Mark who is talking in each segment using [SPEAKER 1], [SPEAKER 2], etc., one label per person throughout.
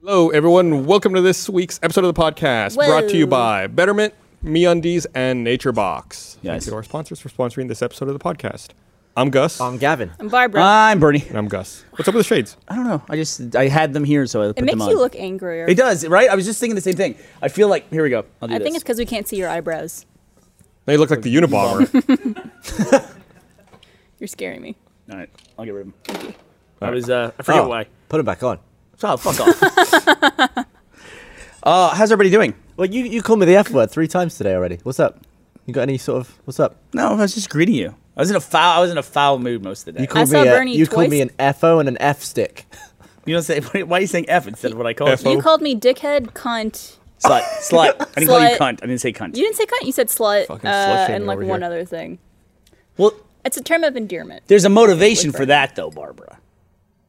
[SPEAKER 1] Hello, everyone. Welcome to this week's episode of the podcast, brought to you by Betterment, MeUndies, and NatureBox. Thank
[SPEAKER 2] Yes.
[SPEAKER 1] you to our sponsors for sponsoring this episode of the podcast. I'm Gus.
[SPEAKER 3] I'm Gavin.
[SPEAKER 4] I'm Barbara.
[SPEAKER 2] I'm Bernie.
[SPEAKER 1] and I'm Gus. What's up with the shades?
[SPEAKER 2] I don't know. I just I had them here, so I put
[SPEAKER 4] it
[SPEAKER 2] them
[SPEAKER 4] makes
[SPEAKER 2] on.
[SPEAKER 4] you look angrier.
[SPEAKER 2] It does, right? I was just thinking the same thing. I feel like here we go. I'll do
[SPEAKER 4] I think
[SPEAKER 2] this.
[SPEAKER 4] it's because we can't see your eyebrows.
[SPEAKER 1] They look like the Unabomber.
[SPEAKER 4] You're scaring me.
[SPEAKER 2] All right, I'll get rid of them.
[SPEAKER 5] I was uh, I forget why.
[SPEAKER 3] Ah, Put it back on.
[SPEAKER 2] Oh, fuck off. uh, how's everybody doing?
[SPEAKER 3] Well, you, you called me the F word three times today already. What's up? You got any sort of what's up?
[SPEAKER 2] No, I was just greeting you. I was in a foul. I was in a foul mood most of the day.
[SPEAKER 3] You
[SPEAKER 2] You,
[SPEAKER 3] called
[SPEAKER 4] saw
[SPEAKER 3] me a,
[SPEAKER 4] Bernie
[SPEAKER 3] You called
[SPEAKER 4] twice.
[SPEAKER 3] me an FO and an F stick.
[SPEAKER 2] don't say. Why are you saying F instead of what I called
[SPEAKER 1] F-O.
[SPEAKER 2] you?
[SPEAKER 4] You called me dickhead, cunt.
[SPEAKER 2] Slut, slut. I didn't call you
[SPEAKER 4] Slut.
[SPEAKER 2] cunt. I didn't say cunt.
[SPEAKER 4] You didn't say cunt. You said slut
[SPEAKER 1] Fucking slut
[SPEAKER 4] uh,
[SPEAKER 1] shaming
[SPEAKER 4] and like
[SPEAKER 1] over
[SPEAKER 4] one
[SPEAKER 1] here.
[SPEAKER 4] other thing.
[SPEAKER 2] well,
[SPEAKER 4] It's a term of endearment.
[SPEAKER 2] there's a motivation
[SPEAKER 4] Wait,
[SPEAKER 2] for that though, Barbara.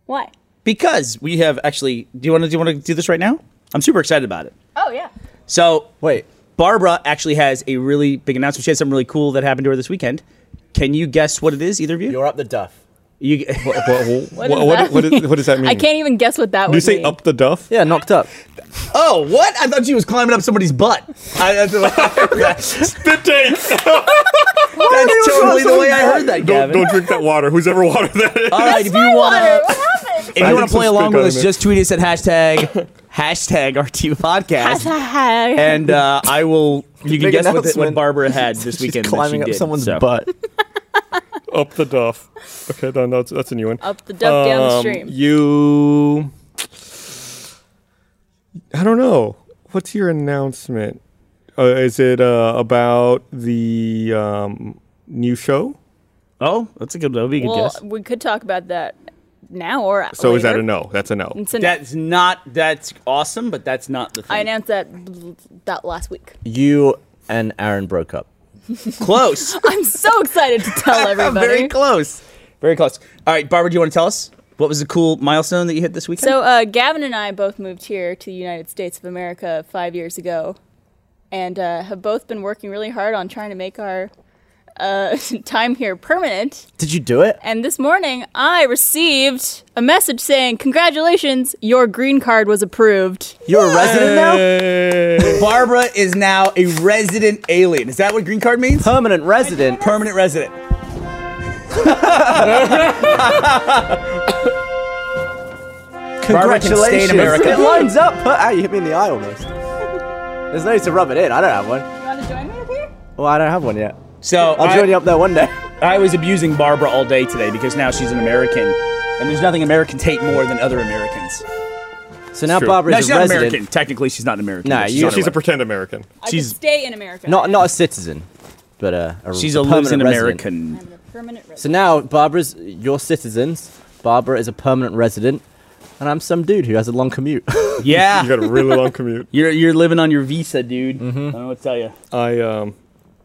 [SPEAKER 4] Why?
[SPEAKER 2] Because we have actually. Do you want to? Do you want to do this right now? I'm super excited about it.
[SPEAKER 4] Oh yeah.
[SPEAKER 2] So
[SPEAKER 3] Wait,
[SPEAKER 2] Barbara actually has a really big announcement. She had something really cool that happened to her this weekend. Can you guess what it is, either of you?
[SPEAKER 3] you're up the duff.
[SPEAKER 2] you
[SPEAKER 1] what,
[SPEAKER 4] does that
[SPEAKER 1] what, is- what does that mean?
[SPEAKER 4] I can't even guess what that
[SPEAKER 1] Do you
[SPEAKER 4] would
[SPEAKER 1] say
[SPEAKER 4] mean.
[SPEAKER 1] up the duff?
[SPEAKER 3] Yeah, knocked up.
[SPEAKER 2] oh, what? I thought she was climbing up somebody's butt. I, that's that's
[SPEAKER 1] The date!
[SPEAKER 2] totally the way I heard that,
[SPEAKER 1] don't,
[SPEAKER 2] Gavin.
[SPEAKER 1] don't drink that water. Who's ever water that is?
[SPEAKER 2] All right, if you
[SPEAKER 4] Water.
[SPEAKER 2] want
[SPEAKER 4] What happened?
[SPEAKER 2] to, if
[SPEAKER 1] I
[SPEAKER 2] you want
[SPEAKER 1] think
[SPEAKER 2] to play
[SPEAKER 1] some
[SPEAKER 2] along
[SPEAKER 1] spit
[SPEAKER 2] with
[SPEAKER 1] got
[SPEAKER 2] us,
[SPEAKER 1] in
[SPEAKER 2] just tweet us at hashtag hashtag RT podcast,
[SPEAKER 4] and
[SPEAKER 2] and uh, I will. You can
[SPEAKER 3] Big
[SPEAKER 2] guess what, the, what
[SPEAKER 3] announcement.
[SPEAKER 2] Barbara had this weekend.
[SPEAKER 3] She's
[SPEAKER 2] that she
[SPEAKER 3] climbing up
[SPEAKER 2] did,
[SPEAKER 3] someone's
[SPEAKER 2] so.
[SPEAKER 3] butt.
[SPEAKER 1] up the duff. Okay, no, no, that's, that's a new one.
[SPEAKER 4] up the duck down the
[SPEAKER 1] Um,
[SPEAKER 4] stream.
[SPEAKER 1] You. I don't know. What's your announcement? Uh, is it uh, about the um, new show?
[SPEAKER 2] Oh, that's a good. That would be a good
[SPEAKER 4] well,
[SPEAKER 2] guess.
[SPEAKER 4] we could talk about that now or
[SPEAKER 1] So is that a
[SPEAKER 4] later. Mm.
[SPEAKER 1] no? That's a no.
[SPEAKER 4] It's a no.
[SPEAKER 2] That's not. That's awesome, but that's not the thing.
[SPEAKER 4] I announced that that last week.
[SPEAKER 3] You and Aaron broke up.
[SPEAKER 2] Close.
[SPEAKER 4] I'm so excited to tell everybody.
[SPEAKER 2] Very close. Very close. All right, Barbara, do you want to tell us what was the cool milestone that you hit this weekend?
[SPEAKER 4] So uh, Gavin and I both moved here to the United States of America five years ago, and uh, have both been working really hard on trying to make our uh, time here permanent.
[SPEAKER 3] Did you do it?
[SPEAKER 4] And this morning, I received a message saying, "Congratulations, your green card was approved."
[SPEAKER 3] You're a resident now.
[SPEAKER 1] Hey.
[SPEAKER 2] Barbara is now a resident alien. Is that what green card means?
[SPEAKER 3] Permanent resident.
[SPEAKER 2] Permanent resident. Barbara can
[SPEAKER 3] Congratulations.
[SPEAKER 2] stay in America.
[SPEAKER 3] It lines up. Ow, you hit me in the eye almost. There's no need to rub it in. I don't have one.
[SPEAKER 4] You want to join me up here?
[SPEAKER 3] Well, I don't have one yet.
[SPEAKER 2] So
[SPEAKER 3] I'll
[SPEAKER 2] I,
[SPEAKER 3] join you up there one day.
[SPEAKER 2] I was abusing Barbara all day today because now she's an American, and there's nothing Americans hate more than other Americans.
[SPEAKER 3] So now
[SPEAKER 1] true.
[SPEAKER 3] Barbara
[SPEAKER 2] No,
[SPEAKER 3] is
[SPEAKER 2] she's
[SPEAKER 3] a
[SPEAKER 2] not
[SPEAKER 3] resident.
[SPEAKER 2] American. Technically, she's not an American.
[SPEAKER 3] Nah,
[SPEAKER 2] but
[SPEAKER 3] you-
[SPEAKER 2] on her
[SPEAKER 1] She's a
[SPEAKER 2] way.
[SPEAKER 1] pretend American.
[SPEAKER 4] I
[SPEAKER 2] She's-
[SPEAKER 4] could stay in America.
[SPEAKER 3] Not not a citizen, but a, a
[SPEAKER 2] she's
[SPEAKER 3] a
[SPEAKER 2] a losing
[SPEAKER 3] permanent resident.
[SPEAKER 2] American.
[SPEAKER 4] I'm a permanent
[SPEAKER 3] So
[SPEAKER 4] resident.
[SPEAKER 3] now Barbara's your citizens. Barbara is a permanent resident, and I'm some dude who has a long commute.
[SPEAKER 2] Yeah.
[SPEAKER 1] You got a really long commute.
[SPEAKER 2] You're you're living on your visa, dude. I don't know what to tell you.
[SPEAKER 1] I um.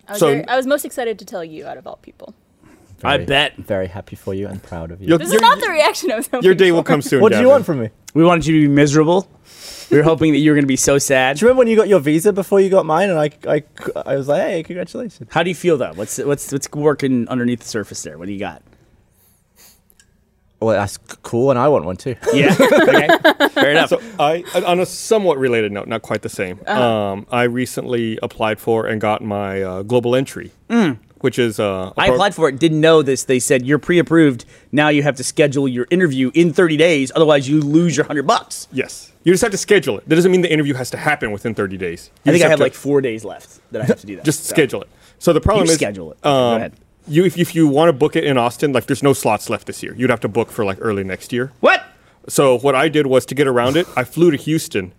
[SPEAKER 4] I was,
[SPEAKER 1] so-
[SPEAKER 4] very- I was most excited to tell you out of all people.
[SPEAKER 2] I
[SPEAKER 3] Very-
[SPEAKER 2] bet
[SPEAKER 3] Very happy for you and proud of you.
[SPEAKER 1] Your,
[SPEAKER 4] This
[SPEAKER 1] your,
[SPEAKER 4] is not the reaction I was hoping
[SPEAKER 1] your day
[SPEAKER 4] for.
[SPEAKER 1] will come soon.
[SPEAKER 3] what do you
[SPEAKER 1] Gavin.
[SPEAKER 3] want from me?
[SPEAKER 2] we wanted you to be miserable. We were hoping that you were going to be so sad.
[SPEAKER 3] Do you remember when you got your visa before you got mine, and I, I, I was like, hey, congratulations.
[SPEAKER 2] How do you feel though? What's what's what's working underneath the surface there? What do you got?
[SPEAKER 3] Well, that's c- cool, and I want one too.
[SPEAKER 2] Yeah. okay. Fair enough.
[SPEAKER 1] So I, on a somewhat related note, not quite the same. Um, I recently applied for and got my uh, global entry, which is uh, a
[SPEAKER 2] I
[SPEAKER 1] pro-
[SPEAKER 2] applied for it, didn't know this. They said you're pre-approved. Now you have to schedule your interview in 30 days, otherwise you lose your hundred bucks.
[SPEAKER 1] Yes. You just have to schedule it. That doesn't mean the interview has to happen within 30 days. You
[SPEAKER 2] I think
[SPEAKER 1] just
[SPEAKER 2] I have
[SPEAKER 1] to
[SPEAKER 2] like four days left that I have to do that.
[SPEAKER 1] just
[SPEAKER 2] so.
[SPEAKER 1] schedule it. So the problem
[SPEAKER 2] You
[SPEAKER 1] is
[SPEAKER 2] schedule it. Go
[SPEAKER 1] Um,
[SPEAKER 2] ahead.
[SPEAKER 1] you if, if you want to book it in Austin, like there's no slots left this year. You'd have to book for like early next year.
[SPEAKER 2] What?
[SPEAKER 1] So what I did was to get around it, I flew to Houston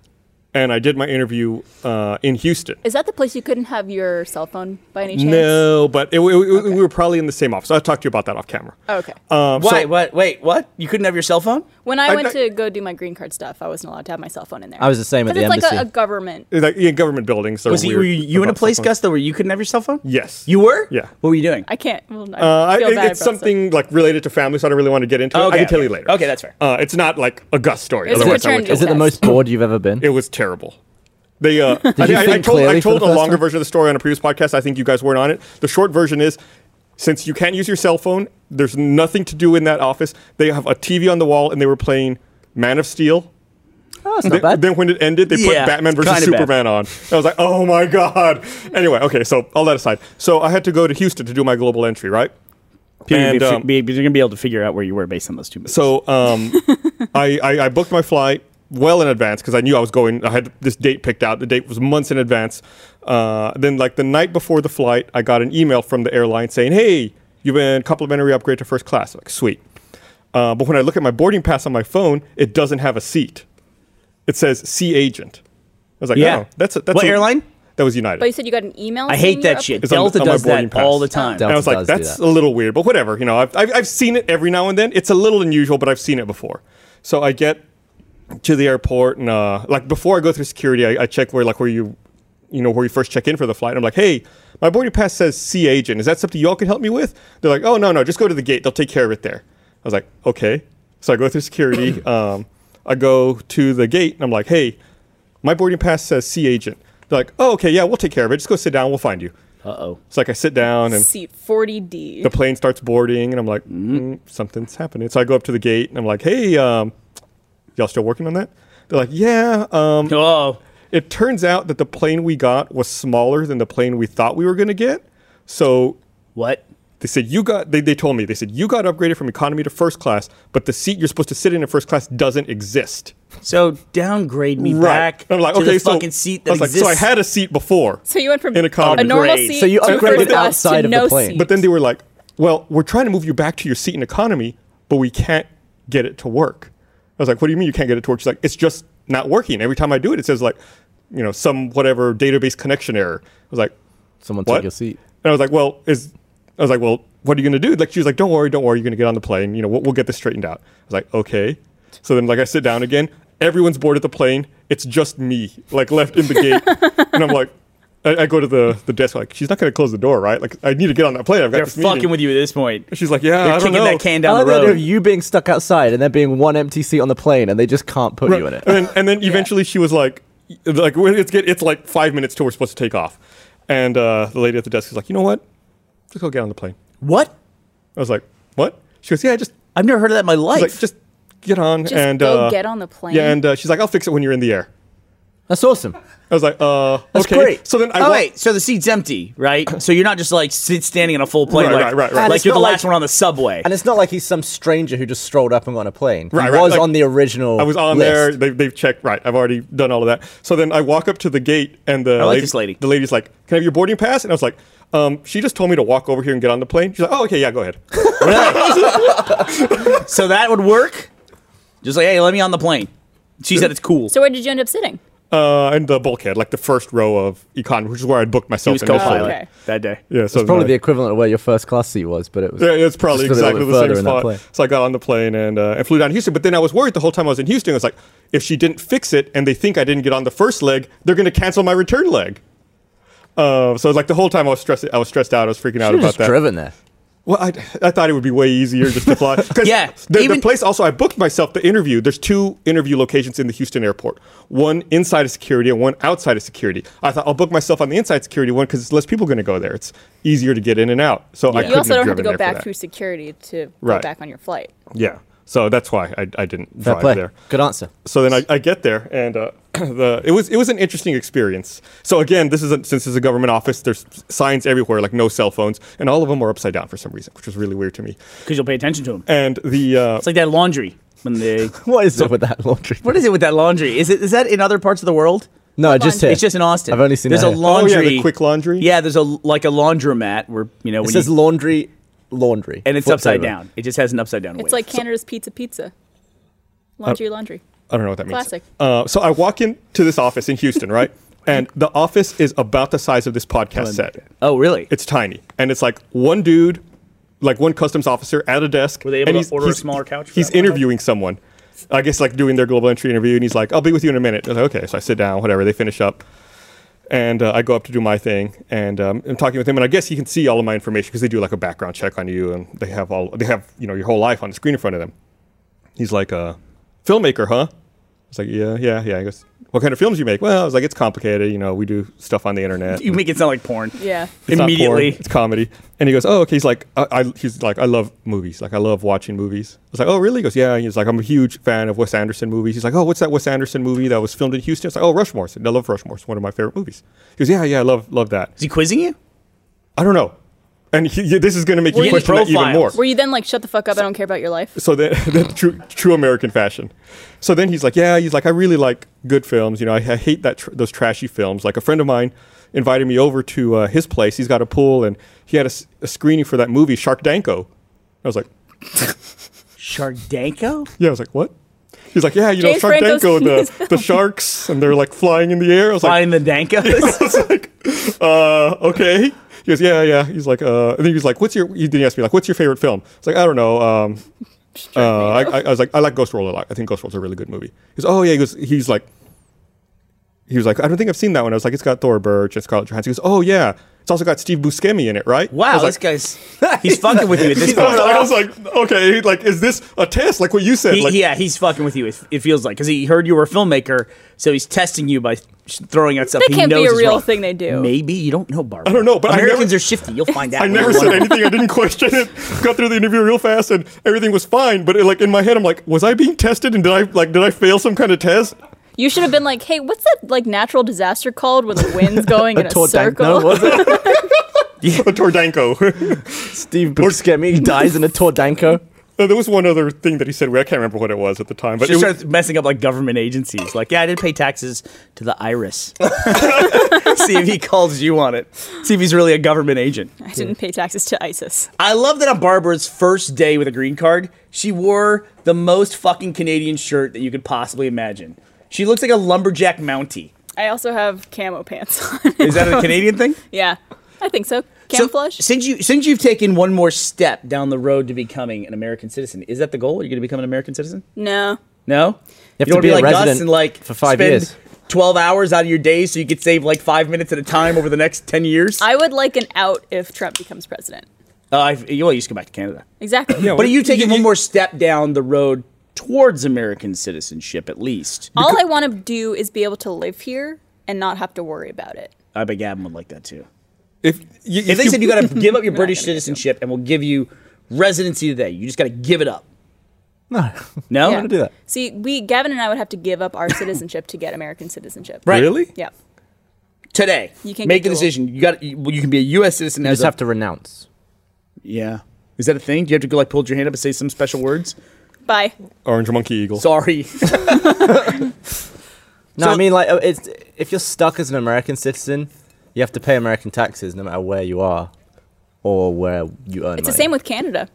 [SPEAKER 1] and I did my interview uh, in Houston.
[SPEAKER 4] Is that the place you couldn't have your cell phone by any chance?
[SPEAKER 1] No, but it, it- it- we were probably in the same office. I'll talk to you about that off camera.
[SPEAKER 4] Oh, okay.
[SPEAKER 1] Um, so-
[SPEAKER 2] Why? what? Wait. What? You couldn't have your cell phone?
[SPEAKER 4] When I,
[SPEAKER 1] I-
[SPEAKER 4] went
[SPEAKER 1] I-
[SPEAKER 4] to go do my green card stuff, I wasn't allowed to have my cell phone in there.
[SPEAKER 3] I was the same at
[SPEAKER 4] 'Cause
[SPEAKER 3] the
[SPEAKER 4] it's
[SPEAKER 3] embassy.
[SPEAKER 4] like a, a government.
[SPEAKER 1] like, yeah, government buildings. they're
[SPEAKER 2] Was you,
[SPEAKER 1] weird
[SPEAKER 2] were you, you in a
[SPEAKER 1] about
[SPEAKER 2] place,
[SPEAKER 1] cell phones.
[SPEAKER 2] Gus, though, where you couldn't have your cell phone?
[SPEAKER 1] Yes.
[SPEAKER 2] You were?
[SPEAKER 1] Yeah.
[SPEAKER 2] What were you doing?
[SPEAKER 4] I can't. Well, I
[SPEAKER 1] Uh, I-
[SPEAKER 4] feel
[SPEAKER 1] it-
[SPEAKER 4] bad about
[SPEAKER 1] it's something like related to family, so I don't really want to get into it. I
[SPEAKER 2] Okay,
[SPEAKER 1] can tell you
[SPEAKER 2] okay.
[SPEAKER 1] later.
[SPEAKER 2] Okay, that's fair.
[SPEAKER 1] Uh, it's not like a Gus story.
[SPEAKER 4] It's a
[SPEAKER 1] otherwise I would
[SPEAKER 4] return
[SPEAKER 1] tell
[SPEAKER 3] Is it the
[SPEAKER 4] Yes.
[SPEAKER 3] most bored you've ever been?
[SPEAKER 1] It was terrible. They, uh, I, think
[SPEAKER 3] you
[SPEAKER 1] I, I
[SPEAKER 3] think
[SPEAKER 1] told, I
[SPEAKER 3] clearly for
[SPEAKER 1] told
[SPEAKER 3] the
[SPEAKER 1] a
[SPEAKER 3] first
[SPEAKER 1] longer
[SPEAKER 3] time?
[SPEAKER 1] version of the story on a previous podcast. I think you guys weren't on it. The short version is since you can't use your cell phone, there's nothing to do in that office. They have a TV on the wall and they were playing Man of Steel
[SPEAKER 3] Oh, that's not
[SPEAKER 1] Then,
[SPEAKER 3] bad.
[SPEAKER 1] then when it ended, they
[SPEAKER 2] Yeah,
[SPEAKER 1] put Batman versus
[SPEAKER 2] kinda bad.
[SPEAKER 1] Superman on. I was like, oh my god. Anyway, okay, so all that aside. So I had to go to Houston to do my global entry, right?
[SPEAKER 2] You're
[SPEAKER 1] And,
[SPEAKER 2] gonna
[SPEAKER 1] um,
[SPEAKER 2] be, you're gonna be able to figure out where you were based on those two movies.
[SPEAKER 1] So um, I, I, I booked my flight well in advance because I knew I was going. I had this date picked out. The date was months in advance. Uh, then, like the night before the flight, I got an email from the airline saying, "Hey, you've been complimentary upgrade to first class." Like, sweet. Uh, but when I look at my boarding pass on my phone, it doesn't have a seat. It says "Sea Agent." I was like,
[SPEAKER 2] Yeah.
[SPEAKER 1] "Oh, that's a, that's
[SPEAKER 2] What
[SPEAKER 1] a-
[SPEAKER 2] airline?
[SPEAKER 1] That was United."
[SPEAKER 4] But you said you got an email.
[SPEAKER 2] I
[SPEAKER 4] saying
[SPEAKER 2] hate that
[SPEAKER 4] you're
[SPEAKER 2] shit.
[SPEAKER 4] up-
[SPEAKER 1] It's on-
[SPEAKER 2] Delta
[SPEAKER 1] on my
[SPEAKER 2] does that
[SPEAKER 1] boarding pass.
[SPEAKER 2] all the time.
[SPEAKER 3] Delta.
[SPEAKER 1] and I was like,
[SPEAKER 3] does do
[SPEAKER 1] that's
[SPEAKER 3] that.
[SPEAKER 1] a little weird, but whatever. You know, I've, I've, I've seen it every now and then. It's a little unusual, but I've seen it before. So I get to the airport and uh, like before I go through security, I, I check where like where you, you know, where you first check in for the flight. I'm like, hey, my boarding pass says C agent. Is that something y'all can help me with? They're like, oh no no, just go to the gate. They'll take care of it there. I was like, okay. So I go through security. um, I go to the gate and I'm like, hey, my boarding pass says C agent. They're like, oh okay, yeah, we'll take care of it. Just go sit down. We'll find you.
[SPEAKER 2] Uh oh.
[SPEAKER 1] It's like I sit down and
[SPEAKER 4] Seat 40D.
[SPEAKER 1] the plane starts boarding and i'm like
[SPEAKER 2] Mm-hmm.
[SPEAKER 1] mm, something's happening so i go up to the gate and i'm like hey um, y'all still working on that they're like yeah um,
[SPEAKER 2] Oh.
[SPEAKER 1] it turns out that the plane we got was smaller than the plane we thought we were going to get so
[SPEAKER 2] What?
[SPEAKER 1] they said you got they, they told me they said you got upgraded from economy to first class but the seat you're supposed to sit in in first class doesn't exist
[SPEAKER 2] So downgrade me back
[SPEAKER 1] i'm like
[SPEAKER 2] to
[SPEAKER 1] okay
[SPEAKER 2] the
[SPEAKER 1] so
[SPEAKER 2] fucking seat that
[SPEAKER 1] I was like,
[SPEAKER 2] exists.
[SPEAKER 1] so i had a seat before
[SPEAKER 4] so you went from
[SPEAKER 1] In economy.
[SPEAKER 4] a normal
[SPEAKER 2] Upgrade.
[SPEAKER 4] seat
[SPEAKER 3] So you
[SPEAKER 4] to
[SPEAKER 3] upgraded
[SPEAKER 4] first class
[SPEAKER 3] outside
[SPEAKER 4] to
[SPEAKER 3] of
[SPEAKER 4] no
[SPEAKER 3] the plane.
[SPEAKER 4] seat.
[SPEAKER 1] But then they were like, "Well, we're trying to move you back to your seat in economy, but we can't get it to work." I was like, "What do you mean you can't get it to work?" She's like, "It's just not working. Every time I do it, it says like, you know, some whatever database connection error." I was like,
[SPEAKER 3] Someone
[SPEAKER 1] "What?"
[SPEAKER 3] took your seat.
[SPEAKER 1] And I was like, "Well, is I was like, well, what are you gonna do?" Like she was like, "Don't worry, don't worry. You're gonna get on the plane. You know, we'll, we'll get this straightened out." I was like, "Okay." So then, like, I sit down again. Everyone's boarded the plane. It's just me, like, left in the gate, and I'm like. I I go to the, the desk like she's not going to close the door, right? Like I need to get on that plane. I've got
[SPEAKER 2] They're
[SPEAKER 1] this
[SPEAKER 2] fucking
[SPEAKER 1] meeting.
[SPEAKER 2] with you at this point.
[SPEAKER 1] She's like, yeah,
[SPEAKER 2] They're
[SPEAKER 1] I don't
[SPEAKER 2] kicking
[SPEAKER 1] know.
[SPEAKER 2] that can
[SPEAKER 3] I
[SPEAKER 2] down the
[SPEAKER 3] like the idea
[SPEAKER 2] road.
[SPEAKER 3] of you being stuck outside and there being one empty seat on the plane and they just can't put you in
[SPEAKER 2] uh,
[SPEAKER 3] it.
[SPEAKER 1] And, and then eventually she was like, like when it's get, it's like five minutes till we're supposed to take off, and uh, the lady at the desk is like, you know what? Just go get on the plane.
[SPEAKER 2] what?
[SPEAKER 1] I was like, what? She goes, yeah, just
[SPEAKER 2] I've never heard of that in my
[SPEAKER 1] I
[SPEAKER 2] life.
[SPEAKER 1] was like just get on
[SPEAKER 4] Just
[SPEAKER 1] and
[SPEAKER 4] go
[SPEAKER 1] uh,
[SPEAKER 4] get on the plane.
[SPEAKER 1] Yeah, and uh, she's like, I'll fix it when you're in the air.
[SPEAKER 3] That's awesome.
[SPEAKER 1] I was like, uh,
[SPEAKER 3] That's
[SPEAKER 1] okay.
[SPEAKER 3] great.
[SPEAKER 1] So then I
[SPEAKER 2] oh
[SPEAKER 1] wa-
[SPEAKER 2] wait, so the seat's empty, right? So you're not just like sit standing on a full plane,
[SPEAKER 1] Right,
[SPEAKER 2] like,
[SPEAKER 1] right, right, right.
[SPEAKER 2] like
[SPEAKER 3] And it's
[SPEAKER 2] you're the
[SPEAKER 3] not
[SPEAKER 2] last
[SPEAKER 3] like-
[SPEAKER 2] one on the subway.
[SPEAKER 3] And it's not like he's some stranger who just strolled up and got on a plane. He
[SPEAKER 1] Right, right,
[SPEAKER 3] was
[SPEAKER 1] like-
[SPEAKER 3] on the original.
[SPEAKER 1] I was on
[SPEAKER 3] list.
[SPEAKER 1] there. They, they've checked. Right. I've already done all of that. So then I walk up to the gate and the
[SPEAKER 2] I like this lady.
[SPEAKER 1] the lady's like, "Can I have your boarding pass?" And I was like, um, "She just told me to walk over here and get on the plane." She's like, "Oh, okay, yeah, go ahead."
[SPEAKER 2] so that would work. Just like, hey, let me on the plane. She said it's cool.
[SPEAKER 4] so where did you end up sitting?
[SPEAKER 1] uh, and the bulkhead, like the first row of economy, which is where I'd booked
[SPEAKER 2] he
[SPEAKER 1] myself.
[SPEAKER 2] was co-pilot
[SPEAKER 1] initially.
[SPEAKER 4] Oh, okay.
[SPEAKER 2] that day.
[SPEAKER 1] Yeah, so
[SPEAKER 3] It's probably the
[SPEAKER 1] then
[SPEAKER 3] equivalent of where your first class seat was, but it was.
[SPEAKER 1] I- yeah, it's probably
[SPEAKER 3] just a little
[SPEAKER 1] exactly
[SPEAKER 3] bit
[SPEAKER 1] the
[SPEAKER 3] further
[SPEAKER 1] same
[SPEAKER 3] in that
[SPEAKER 1] spot.
[SPEAKER 3] plane.
[SPEAKER 1] So I got on the plane and uh, and flew down to Houston. But then I was worried the whole time I was in Houston. I was like, if she didn't fix it and they think I didn't get on the first leg, they're going to cancel my return leg. Uh, so like the whole time I was stressed. I was stressed out. I was freaking out
[SPEAKER 3] Should've
[SPEAKER 1] about
[SPEAKER 3] just
[SPEAKER 1] that.
[SPEAKER 3] driven there.
[SPEAKER 1] Well, I, I thought it would be way easier just to fly. 'Cause
[SPEAKER 2] Yeah,
[SPEAKER 1] The, the
[SPEAKER 2] even-
[SPEAKER 1] place also, I booked myself the interview. There's two interview locations in the Houston airport one inside of security and one outside of security. I thought I'll book myself on the inside security one because less people going to go there. It's easier to get in and out. So I couldn't
[SPEAKER 4] You also
[SPEAKER 1] have
[SPEAKER 4] don't have
[SPEAKER 1] driven
[SPEAKER 4] to go
[SPEAKER 1] there for
[SPEAKER 4] back
[SPEAKER 1] that.
[SPEAKER 4] through security to go
[SPEAKER 1] Right.
[SPEAKER 4] back on your flight.
[SPEAKER 1] Yeah. So that's why I, I didn't
[SPEAKER 3] Fair
[SPEAKER 1] drive
[SPEAKER 3] play.
[SPEAKER 1] there.
[SPEAKER 3] Good answer.
[SPEAKER 1] So then I, I get there, and uh, the it was it was an interesting experience. So again, this is a, since it's a government office, there's signs everywhere like no cell phones, and all of them are upside down for some reason, which was really weird to me.
[SPEAKER 2] Because you'll pay attention to him.
[SPEAKER 1] And the uh,
[SPEAKER 2] It's like that laundry when they.
[SPEAKER 3] What is up with that laundry?
[SPEAKER 2] what is it with that laundry? Is it is that in other parts of the world?
[SPEAKER 3] No, just here.
[SPEAKER 2] It's just in Austin.
[SPEAKER 3] I've only seen
[SPEAKER 2] There's
[SPEAKER 3] that
[SPEAKER 2] a
[SPEAKER 3] here.
[SPEAKER 2] laundry.
[SPEAKER 1] Oh yeah, the quick laundry.
[SPEAKER 2] Yeah, there's a like a laundromat where you know
[SPEAKER 3] It
[SPEAKER 2] when
[SPEAKER 3] says
[SPEAKER 2] you,
[SPEAKER 3] laundry, laundry,
[SPEAKER 2] and it's
[SPEAKER 3] Flips
[SPEAKER 2] upside
[SPEAKER 3] over.
[SPEAKER 2] down. It just has an upside down.
[SPEAKER 4] It's like Canada's Pizza
[SPEAKER 1] Uh,
[SPEAKER 4] Pizza. Laundry, laundry.
[SPEAKER 1] I don't know what that means.
[SPEAKER 4] Classic.
[SPEAKER 1] Uh, so I walk into this office in Houston, right? and the office is about the size of this podcast set.
[SPEAKER 2] oh really?
[SPEAKER 1] It's tiny, and it's like one dude, like one customs officer at a desk.
[SPEAKER 2] Were they able
[SPEAKER 1] and
[SPEAKER 2] to
[SPEAKER 1] he's-
[SPEAKER 2] order a
[SPEAKER 1] he's-
[SPEAKER 2] smaller couch for
[SPEAKER 1] He's
[SPEAKER 2] that one?
[SPEAKER 1] interviewing someone. I guess like doing their global entry interview, and he's like, "I'll be with you in a minute." I was like, okay, so I sit down, whatever. They finish up, and uh, I go up to do my thing, and um, I'm talking with him, and I guess he can see all of my information because they do like a background check on you, and they have all they have you know your whole life on the screen in front of them. He's like, uh, "Filmmaker, huh?" was like, yeah, yeah, yeah. I guess. What kind of films you make? Well, I was like, it's complicated. You know, we do stuff on the internet.
[SPEAKER 2] You make it sound like porn.
[SPEAKER 4] Yeah.
[SPEAKER 1] It's not porn,
[SPEAKER 2] Immediately.
[SPEAKER 1] it's comedy. And he goes, oh, okay. He's like, I, I, he's like, I love movies. Like, I love watching movies. I was like, oh, really? He goes, yeah. And he's like, I'm a huge fan of Wes Anderson movies. He's like, oh, what's that Wes Anderson movie that was filmed in Houston? It's like, oh, Rushmore. I said, I love Rushmore. It's one of my favorite movies. He goes, yeah, yeah, I love, love that.
[SPEAKER 2] Is he quizzing you?
[SPEAKER 1] I don't know. And he, this is going to make
[SPEAKER 2] We're
[SPEAKER 1] you
[SPEAKER 2] getting
[SPEAKER 1] question that even more.
[SPEAKER 2] profiles.
[SPEAKER 4] Were you then like, shut the fuck up? I don't care about your life.
[SPEAKER 1] So then, the true, true American fashion. So then he's like, yeah, he's like, I really like good films. You know, I, I hate that tr- those trashy films. Like a friend of mine invited me over to uh, his place. He's got a pool, and he had a, s- a screening for that movie Shark Danko. I was like,
[SPEAKER 2] Sharkdanko?
[SPEAKER 1] yeah, I was like, what? He's like, yeah, you know,
[SPEAKER 4] James
[SPEAKER 1] Shark
[SPEAKER 4] Franco's
[SPEAKER 1] Danko,
[SPEAKER 4] seen his
[SPEAKER 1] the, the sharks, and they're like flying in the air. I was like,
[SPEAKER 2] Flying the Dankos?
[SPEAKER 1] I was like, uh, okay. He goes, yeah, yeah. He's like, uh, and then he was like, what's your? He then he asked me like, what's your favorite film? I was like, I don't know. Um, uh, I, I, I was like, I like Ghost Roll a lot. I think Ghost Roll's a really good movie. He goes, oh yeah. He goes, he's like, he was like, I don't think I've seen that one. I was like, it's got Thor Birch and Scarlett Johansson. He goes, oh yeah. It's also got Steve Buscemi in it, right? I
[SPEAKER 2] wow,
[SPEAKER 1] was
[SPEAKER 2] this
[SPEAKER 1] like,
[SPEAKER 2] guy's he's fucking with you at this
[SPEAKER 1] I was,
[SPEAKER 2] point.
[SPEAKER 1] I was like, okay, like, is this a test? Like what you said?
[SPEAKER 2] He-
[SPEAKER 1] like,
[SPEAKER 2] yeah, he's fucking with you. It, it feels like because he heard you were a filmmaker, so he's testing you by sh- throwing out stuff.
[SPEAKER 4] That
[SPEAKER 2] he
[SPEAKER 4] can't
[SPEAKER 2] knows
[SPEAKER 4] be a
[SPEAKER 2] is
[SPEAKER 4] real
[SPEAKER 2] wrong.
[SPEAKER 4] thing they do.
[SPEAKER 2] Maybe you don't know, Barbara.
[SPEAKER 1] I don't know, but I never-
[SPEAKER 2] Americans are shifty. You'll find out.
[SPEAKER 1] I
[SPEAKER 2] when
[SPEAKER 1] never
[SPEAKER 2] you're one
[SPEAKER 1] said
[SPEAKER 2] of them.
[SPEAKER 1] anything. I didn't question it. Got through the interview real fast, and everything was fine. But it, like in my head, I'm like, was I being tested? And did I like did I fail some kind of test?
[SPEAKER 4] You should have been like, hey, what's that like natural disaster called when the wind's going in a circle?
[SPEAKER 3] Tordanko, was it?
[SPEAKER 1] A Tordanko.
[SPEAKER 3] Steve Buscemi dies in a Tordanko.
[SPEAKER 1] Uh, there was one other thing that he said. where I can't remember what it was at the time, but it
[SPEAKER 2] Just
[SPEAKER 1] was,
[SPEAKER 2] start messing up like government agencies. Like, yeah, I didn't pay taxes to the IRIS. See if he calls you on it. See if he's really a government agent.
[SPEAKER 4] I didn't pay taxes to ISIS.
[SPEAKER 2] I love that on Barbara's first day with a green card, she wore the most fucking Canadian shirt that you could possibly imagine. She looks like a lumberjack mountie.
[SPEAKER 4] I also have camo pants on.
[SPEAKER 2] Is that a Canadian thing?
[SPEAKER 4] yeah, I think so.
[SPEAKER 2] So,
[SPEAKER 4] Camouflage?
[SPEAKER 2] since you since you've taken one more step down the road to becoming an American citizen, is that the goal? Are you going to become an American citizen?
[SPEAKER 4] no.
[SPEAKER 2] No, you,
[SPEAKER 3] have
[SPEAKER 2] don't
[SPEAKER 3] to be
[SPEAKER 2] wanna
[SPEAKER 3] a
[SPEAKER 2] like Gus
[SPEAKER 3] resident
[SPEAKER 2] and like
[SPEAKER 3] for five
[SPEAKER 2] spend
[SPEAKER 3] years.
[SPEAKER 2] Twelve hours out of your day, so you could save like five minutes at a time over the next ten years.
[SPEAKER 4] I would like an out if Trump becomes president.
[SPEAKER 2] uh, I've- you well, you just go back to Canada.
[SPEAKER 4] Exactly.
[SPEAKER 2] But you've taken one more step down the road towards American citizenship, at least.
[SPEAKER 4] All I want to do is be able to live here and not have to worry about it.
[SPEAKER 2] I bet Gavin would like that too.
[SPEAKER 1] if, you,
[SPEAKER 2] If they said you got to give up
[SPEAKER 4] We're
[SPEAKER 2] your
[SPEAKER 4] not
[SPEAKER 2] British
[SPEAKER 4] gonna get
[SPEAKER 2] citizenship and we'll give you residency today, you just got to give it up.
[SPEAKER 3] No,
[SPEAKER 2] No,
[SPEAKER 4] Yeah.
[SPEAKER 3] gonna do that.
[SPEAKER 4] See, we Gavin and I would have to give up our citizenship to get American citizenship.
[SPEAKER 2] Right.
[SPEAKER 1] really,
[SPEAKER 4] Yeah.
[SPEAKER 2] today.
[SPEAKER 4] You can't
[SPEAKER 2] make
[SPEAKER 4] get
[SPEAKER 2] the
[SPEAKER 4] dual.
[SPEAKER 2] decision. You got. You, well, you can be a U.S. citizen.
[SPEAKER 3] You
[SPEAKER 2] as
[SPEAKER 3] just
[SPEAKER 2] a-
[SPEAKER 3] have to renounce.
[SPEAKER 2] Yeah. Is that a thing? Do you have to go like pull your hand up and say some special words?
[SPEAKER 4] Bye.
[SPEAKER 1] orange monkey eagle.
[SPEAKER 2] Sorry.
[SPEAKER 3] No,
[SPEAKER 2] So-
[SPEAKER 3] I mean like uh, it's if you're stuck as an American citizen, you have to pay American taxes no matter where you are or where you earn.
[SPEAKER 4] It's the same with Canada.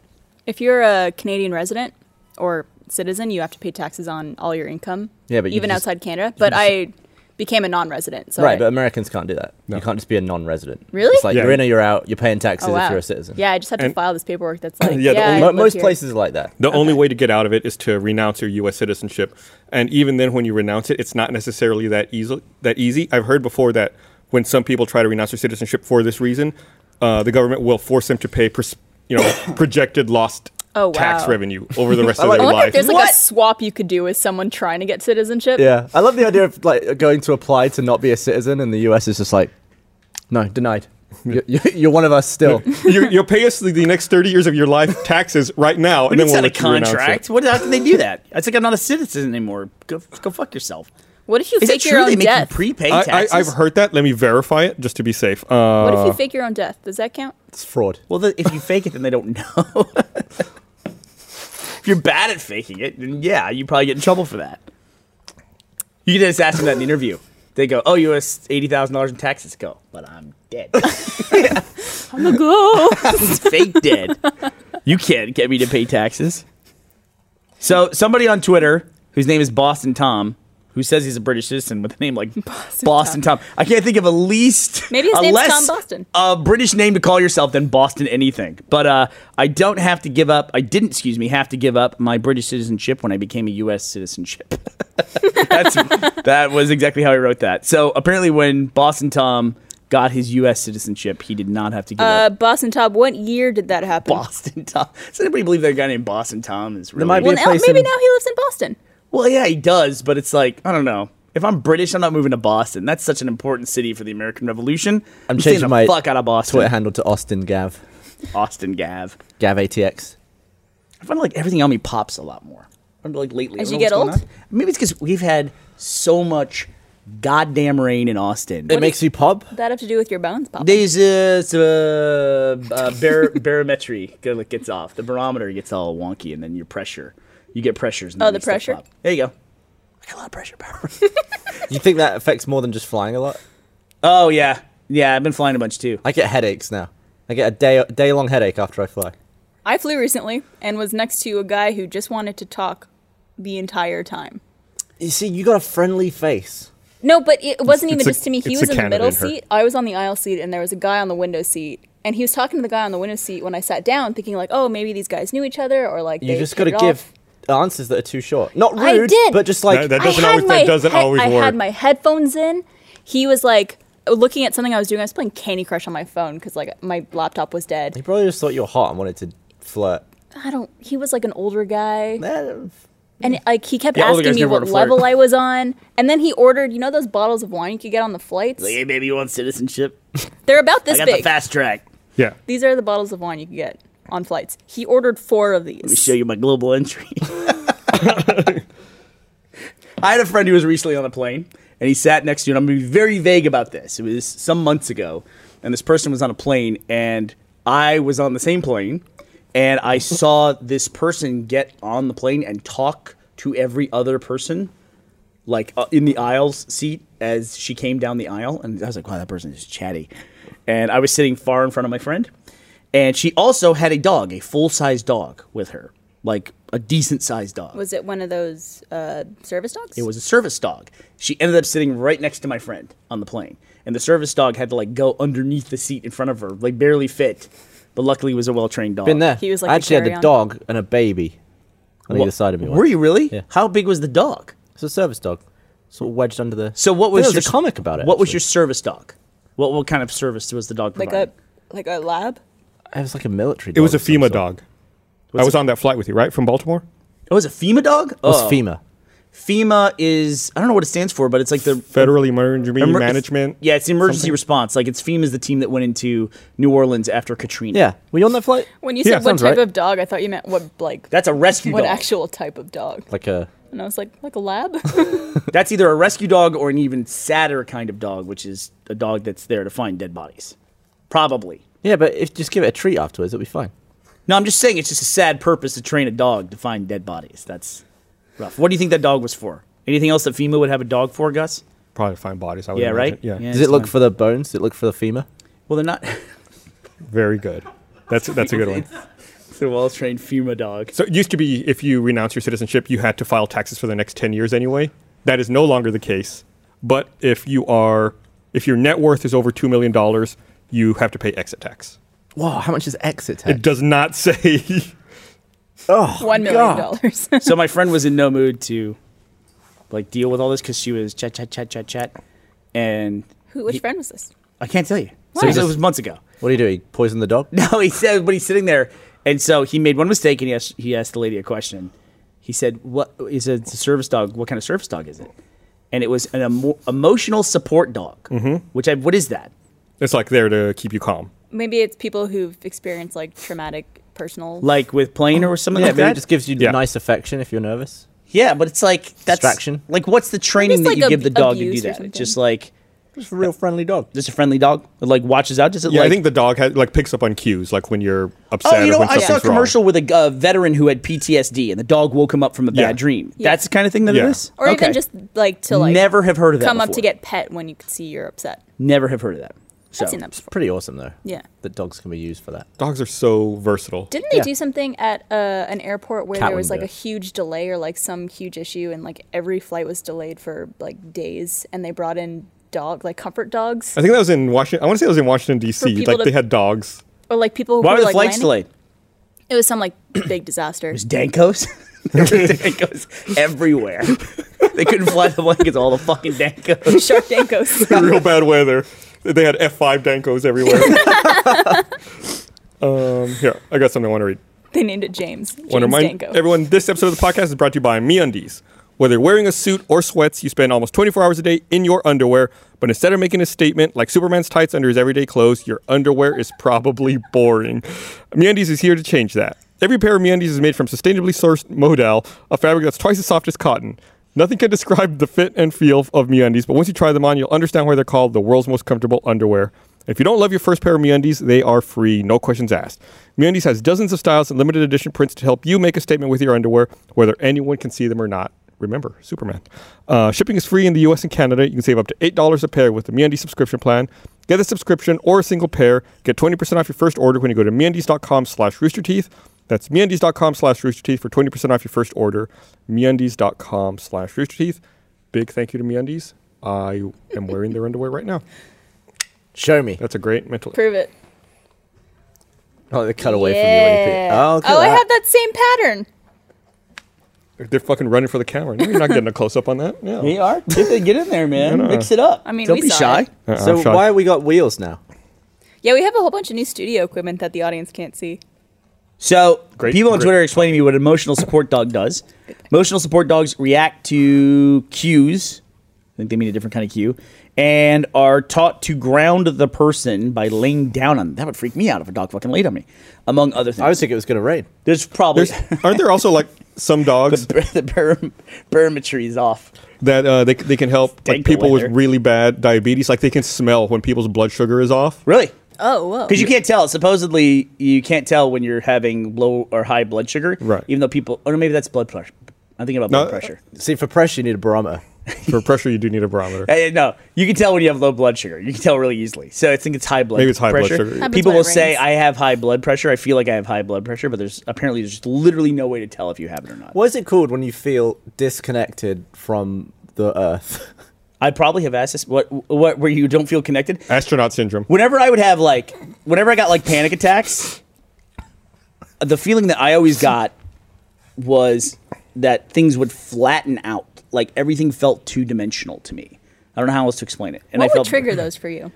[SPEAKER 4] If you're a Canadian resident or citizen, you have to pay taxes on all your income.
[SPEAKER 3] Yeah, but you
[SPEAKER 4] even
[SPEAKER 3] just-
[SPEAKER 4] outside Canada. But I became a non-resident, so
[SPEAKER 3] Right,
[SPEAKER 4] I-
[SPEAKER 3] but Americans can't do that. You can't just be a non-resident.
[SPEAKER 4] Really?
[SPEAKER 3] It's like
[SPEAKER 1] Yeah.
[SPEAKER 3] you're in or you're out. You're paying taxes
[SPEAKER 4] Oh, wow.
[SPEAKER 3] if you're a citizen.
[SPEAKER 4] Yeah, I just have to
[SPEAKER 1] And-
[SPEAKER 4] file this paperwork that's like
[SPEAKER 1] Yeah,
[SPEAKER 4] yeah.
[SPEAKER 1] the
[SPEAKER 4] I
[SPEAKER 1] only-
[SPEAKER 3] Mo-
[SPEAKER 4] live
[SPEAKER 3] most
[SPEAKER 4] here.
[SPEAKER 3] places are like that.
[SPEAKER 1] The only way to get out of it is to renounce your U.S. citizenship, and even then, when you renounce it, it's not necessarily that easy. That easy. I've heard before that when some people try to renounce their citizenship for this reason, uh, the government will force them to pay, pers- you know, projected lost
[SPEAKER 4] Oh, wow.
[SPEAKER 1] tax revenue over the rest of
[SPEAKER 3] like-
[SPEAKER 1] their
[SPEAKER 4] I wonder
[SPEAKER 1] life.
[SPEAKER 4] if there's like
[SPEAKER 2] What?
[SPEAKER 4] a swap you could do with someone trying to get citizenship.
[SPEAKER 3] Yeah, I love the idea of like going to apply to not be a citizen, and the U.S. is just like, no, denied. You're, you're one of us still.
[SPEAKER 1] you, you'll pay us the, the next thirty years of your life taxes right now, and then
[SPEAKER 2] it's
[SPEAKER 1] we'll
[SPEAKER 2] not a
[SPEAKER 1] let you renounce it.
[SPEAKER 2] contract. What? How can they do that? It's like I'm not a citizen anymore. Go, go fuck yourself.
[SPEAKER 4] What if you
[SPEAKER 2] Is it
[SPEAKER 4] fake your
[SPEAKER 2] true
[SPEAKER 4] own
[SPEAKER 2] they make you
[SPEAKER 4] death?
[SPEAKER 2] prepay
[SPEAKER 1] I,
[SPEAKER 2] taxes?
[SPEAKER 1] I, I've heard that. Let me verify it just to be safe. Uh,
[SPEAKER 4] what if you fake your own death? Does that count?
[SPEAKER 3] It's fraud.
[SPEAKER 2] Well, the, if you fake it, then they don't know. if you're bad at faking it, then yeah, you probably get in trouble for that. You can just ask them that in the interview. They go, "Oh, you owe us eighty thousand dollars in taxes." Go, but I'm dead.
[SPEAKER 4] I'm a ghost.
[SPEAKER 2] fake dead. You can't get me to pay taxes. So somebody on Twitter whose name is Boston Tom, who says he's a British citizen with a name like Boston, Tom. I can't think of a least
[SPEAKER 4] Maybe his
[SPEAKER 2] a
[SPEAKER 4] name's
[SPEAKER 2] less,
[SPEAKER 4] Tom Boston.
[SPEAKER 2] A British name to call yourself than Boston anything. But uh, I don't have to give up. I didn't, excuse me, have to give up my British citizenship when I became a U.S. citizenship. That's that was exactly how he wrote that. So apparently, when Boston Tom got his U.S. citizenship, he did not have to give up.
[SPEAKER 4] Uh, Boston Tom, what year did that happen?
[SPEAKER 2] Boston Tom. Does anybody believe that a guy named Boston Tom is really?
[SPEAKER 3] might be
[SPEAKER 4] Well,
[SPEAKER 3] a
[SPEAKER 4] now,
[SPEAKER 3] place
[SPEAKER 4] maybe
[SPEAKER 3] in-
[SPEAKER 4] now he lives in Boston.
[SPEAKER 2] Well, yeah, he does, but it's like I don't know. If I'm British, I'm not moving to Boston. That's such an important city for the American Revolution.
[SPEAKER 3] I'm
[SPEAKER 2] staying
[SPEAKER 3] changing
[SPEAKER 2] the
[SPEAKER 3] my
[SPEAKER 2] fuck out of Boston.
[SPEAKER 3] Twitter handle to Austin Gav.
[SPEAKER 2] Austin Gav.
[SPEAKER 3] Gav ATX.
[SPEAKER 2] I find like everything on me pops a lot more. I'm like lately. I
[SPEAKER 4] As
[SPEAKER 2] don't
[SPEAKER 4] you
[SPEAKER 2] know what's
[SPEAKER 4] get
[SPEAKER 2] going on. maybe it's because we've had so much goddamn rain in Austin.
[SPEAKER 3] it makes you pop.
[SPEAKER 4] That have to do with your bones popping.
[SPEAKER 2] There's uh, it's, uh, uh, bar- barometry go- like, gets off. The barometer gets all wonky, and then your pressure, you get pressures. And
[SPEAKER 4] Oh,
[SPEAKER 2] then
[SPEAKER 4] the
[SPEAKER 2] you still
[SPEAKER 4] pressure?
[SPEAKER 2] pop. There you go. I got a lot of pressure power.
[SPEAKER 3] Do you think that affects more than just flying a lot?
[SPEAKER 2] oh yeah, yeah. I've been flying a bunch too.
[SPEAKER 3] I get headaches now. I get a day day long headache after I fly.
[SPEAKER 4] I flew recently and was next to a guy who just wanted to talk the entire time.
[SPEAKER 3] You see, you got a friendly face.
[SPEAKER 4] No, but it wasn't
[SPEAKER 1] it's
[SPEAKER 4] even
[SPEAKER 1] a-
[SPEAKER 4] just to me. He
[SPEAKER 1] it's
[SPEAKER 4] was
[SPEAKER 1] a
[SPEAKER 4] in the
[SPEAKER 1] Canada
[SPEAKER 4] middle
[SPEAKER 1] in her.
[SPEAKER 4] seat. I was on the aisle seat, and there was a guy on the window seat. And he was talking to the guy on the window seat when I sat down, thinking like, "Oh, maybe these guys knew each other, or like
[SPEAKER 3] You
[SPEAKER 4] they
[SPEAKER 3] just
[SPEAKER 4] hit
[SPEAKER 3] got to
[SPEAKER 4] it
[SPEAKER 3] give
[SPEAKER 4] off."
[SPEAKER 3] answers that are too short. Not rude,
[SPEAKER 4] I did.
[SPEAKER 3] but just like
[SPEAKER 1] That- that
[SPEAKER 4] I
[SPEAKER 1] doesn't
[SPEAKER 4] had
[SPEAKER 1] always- that
[SPEAKER 4] my
[SPEAKER 1] doesn't always
[SPEAKER 4] I
[SPEAKER 1] work.
[SPEAKER 4] had my headphones in. He was like looking at something I was doing. I was playing Candy Crush on my phone because like my laptop was
[SPEAKER 3] he
[SPEAKER 4] dead.
[SPEAKER 3] probably just thought you were hot and wanted to flirt.
[SPEAKER 4] I don't. He was like an older guy,
[SPEAKER 3] Eh,
[SPEAKER 4] and like he kept
[SPEAKER 2] Yeah, older
[SPEAKER 4] asking
[SPEAKER 2] guys
[SPEAKER 4] me
[SPEAKER 2] never
[SPEAKER 4] what
[SPEAKER 2] wanna flirt.
[SPEAKER 4] level I was on. And then he ordered, you know, those bottles of wine you could get on the flights.
[SPEAKER 2] Like, hey, baby, you want citizenship?
[SPEAKER 4] They're about
[SPEAKER 2] I
[SPEAKER 4] this
[SPEAKER 2] got the
[SPEAKER 4] big.
[SPEAKER 2] fast track.
[SPEAKER 1] Yeah.
[SPEAKER 4] These are the bottles of wine you can get on flights. He ordered four of
[SPEAKER 2] Let me
[SPEAKER 4] these.
[SPEAKER 2] show you my global entry. I had a friend who was recently on a plane, and he sat next to you. And I'm going to be very vague about this. It was some months ago, and this person was on a plane, and I was on the same plane, and I saw this person get on the plane and talk to every other person, like uh, in the aisles seat as she came down the aisle, and I was like, "Wow, that person is chatty." And I was sitting far in front of my friend, and she also had a dog, a full size dog with her, like a decent sized dog.
[SPEAKER 4] Was it one of those uh, service dogs?
[SPEAKER 2] It was a service dog. She ended up sitting right next to my friend on the plane. And the service dog had to like go underneath the seat in front of her, like barely fit. But luckily it was a well trained dog.
[SPEAKER 3] Been there.
[SPEAKER 4] He was like
[SPEAKER 3] I
[SPEAKER 4] a
[SPEAKER 3] actually had a
[SPEAKER 4] carry-on.
[SPEAKER 3] dog and a baby on
[SPEAKER 2] Wha-
[SPEAKER 3] either side of me.
[SPEAKER 2] Were you really?
[SPEAKER 3] Yeah.
[SPEAKER 2] How big was the dog?
[SPEAKER 3] It's a service dog, sort of wedged under the.
[SPEAKER 2] So what
[SPEAKER 3] I think
[SPEAKER 2] was
[SPEAKER 3] there
[SPEAKER 2] your
[SPEAKER 3] a comic about it?
[SPEAKER 2] What was
[SPEAKER 3] actually.
[SPEAKER 2] your service dog? What what kind of service was the dog
[SPEAKER 4] like
[SPEAKER 2] providing?
[SPEAKER 4] a like a lab.
[SPEAKER 3] It was like a military.
[SPEAKER 1] It was a
[SPEAKER 3] of some
[SPEAKER 1] FEMA
[SPEAKER 3] sort.
[SPEAKER 1] dog. I was on that flight with you, right? From Baltimore?
[SPEAKER 2] Oh, it was a FEMA dog?
[SPEAKER 3] It was
[SPEAKER 2] oh.
[SPEAKER 3] FEMA.
[SPEAKER 2] FEMA is I don't know what it stands for, but it's like the
[SPEAKER 1] Federal Emergency
[SPEAKER 2] emer-
[SPEAKER 1] Management.
[SPEAKER 2] Yeah, it's the emergency response. Like it's FEMA is the team that went into New Orleans after Katrina.
[SPEAKER 3] Yeah, were you on that flight?
[SPEAKER 4] When you
[SPEAKER 1] Yeah,
[SPEAKER 4] said what
[SPEAKER 1] sounds
[SPEAKER 4] type
[SPEAKER 1] right.
[SPEAKER 4] of dog, I thought you meant what like
[SPEAKER 2] That's a rescue
[SPEAKER 4] what
[SPEAKER 2] dog.
[SPEAKER 4] actual type of dog.
[SPEAKER 3] Like a.
[SPEAKER 4] And I was like, like a lab.
[SPEAKER 2] That's either a rescue dog or an even sadder kind of dog, which is a dog that's there to find dead bodies. Probably.
[SPEAKER 3] Yeah, but if just give it a treat afterwards, it'll be fine.
[SPEAKER 2] No, I'm just saying it's just a sad purpose to train a dog to find dead bodies. That's rough. What do you think that dog was for? Anything else that FEMA would have a dog for, Gus?
[SPEAKER 1] Probably to find bodies. I would
[SPEAKER 2] Yeah,
[SPEAKER 1] imagine.
[SPEAKER 2] right?
[SPEAKER 1] Yeah.
[SPEAKER 2] Yeah.
[SPEAKER 3] Does
[SPEAKER 2] it's
[SPEAKER 3] it look
[SPEAKER 2] fine.
[SPEAKER 3] for the bones? Does it look for the femur?
[SPEAKER 2] Well, they're not.
[SPEAKER 1] Very good. That's that's a good one.
[SPEAKER 2] it's a well trained FEMA dog.
[SPEAKER 1] So it used to be if you renounce your citizenship, you had to file taxes for the next 10 years anyway. That is no longer the case. But if you are if your net worth is over 2 million dollars, you have to pay exit tax.
[SPEAKER 3] Wow, how much is exit
[SPEAKER 1] It does not say
[SPEAKER 3] Oh,
[SPEAKER 4] One million dollars.
[SPEAKER 2] so my friend was in no mood to like deal with all this because she was chat, chat, chat, chat, chat. And
[SPEAKER 4] Who? Which friend was this?
[SPEAKER 2] I can't tell you. So
[SPEAKER 4] Why?
[SPEAKER 2] it was- it was months ago.
[SPEAKER 3] What do you do? He poison the dog?
[SPEAKER 2] No, he said, but he's sitting there, and so he made one mistake, and he asked, he asked the lady a question. He said, "What?" He said, "It's a service dog. What kind of service dog is it?" And it was an emo- emotional support dog.
[SPEAKER 3] Mm-hmm.
[SPEAKER 2] Which I what is that?
[SPEAKER 1] it's like there to keep you calm.
[SPEAKER 4] Maybe it's people who've experienced like traumatic personal.
[SPEAKER 2] Like with plane or something
[SPEAKER 3] Yeah,
[SPEAKER 2] like
[SPEAKER 3] maybe
[SPEAKER 2] that.
[SPEAKER 3] it just gives you
[SPEAKER 1] Yeah.
[SPEAKER 3] nice affection if you're nervous.
[SPEAKER 2] yeah, but it's like that's
[SPEAKER 3] Distraction.
[SPEAKER 2] Like what's the training
[SPEAKER 4] it's
[SPEAKER 2] that
[SPEAKER 4] like
[SPEAKER 2] you give the
[SPEAKER 4] ab-
[SPEAKER 2] dog to do
[SPEAKER 4] abuse or
[SPEAKER 2] that? It's just
[SPEAKER 4] something.
[SPEAKER 2] like
[SPEAKER 3] Just a real friendly dog.
[SPEAKER 2] just a friendly dog that like watches out. Does it
[SPEAKER 1] Yeah,
[SPEAKER 2] like
[SPEAKER 1] I think the dog has, like picks up on cues, like when you're upset.
[SPEAKER 2] Oh, you know,
[SPEAKER 1] or when
[SPEAKER 2] what? I saw a
[SPEAKER 1] something's wrong.
[SPEAKER 2] commercial with a uh, veteran who had PTSD, and the dog woke him up from a
[SPEAKER 1] Yeah.
[SPEAKER 2] bad dream.
[SPEAKER 4] Yeah.
[SPEAKER 2] That's the kind of thing that
[SPEAKER 1] Yeah.
[SPEAKER 2] it is.
[SPEAKER 4] or
[SPEAKER 2] Okay.
[SPEAKER 4] even just like to like
[SPEAKER 2] never have heard of that.
[SPEAKER 4] come up to
[SPEAKER 2] before.
[SPEAKER 4] get pet when you could see you're upset.
[SPEAKER 2] Never have heard of that. So
[SPEAKER 4] I've seen that before.
[SPEAKER 3] Pretty awesome though.
[SPEAKER 4] Yeah.
[SPEAKER 3] That dogs can be used for that.
[SPEAKER 1] Dogs are so versatile.
[SPEAKER 4] Didn't they
[SPEAKER 3] Yeah.
[SPEAKER 4] do something at uh, an airport where
[SPEAKER 3] Cat
[SPEAKER 4] there was like
[SPEAKER 3] wouldn't
[SPEAKER 4] a
[SPEAKER 3] do it.
[SPEAKER 4] huge delay or like some huge issue and like every flight was delayed for like days and they brought in dog like comfort dogs
[SPEAKER 1] I think that was in Washington. I want to say that was in Washington D.C.
[SPEAKER 4] people
[SPEAKER 1] Like
[SPEAKER 4] to-
[SPEAKER 1] they had dogs.
[SPEAKER 4] or like people who
[SPEAKER 2] Why were
[SPEAKER 4] were
[SPEAKER 2] the
[SPEAKER 4] like landing-
[SPEAKER 2] flights delayed? It
[SPEAKER 4] It was some like big disaster.
[SPEAKER 2] was Dankos. There was Dankos everywhere. they couldn't fly the blankets, all the fucking Dankos.
[SPEAKER 4] Shark Dankos.
[SPEAKER 1] Real bad weather. They had F5 Dankos everywhere. um, here, I got something I want to read.
[SPEAKER 4] they named it James. James
[SPEAKER 1] want to remind
[SPEAKER 4] Danko.
[SPEAKER 1] everyone this episode of the podcast is brought to you by MeUndies. Whether wearing a suit or sweats, you spend almost 24 hours a day in your underwear. But instead of making a statement like Superman's tights under his everyday clothes, your underwear is probably boring. MeUndies is here to change that. Every pair of MeUndies is made from sustainably sourced modal, a fabric that's twice as soft as cotton. Nothing can describe the fit and feel of MeUndies, but once you try them on, you'll understand why they're called the world's most comfortable underwear. If you don't love your first pair of MeUndies, they are free, no questions asked. MeUndies has dozens of styles and limited edition prints to help you make a statement with your underwear, whether anyone can see them or not. Remember, Superman. Uh, shipping is free in the U.S. and Canada. You can save up to eight dollars a pair with the MeUndies subscription plan. Get a subscription or a single pair. Get twenty percent off your first order when you go to MeUndies.com/roosterteeth. That's MeUndies.com/roosterteeth for twenty percent off your first order. MeUndies.com/roosterteeth. Big thank you to MeUndies. I am wearing their underwear right now.
[SPEAKER 3] Show me.
[SPEAKER 1] That's a great mental.
[SPEAKER 4] Prove it.
[SPEAKER 3] Oh, they cut away
[SPEAKER 4] yeah.
[SPEAKER 3] from you. when you pee.
[SPEAKER 4] oh,
[SPEAKER 3] Oh, look at
[SPEAKER 4] I
[SPEAKER 3] that.
[SPEAKER 4] have that same pattern.
[SPEAKER 1] They're fucking running for the camera. No, you're not getting a close up on that. No.
[SPEAKER 2] They are. Get, the- get in there, man. Mix it up.
[SPEAKER 4] I mean,
[SPEAKER 2] don't
[SPEAKER 4] we
[SPEAKER 2] be
[SPEAKER 4] saw
[SPEAKER 2] shy.
[SPEAKER 4] it.
[SPEAKER 1] Uh-uh,
[SPEAKER 3] So
[SPEAKER 1] I'm shocked.
[SPEAKER 3] why have we got wheels now?
[SPEAKER 4] Yeah, we have a whole bunch of new studio equipment that the audience can't see.
[SPEAKER 2] So
[SPEAKER 1] Great-
[SPEAKER 2] people on
[SPEAKER 1] great.
[SPEAKER 2] Twitter explain to me what an emotional support dog does. Emotional support dogs react to cues. I think they mean a different kind of cue, and are taught to ground the person by laying down on. That would freak me out if a dog fucking laid on me, among other things.
[SPEAKER 3] I was thinking it was going to rain.
[SPEAKER 2] There's probably
[SPEAKER 1] There's, aren't there also like some dogs
[SPEAKER 2] the barom- barometry is off.
[SPEAKER 1] that uh, they, they can help like
[SPEAKER 2] Dank
[SPEAKER 1] people with
[SPEAKER 2] weather.
[SPEAKER 1] really bad diabetes like they can smell when people's blood sugar is off
[SPEAKER 2] Really?
[SPEAKER 4] Oh, whoa.
[SPEAKER 2] Because you can't tell. Supposedly, you can't tell when you're having low or high blood sugar.
[SPEAKER 1] Right.
[SPEAKER 2] Even though people, or maybe that's blood pressure. I'm thinking about blood
[SPEAKER 1] No. uh,
[SPEAKER 2] pressure.
[SPEAKER 3] See, for pressure, you need a barometer.
[SPEAKER 1] for pressure you do need a barometer
[SPEAKER 2] Uh, no, you can tell when you have low blood sugar. You can tell really easily. So I think it's high blood.
[SPEAKER 1] Maybe it's high blood
[SPEAKER 2] pressure.
[SPEAKER 1] sugar. Happens
[SPEAKER 2] People
[SPEAKER 4] when
[SPEAKER 2] will
[SPEAKER 4] it
[SPEAKER 2] say
[SPEAKER 4] rains.
[SPEAKER 2] I have high blood pressure. I feel like I have high blood pressure, but there's apparently there's just literally no way to tell if you have it or not.
[SPEAKER 3] What is it called when you feel disconnected from the earth?
[SPEAKER 2] I probably have asked this. What what where you don't feel connected?
[SPEAKER 1] astronaut syndrome
[SPEAKER 2] Whenever I would have like, whenever I got like panic attacks, the feeling that I always got was that things would flatten out. Like everything felt two dimensional to me. I don't know how else to explain it. And
[SPEAKER 4] what
[SPEAKER 2] I
[SPEAKER 4] would
[SPEAKER 2] felt
[SPEAKER 4] trigger those for you?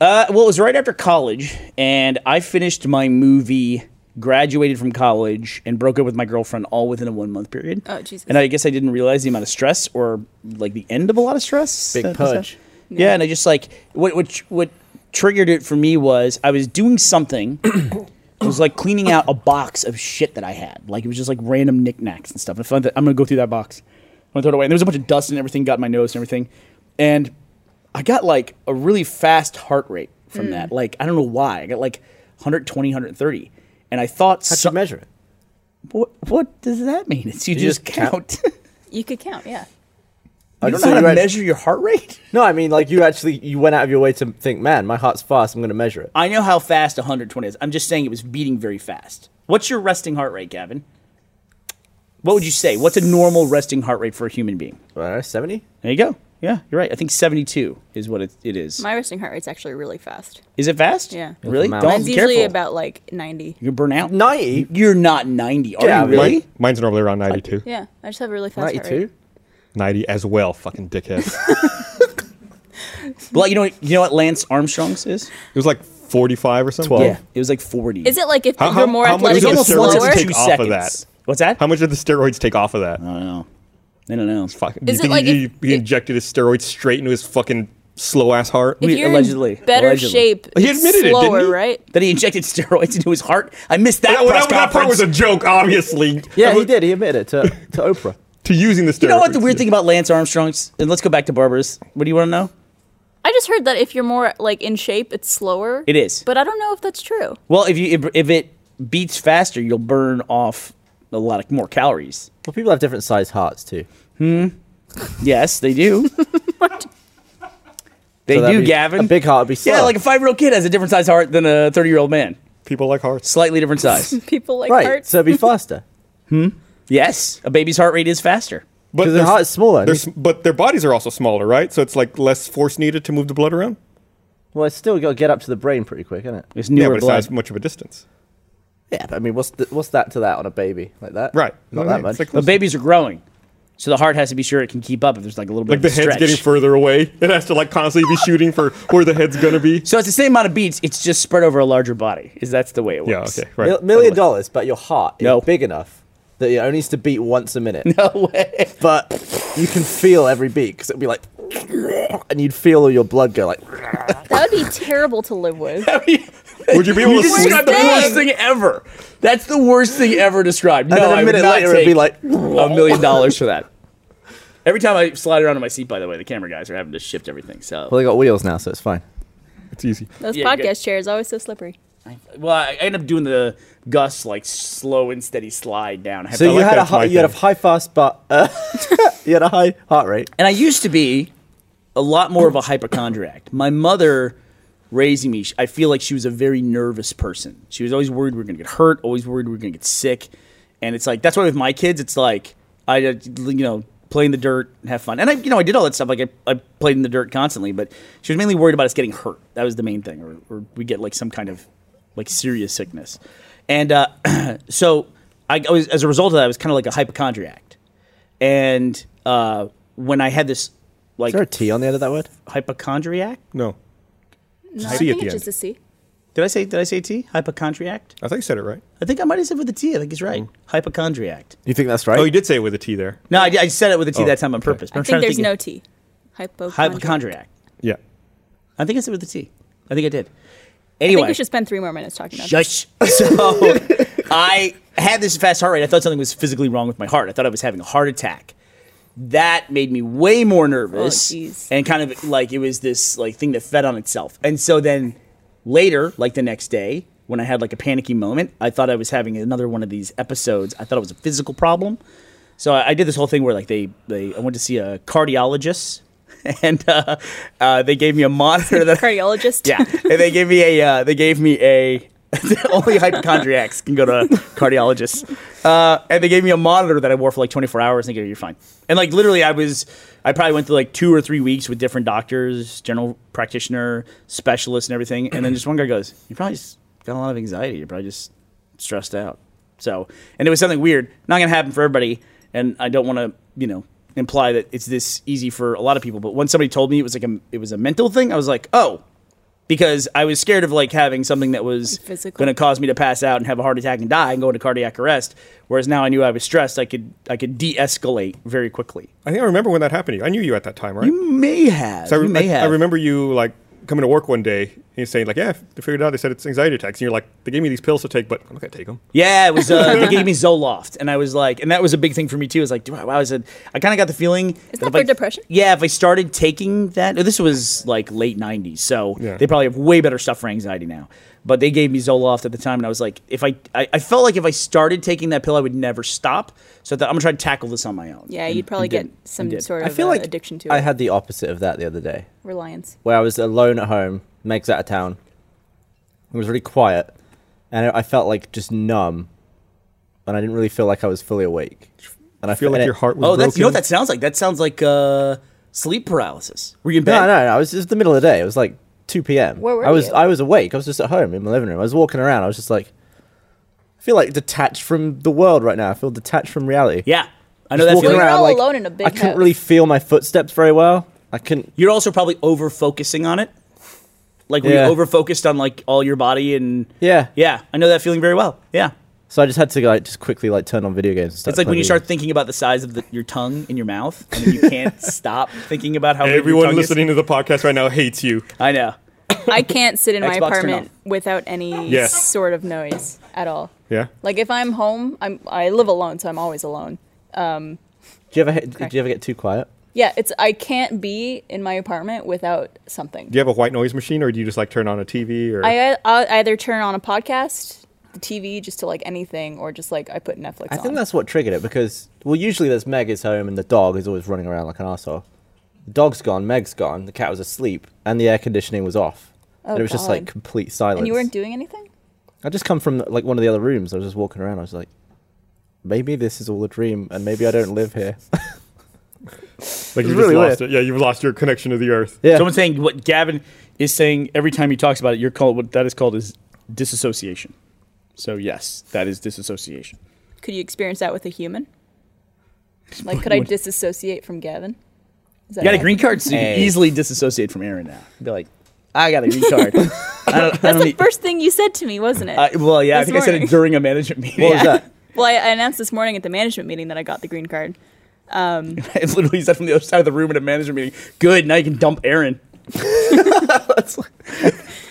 [SPEAKER 2] Uh, well, it was right after college, and I finished my movie, graduated from college, and broke up with my girlfriend all within a one month period.
[SPEAKER 4] Oh, Jesus.
[SPEAKER 2] And I guess I didn't realize the amount of stress or like the end of a lot of stress.
[SPEAKER 3] Big
[SPEAKER 2] that was-
[SPEAKER 3] purge.
[SPEAKER 2] Yeah. and I just like what what what triggered it for me was I was doing something. it was like cleaning out a box of shit that I had. Like it was just like random knickknacks and stuff. And I found that I'm gonna go through that box. I'm gonna throw it away. And there was a bunch of dust and everything got in my nose and everything. And I got like a really fast heart rate from that. Like I don't know why. I got like 120, 130. And I thought,
[SPEAKER 3] How do
[SPEAKER 2] so-
[SPEAKER 3] you measure it?
[SPEAKER 2] what, what does that mean? It's you,
[SPEAKER 3] You
[SPEAKER 2] just
[SPEAKER 3] just count.
[SPEAKER 2] count.
[SPEAKER 4] You could count, yeah.
[SPEAKER 2] I don't
[SPEAKER 3] So
[SPEAKER 2] know how
[SPEAKER 3] you
[SPEAKER 2] to
[SPEAKER 3] act-
[SPEAKER 2] measure your heart rate.
[SPEAKER 3] No, I mean, like, you actually, you went out of your way to think, man, my heart's fast, I'm going to measure it.
[SPEAKER 2] I know how fast 120 is. I'm just saying it was beating very fast. What's your resting heart rate, Gavin? What would you say? What's a normal resting heart rate for a human being?
[SPEAKER 3] I don't know, 70?
[SPEAKER 2] There you go. Yeah, you're right. I think 72 is what it, it is.
[SPEAKER 4] My resting heart rate's actually really fast.
[SPEAKER 2] is it fast?
[SPEAKER 4] Yeah.
[SPEAKER 2] Really?
[SPEAKER 3] Mine's
[SPEAKER 2] Don't
[SPEAKER 4] Mine's
[SPEAKER 2] be
[SPEAKER 4] usually
[SPEAKER 2] careful.
[SPEAKER 4] about like 90.
[SPEAKER 2] you burn out.
[SPEAKER 3] 90?
[SPEAKER 2] You're not 90. Are
[SPEAKER 3] Yeah,
[SPEAKER 2] you
[SPEAKER 3] mine-
[SPEAKER 2] really?
[SPEAKER 1] Mine- mine's normally around 92
[SPEAKER 4] Yeah, I just have a really fast heart
[SPEAKER 3] 92?
[SPEAKER 4] rate.
[SPEAKER 1] 90 as well fucking dickhead it
[SPEAKER 2] Well, you know what, you know what Lance Armstrong's is?
[SPEAKER 1] was like 45 or something
[SPEAKER 3] Twelve.
[SPEAKER 2] Yeah, it was like 40.
[SPEAKER 4] Is it like if
[SPEAKER 1] How-
[SPEAKER 4] you're
[SPEAKER 1] how-
[SPEAKER 4] more
[SPEAKER 1] how much is
[SPEAKER 4] athletic and
[SPEAKER 1] the
[SPEAKER 2] almost once
[SPEAKER 1] steroids
[SPEAKER 4] slower?
[SPEAKER 2] every
[SPEAKER 1] take
[SPEAKER 2] two
[SPEAKER 1] off of
[SPEAKER 2] seconds.
[SPEAKER 1] that?
[SPEAKER 2] What's that?
[SPEAKER 1] how much did the steroids take off of that
[SPEAKER 2] I don't know. I don't know.
[SPEAKER 1] fucking
[SPEAKER 4] Is
[SPEAKER 1] you
[SPEAKER 4] it
[SPEAKER 1] think
[SPEAKER 4] like
[SPEAKER 1] he,
[SPEAKER 4] if-
[SPEAKER 1] he injected his steroids straight into his fucking slow ass heart
[SPEAKER 4] If
[SPEAKER 2] We-
[SPEAKER 4] you're
[SPEAKER 2] allegedly.
[SPEAKER 4] in better
[SPEAKER 2] Allegedly.
[SPEAKER 4] shape,
[SPEAKER 1] He
[SPEAKER 4] it's
[SPEAKER 1] admitted it, didn't
[SPEAKER 4] slower,
[SPEAKER 1] he?
[SPEAKER 4] right?
[SPEAKER 2] That he injected steroids into his heart. I missed that.
[SPEAKER 1] that,
[SPEAKER 2] press
[SPEAKER 1] that, that part was
[SPEAKER 2] conference.
[SPEAKER 1] a joke obviously
[SPEAKER 3] Yeah, he did. He admitted it to, to Oprah.
[SPEAKER 1] to using the steroids
[SPEAKER 2] You know what the weird thing about Lance Armstrong's? And let's go back to Barbara's. What do you want to know?
[SPEAKER 4] I just heard that if you're more like in shape, it's slower.
[SPEAKER 2] It is.
[SPEAKER 4] but I don't know if that's true.
[SPEAKER 2] Well, if you if, if it beats faster, you'll burn off a lot of more calories.
[SPEAKER 3] Well, people have different sized hearts, too.
[SPEAKER 2] Yes, they do. they
[SPEAKER 3] So that'd
[SPEAKER 2] do,
[SPEAKER 3] be-
[SPEAKER 2] Gavin.
[SPEAKER 3] A big heart would be slow.
[SPEAKER 2] yeah, like a five-year-old kid has a different size heart than a thirty-year-old man.
[SPEAKER 1] people like hearts
[SPEAKER 2] Slightly different size.
[SPEAKER 4] People like
[SPEAKER 3] Right,
[SPEAKER 4] hearts.
[SPEAKER 3] so it'd be faster.
[SPEAKER 2] yes, a baby's heart rate is faster.
[SPEAKER 1] but
[SPEAKER 3] Because their
[SPEAKER 1] there's-
[SPEAKER 3] heart's smaller.
[SPEAKER 1] There's, but their bodies are also smaller, right? So it's like less force needed to move the blood around.
[SPEAKER 3] Well, it's still got to get up to the brain pretty quick, isn't it?
[SPEAKER 2] There's
[SPEAKER 1] yeah,
[SPEAKER 2] newer
[SPEAKER 1] but it's not
[SPEAKER 2] blood.
[SPEAKER 1] as much of a distance,
[SPEAKER 3] Yeah, but I mean, what's th- what's that to that on a baby like that?
[SPEAKER 1] right?
[SPEAKER 3] Not
[SPEAKER 1] No,
[SPEAKER 3] that
[SPEAKER 1] no, it's
[SPEAKER 3] much.
[SPEAKER 1] Like,
[SPEAKER 2] But babies are growing, so the heart has to be sure it can keep up. If there's like a little bit
[SPEAKER 1] like
[SPEAKER 2] of
[SPEAKER 1] the
[SPEAKER 2] a
[SPEAKER 1] head's
[SPEAKER 2] stretch.
[SPEAKER 1] getting further away. It has to like constantly be shooting for where the head's gonna be.
[SPEAKER 2] so it's the same amount of beats. It's just spread over a larger body. Is that's the way it
[SPEAKER 1] Yeah.
[SPEAKER 2] works?
[SPEAKER 1] Okay.
[SPEAKER 3] Mil-
[SPEAKER 1] Right.
[SPEAKER 3] million dollars, but your heart
[SPEAKER 2] No.
[SPEAKER 3] is big enough that it only needs to beat once a minute.
[SPEAKER 2] No way.
[SPEAKER 3] But you can feel every beat because it'd be like, and you'd feel all your blood go like.
[SPEAKER 4] That would be terrible to live with.
[SPEAKER 1] Would you be able
[SPEAKER 2] You
[SPEAKER 1] to sleep?
[SPEAKER 2] described the worst thing ever. That's the worst thing ever described. No,
[SPEAKER 3] And then
[SPEAKER 2] I would
[SPEAKER 3] a minute
[SPEAKER 2] not
[SPEAKER 3] later it'd
[SPEAKER 2] take
[SPEAKER 3] be like.
[SPEAKER 2] a million dollars for that. Every time I slide around in my seat, by the way, the camera guys are having to shift everything. So,
[SPEAKER 3] Well, they got wheels now, so it's fine.
[SPEAKER 1] It's easy.
[SPEAKER 4] Those
[SPEAKER 2] Yeah, you
[SPEAKER 4] podcast
[SPEAKER 2] get-
[SPEAKER 4] chairs always so slippery.
[SPEAKER 2] well, I I end up doing the Gus like slow and steady slide down. I have
[SPEAKER 3] So
[SPEAKER 2] to-
[SPEAKER 3] you
[SPEAKER 1] like
[SPEAKER 3] had a
[SPEAKER 1] that's my
[SPEAKER 3] high, you had a
[SPEAKER 1] thing.
[SPEAKER 3] high fast, but uh, you had a high heart rate.
[SPEAKER 2] and I used to be a lot more of a hypochondriac. My mother raising me, sh- I feel like she was a very nervous person. She was always worried we were going to get hurt, always worried we were going to get sick. And it's like, that's why with my kids, it's like, I, uh, you know, play in the dirt and have fun. And I, you know, I did all that stuff. Like, I, I played in the dirt constantly, but she was mainly worried about us getting hurt. That was the main thing, or, or we get like some kind of like serious sickness. And uh, so I, I was, as a result of that, I was kind of like a hypochondriac. And uh, when I had this, like,
[SPEAKER 3] Is there a T on the end of that word?
[SPEAKER 2] hypochondriac.
[SPEAKER 1] No.
[SPEAKER 4] No,
[SPEAKER 1] C
[SPEAKER 4] I
[SPEAKER 1] at
[SPEAKER 4] think
[SPEAKER 1] the
[SPEAKER 4] it's
[SPEAKER 1] end.
[SPEAKER 4] just a C.
[SPEAKER 2] Did I say? Did I say T? Hypochondriac.
[SPEAKER 1] I thought you said it right.
[SPEAKER 2] I think I might have said with a T. I think he's right. Hypochondriac.
[SPEAKER 3] You think that's right?
[SPEAKER 1] Oh, you did say it with a T there.
[SPEAKER 2] No, I, I said it with a T
[SPEAKER 1] Oh,
[SPEAKER 2] that time on purpose.
[SPEAKER 4] I
[SPEAKER 2] But I'm
[SPEAKER 4] think
[SPEAKER 2] trying
[SPEAKER 4] there's
[SPEAKER 2] to
[SPEAKER 4] no T.
[SPEAKER 2] think
[SPEAKER 4] Hypochondriac.
[SPEAKER 2] hypochondriac.
[SPEAKER 1] Yeah.
[SPEAKER 2] I think I said with a T. I think I did.
[SPEAKER 4] I
[SPEAKER 2] Anyway,
[SPEAKER 4] think we should spend three more minutes talking about
[SPEAKER 2] Shush. So I had this fast heart rate. I thought something was physically wrong with my heart. I thought I was having a heart attack. That made me way more nervous
[SPEAKER 4] Oh, jeez.
[SPEAKER 2] and kind of like it was this like thing that fed on itself. And so then later, like the next day, when I had like a panicky moment, I thought I was having another one of these episodes. I thought it was a physical problem. So I, I did this whole thing where like they they I went to see a cardiologist and uh, uh, they gave me a monitor that
[SPEAKER 4] cardiologist.
[SPEAKER 2] yeah, and they gave me a. Uh, they gave me a. only hypochondriacs can go to cardiologists. Uh, and they gave me a monitor that I wore for like 24 hours, and they go, "You're fine." And like literally, I was. I probably went through like two or three weeks with different doctors, general practitioner, specialists, and everything. And then just one guy goes, "You probably just got a lot of anxiety. You're probably just stressed out." So, and it was something weird. Not gonna happen for everybody, and I don't want to, you know, imply that it's this easy for a lot of people. But when somebody told me it was like a, it was a mental thing, I was like, "Oh." because I was scared of like having something that was
[SPEAKER 4] Physical.
[SPEAKER 2] going to cause me to pass out and have a heart attack and die and go into cardiac arrest. Whereas now I knew I was stressed, I could I could de-escalate very quickly.
[SPEAKER 1] I think I remember when that happened to you. I knew you at that time, right?
[SPEAKER 2] May have,
[SPEAKER 1] So I,
[SPEAKER 2] you
[SPEAKER 1] re-
[SPEAKER 2] may
[SPEAKER 1] I-
[SPEAKER 2] have.
[SPEAKER 1] I remember you like coming to work one day and you're saying like, yeah, I figured it out. They said it's anxiety attacks. And you're like, they gave me these pills to take, but I'm not gonna take them.
[SPEAKER 2] Yeah, it was. Uh, they gave me Zoloft, and I was like, and that was a big thing for me too. It was like, do I? I was. A, I kind of got the feeling.
[SPEAKER 4] Isn't
[SPEAKER 2] that
[SPEAKER 4] that
[SPEAKER 2] if
[SPEAKER 4] for
[SPEAKER 2] I-
[SPEAKER 4] depression?
[SPEAKER 2] Yeah, if I started taking that, this was like late '90s, so
[SPEAKER 1] Yeah.
[SPEAKER 2] they probably have way better stuff for anxiety now. But they gave me Zoloft at the time, and I was like, if I, I, I felt like if I started taking that pill, I would never stop. So I thought, I'm gonna try to tackle this on my own.
[SPEAKER 4] Yeah,
[SPEAKER 2] And-
[SPEAKER 4] you'd probably
[SPEAKER 2] and
[SPEAKER 4] get
[SPEAKER 2] didn't. And
[SPEAKER 4] some
[SPEAKER 2] did.
[SPEAKER 4] sort
[SPEAKER 3] I
[SPEAKER 4] of
[SPEAKER 3] feel
[SPEAKER 4] uh,
[SPEAKER 3] like
[SPEAKER 4] addiction to it.
[SPEAKER 3] I had the opposite of that the other day,
[SPEAKER 4] Reliance.
[SPEAKER 3] where I was alone at home. Meg's out of town. It was really quiet, and I, I felt like just numb, and I didn't really feel like I was fully awake. And I
[SPEAKER 1] feel
[SPEAKER 3] fe-
[SPEAKER 1] like
[SPEAKER 3] and
[SPEAKER 1] your
[SPEAKER 3] it-
[SPEAKER 1] heart was
[SPEAKER 2] Oh, that's you know what
[SPEAKER 1] broken.
[SPEAKER 2] that sounds like. That sounds like uh, sleep paralysis. Were you in bed?
[SPEAKER 3] No, no, no. I was just the middle of the day. It was like 2 p.m.
[SPEAKER 4] Where were
[SPEAKER 3] I was
[SPEAKER 4] you?
[SPEAKER 3] I was awake. I was just at home in my living room. I was walking around. I was just like I feel like detached from the world right now. I feel detached from reality.
[SPEAKER 2] Yeah, I know
[SPEAKER 3] Just
[SPEAKER 2] that's
[SPEAKER 3] walking
[SPEAKER 4] We were
[SPEAKER 3] around,
[SPEAKER 4] all
[SPEAKER 3] like,
[SPEAKER 4] alone in a big
[SPEAKER 3] I couldn't
[SPEAKER 4] house.
[SPEAKER 3] really feel my footsteps very well. I couldn't
[SPEAKER 2] You're also probably over focusing on it. Like were you
[SPEAKER 3] Yeah.
[SPEAKER 2] over focused on like all your body and
[SPEAKER 3] Yeah.
[SPEAKER 2] yeah, I know that feeling very well. Yeah.
[SPEAKER 3] So I just had to like just quickly like turn on video games and stuff.
[SPEAKER 2] It's like when you start thinking about the size of the, your tongue in your mouth and then you can't stop thinking about how big your
[SPEAKER 1] Everyone
[SPEAKER 2] tongue is.
[SPEAKER 1] listening to the podcast right now hates you.
[SPEAKER 2] I know.
[SPEAKER 4] I can't sit in my
[SPEAKER 2] Xbox, turn
[SPEAKER 4] apartment
[SPEAKER 2] off.
[SPEAKER 4] without any
[SPEAKER 1] Yeah.
[SPEAKER 4] sort of noise at all.
[SPEAKER 1] Yeah.
[SPEAKER 4] Like if I'm home, I'm I live alone, so I'm always alone.
[SPEAKER 3] Do you ever hit, do you ever get too quiet?
[SPEAKER 4] Yeah, it's I can't be in my apartment without something.
[SPEAKER 1] Do you have a white noise machine, or do you just like turn on a TV? Or
[SPEAKER 4] I uh, I'll either turn on a podcast, the TV, just to like anything, or just like I put Netflix
[SPEAKER 3] I
[SPEAKER 4] on.
[SPEAKER 3] think that's what triggered it because well usually there's Meg is home and the dog is always running around like an asshole. The dog's gone, Meg's gone, the cat was asleep, and the air conditioning was off. and it was just like
[SPEAKER 4] Oh, God.
[SPEAKER 3] complete silence.
[SPEAKER 4] and you weren't doing anything.
[SPEAKER 3] I just come from like one of the other rooms. I was just walking around. I was like, maybe this is all a dream, and maybe I don't live here.
[SPEAKER 1] like you
[SPEAKER 3] It's
[SPEAKER 1] just
[SPEAKER 3] really
[SPEAKER 1] lost it.
[SPEAKER 3] weird.
[SPEAKER 1] Yeah, you've lost your connection to the earth.
[SPEAKER 3] yeah.
[SPEAKER 2] Someone's saying what Gavin is saying every time he talks about it, you're called what that is called is disassociation. So yes, that is disassociation.
[SPEAKER 4] Could you experience that with a human? Like, could I disassociate from Gavin? Is that
[SPEAKER 2] You got a
[SPEAKER 4] right?
[SPEAKER 2] green card, so you can
[SPEAKER 3] Hey.
[SPEAKER 2] easily disassociate from Aaron now. Be like, I got a green card. I don't, I don't
[SPEAKER 4] That's the
[SPEAKER 2] need,
[SPEAKER 4] first thing you said to me, wasn't it?
[SPEAKER 2] I, well, yeah, I
[SPEAKER 4] this
[SPEAKER 2] think I said
[SPEAKER 4] morning.
[SPEAKER 2] it during a management meeting.
[SPEAKER 3] what was that?
[SPEAKER 4] Well, I, I announced this morning at the management meeting that I got the green card.
[SPEAKER 2] It's literally said from the other side of the room at a management meeting. Good, now you can dump Aaron.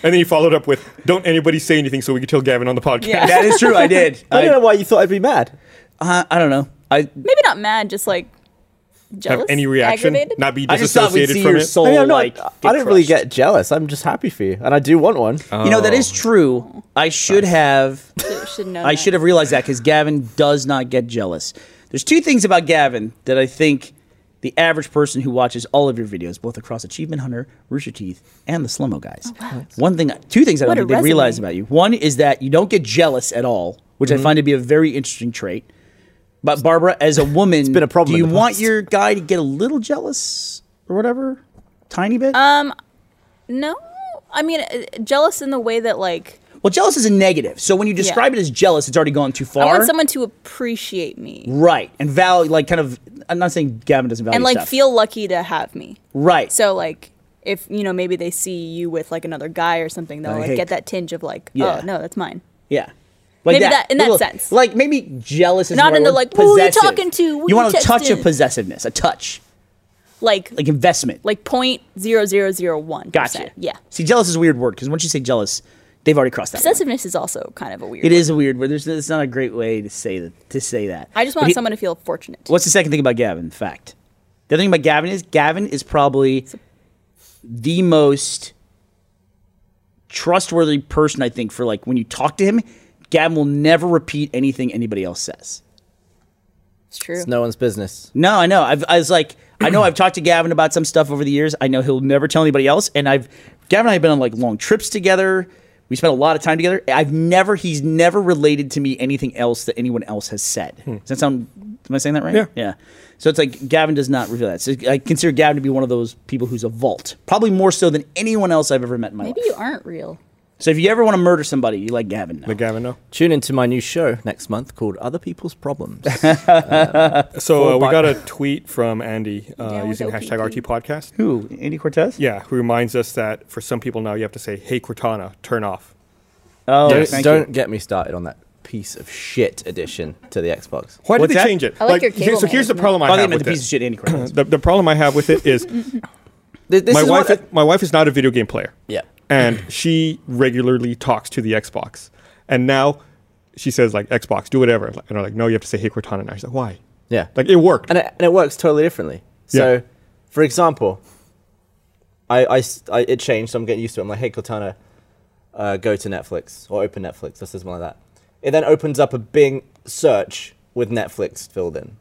[SPEAKER 1] And then you followed up with, "Don't anybody say anything, so we can tell Gavin on the podcast."
[SPEAKER 4] Yeah.
[SPEAKER 2] That is true. I did.
[SPEAKER 3] I don't know
[SPEAKER 2] I,
[SPEAKER 3] why you thought I'd be mad.
[SPEAKER 2] uh, I don't know. I
[SPEAKER 4] Maybe not mad, just like jealous.
[SPEAKER 1] Have any reaction?
[SPEAKER 4] Aggravated?
[SPEAKER 1] Not be
[SPEAKER 2] I just thought we'd
[SPEAKER 1] disassociated
[SPEAKER 2] see
[SPEAKER 1] from
[SPEAKER 2] your
[SPEAKER 1] it.
[SPEAKER 2] soul
[SPEAKER 3] I mean, I'm not,
[SPEAKER 2] like.
[SPEAKER 3] I didn't really
[SPEAKER 2] crushed. Oh.
[SPEAKER 3] get jealous. I'm just happy for you, and I do want one.
[SPEAKER 2] You know that is true. I should have.
[SPEAKER 4] Should- should know
[SPEAKER 2] I
[SPEAKER 4] that.
[SPEAKER 2] should have realized that because Gavin does not get jealous. There's two things about Gavin that I think the average person who watches all of your videos, both across Achievement Hunter, Rooster Teeth, and the Slummo guys. One thing, two things I don't
[SPEAKER 4] Oh, What a
[SPEAKER 2] think they
[SPEAKER 4] resume.
[SPEAKER 2] realize about you. One is that you don't get jealous at all, which
[SPEAKER 3] Mm-hmm.
[SPEAKER 2] I find to be a very interesting trait. But Barbara, as a woman,
[SPEAKER 3] been a problem
[SPEAKER 2] do you
[SPEAKER 3] in the
[SPEAKER 2] want
[SPEAKER 3] past.
[SPEAKER 2] your guy to get a little jealous or whatever? Tiny bit?
[SPEAKER 4] Um, No, I mean uh, jealous in the way that like
[SPEAKER 2] well, jealous is a negative. So when you describe it as jealous, it's already gone too far.
[SPEAKER 4] I want someone to appreciate me
[SPEAKER 2] Right. And value, like, kind of, I'm not saying Gavin doesn't value
[SPEAKER 4] and like
[SPEAKER 2] stuff.
[SPEAKER 4] feel lucky to have me.
[SPEAKER 2] Right.
[SPEAKER 4] So like if you know maybe they see you with like another guy or something, they'll
[SPEAKER 2] Like,
[SPEAKER 4] like
[SPEAKER 2] hey,
[SPEAKER 4] get that tinge of like,
[SPEAKER 2] yeah.
[SPEAKER 4] oh no, that's mine.
[SPEAKER 2] yeah. Like
[SPEAKER 4] Maybe that- in that sense.
[SPEAKER 2] Like maybe jealous is
[SPEAKER 4] Not
[SPEAKER 2] the
[SPEAKER 4] in
[SPEAKER 2] right
[SPEAKER 4] the,
[SPEAKER 2] word.
[SPEAKER 4] like, who you
[SPEAKER 2] Possessive.
[SPEAKER 4] talking to? What you
[SPEAKER 2] you want a touch of
[SPEAKER 4] texting?
[SPEAKER 2] possessiveness, a touch,
[SPEAKER 4] Like
[SPEAKER 2] like investment.
[SPEAKER 4] like point zero zero zero one.
[SPEAKER 2] gotcha.
[SPEAKER 4] Yeah.
[SPEAKER 2] See, jealous is a weird word because once you say jealous, they've already crossed that. line.
[SPEAKER 4] Possessiveness is also kind of a weird.
[SPEAKER 2] It is a weird word. There's it's not a great way to say that. To say that.
[SPEAKER 4] I just
[SPEAKER 2] But
[SPEAKER 4] want
[SPEAKER 2] he-
[SPEAKER 4] someone to feel fortunate.
[SPEAKER 2] What's the second thing about Gavin? Fact. The other thing about Gavin is Gavin is probably the most trustworthy person I think for like when you talk to him, Gavin will never repeat anything anybody else says.
[SPEAKER 4] It's true.
[SPEAKER 3] It's no one's business.
[SPEAKER 2] No, I know. I've, I was like, I know I've talked to Gavin about some stuff over the years. I know he'll never tell anybody else. And I've Gavin and I have been on like long trips together. We spent a lot of time together. I've never he's never related to me anything else that anyone else has said. Does that sound? Am I saying that right?
[SPEAKER 1] Hmm. Yeah.
[SPEAKER 2] Yeah. So it's like Gavin does not reveal that. So I consider Gavin to be one of those people who's a vault, probably more so than anyone else I've ever met in my
[SPEAKER 4] Maybe
[SPEAKER 2] life.
[SPEAKER 4] you aren't real.
[SPEAKER 2] So if you ever want to murder somebody, you let Gavin know.
[SPEAKER 1] Like Gavin, no.
[SPEAKER 3] Tune into my new show next month called Other People's Problems.
[SPEAKER 1] So uh,
[SPEAKER 3] Full
[SPEAKER 1] we
[SPEAKER 3] bi-
[SPEAKER 1] got a tweet from Andy uh,
[SPEAKER 4] Down with
[SPEAKER 1] using hashtag
[SPEAKER 4] OPP.
[SPEAKER 1] RT Podcast.
[SPEAKER 2] Who? Andy Cortez?
[SPEAKER 1] Yeah, who reminds us that for some people now you have to say, "Hey Cortana, turn off."
[SPEAKER 2] Oh,
[SPEAKER 1] Yes.
[SPEAKER 2] thank
[SPEAKER 3] Don't
[SPEAKER 2] you.
[SPEAKER 3] get me started on that piece of shit addition to the Xbox.
[SPEAKER 1] Why
[SPEAKER 2] What's
[SPEAKER 1] did they
[SPEAKER 2] that?
[SPEAKER 1] change it?
[SPEAKER 4] I like your
[SPEAKER 1] here-
[SPEAKER 4] cable
[SPEAKER 1] so here's the
[SPEAKER 4] management.
[SPEAKER 1] problem I
[SPEAKER 2] Oh, they
[SPEAKER 1] have
[SPEAKER 2] meant
[SPEAKER 1] with
[SPEAKER 2] the piece of
[SPEAKER 1] it.
[SPEAKER 2] shit Andy Cortez.
[SPEAKER 1] The, the problem I have with it is
[SPEAKER 3] Th- This
[SPEAKER 1] my
[SPEAKER 3] is
[SPEAKER 1] wife.
[SPEAKER 3] what-
[SPEAKER 1] my wife is not a video game player.
[SPEAKER 3] Yeah.
[SPEAKER 1] and she regularly talks to the Xbox, and now she says like Xbox, do whatever, and I'm like, no, you have to say Hey Cortana now. She's like, why?
[SPEAKER 3] Yeah.
[SPEAKER 1] Like it worked.
[SPEAKER 3] and it, and it works totally differently. So,
[SPEAKER 1] Yeah.
[SPEAKER 3] for example, I, I s- I- it changed, so I'm getting used to it. I'm like, hey, Cortana, uh, go to Netflix or open Netflix or something like that. It then opens up a Bing search with Netflix filled in.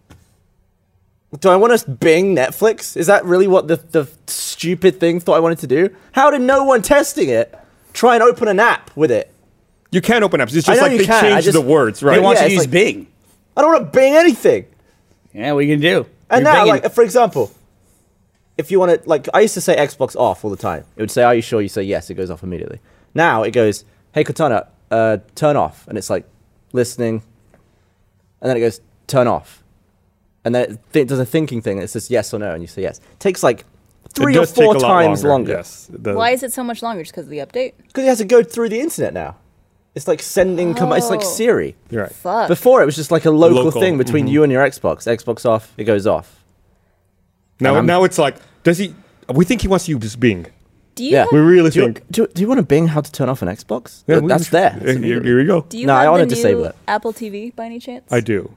[SPEAKER 3] Do I want to Bing Netflix? Is that really what the, the stupid thing thought I wanted to do? How did no one testing it try and open an app with it?
[SPEAKER 1] you can open apps. It's
[SPEAKER 3] I
[SPEAKER 1] just
[SPEAKER 3] know
[SPEAKER 1] like
[SPEAKER 3] you
[SPEAKER 1] they
[SPEAKER 3] can, I
[SPEAKER 1] changed
[SPEAKER 3] just-
[SPEAKER 1] the words,
[SPEAKER 2] They
[SPEAKER 1] right?
[SPEAKER 2] want
[SPEAKER 3] Yeah,
[SPEAKER 2] you to use
[SPEAKER 3] it's like-
[SPEAKER 2] Bing.
[SPEAKER 3] I don't want to Bing anything.
[SPEAKER 2] Yeah, what are you gonna do?
[SPEAKER 3] And
[SPEAKER 2] You're
[SPEAKER 3] now,
[SPEAKER 2] banging-
[SPEAKER 3] like for example, if you want to, like I used to say Xbox off all the time. It would say, "Are you sure?" You say yes, it goes off immediately. Now it goes, "Hey Cortana, uh, turn off," and it's like listening, and then it goes, "Turn off," and then it th- does a thinking thing. And it says yes or no, and you say yes. It takes like
[SPEAKER 1] It
[SPEAKER 3] three or
[SPEAKER 1] does take
[SPEAKER 3] four
[SPEAKER 1] a lot
[SPEAKER 3] times longer because
[SPEAKER 1] Yes.
[SPEAKER 2] Oh.
[SPEAKER 1] The-
[SPEAKER 4] Why is it so much longer? Just because of the update?
[SPEAKER 3] it has to go through the internet now. It's like sending com- It's like
[SPEAKER 4] Oh.
[SPEAKER 3] Siri.
[SPEAKER 1] You're right.
[SPEAKER 4] Fuck.
[SPEAKER 3] Before it was just like a local,
[SPEAKER 1] Local, Mm-hmm.
[SPEAKER 3] thing between you and your Xbox. Xbox off, it goes off.
[SPEAKER 1] Now,
[SPEAKER 3] I'm-
[SPEAKER 1] now it's like, does he? We think he wants to use Bing.
[SPEAKER 4] do you
[SPEAKER 3] yeah.
[SPEAKER 1] We
[SPEAKER 4] have,
[SPEAKER 1] really
[SPEAKER 3] Do you,
[SPEAKER 1] think.
[SPEAKER 3] do, do you want to Bing how to turn off an Xbox?
[SPEAKER 1] Yeah,
[SPEAKER 3] Th-
[SPEAKER 1] we-
[SPEAKER 3] That's
[SPEAKER 1] we-
[SPEAKER 3] there.
[SPEAKER 1] Here, here- here we go.
[SPEAKER 4] do you
[SPEAKER 3] No, I
[SPEAKER 4] have
[SPEAKER 3] wanna
[SPEAKER 4] the
[SPEAKER 3] disable
[SPEAKER 4] new
[SPEAKER 3] it.
[SPEAKER 4] Apple TV by any chance?
[SPEAKER 1] I do.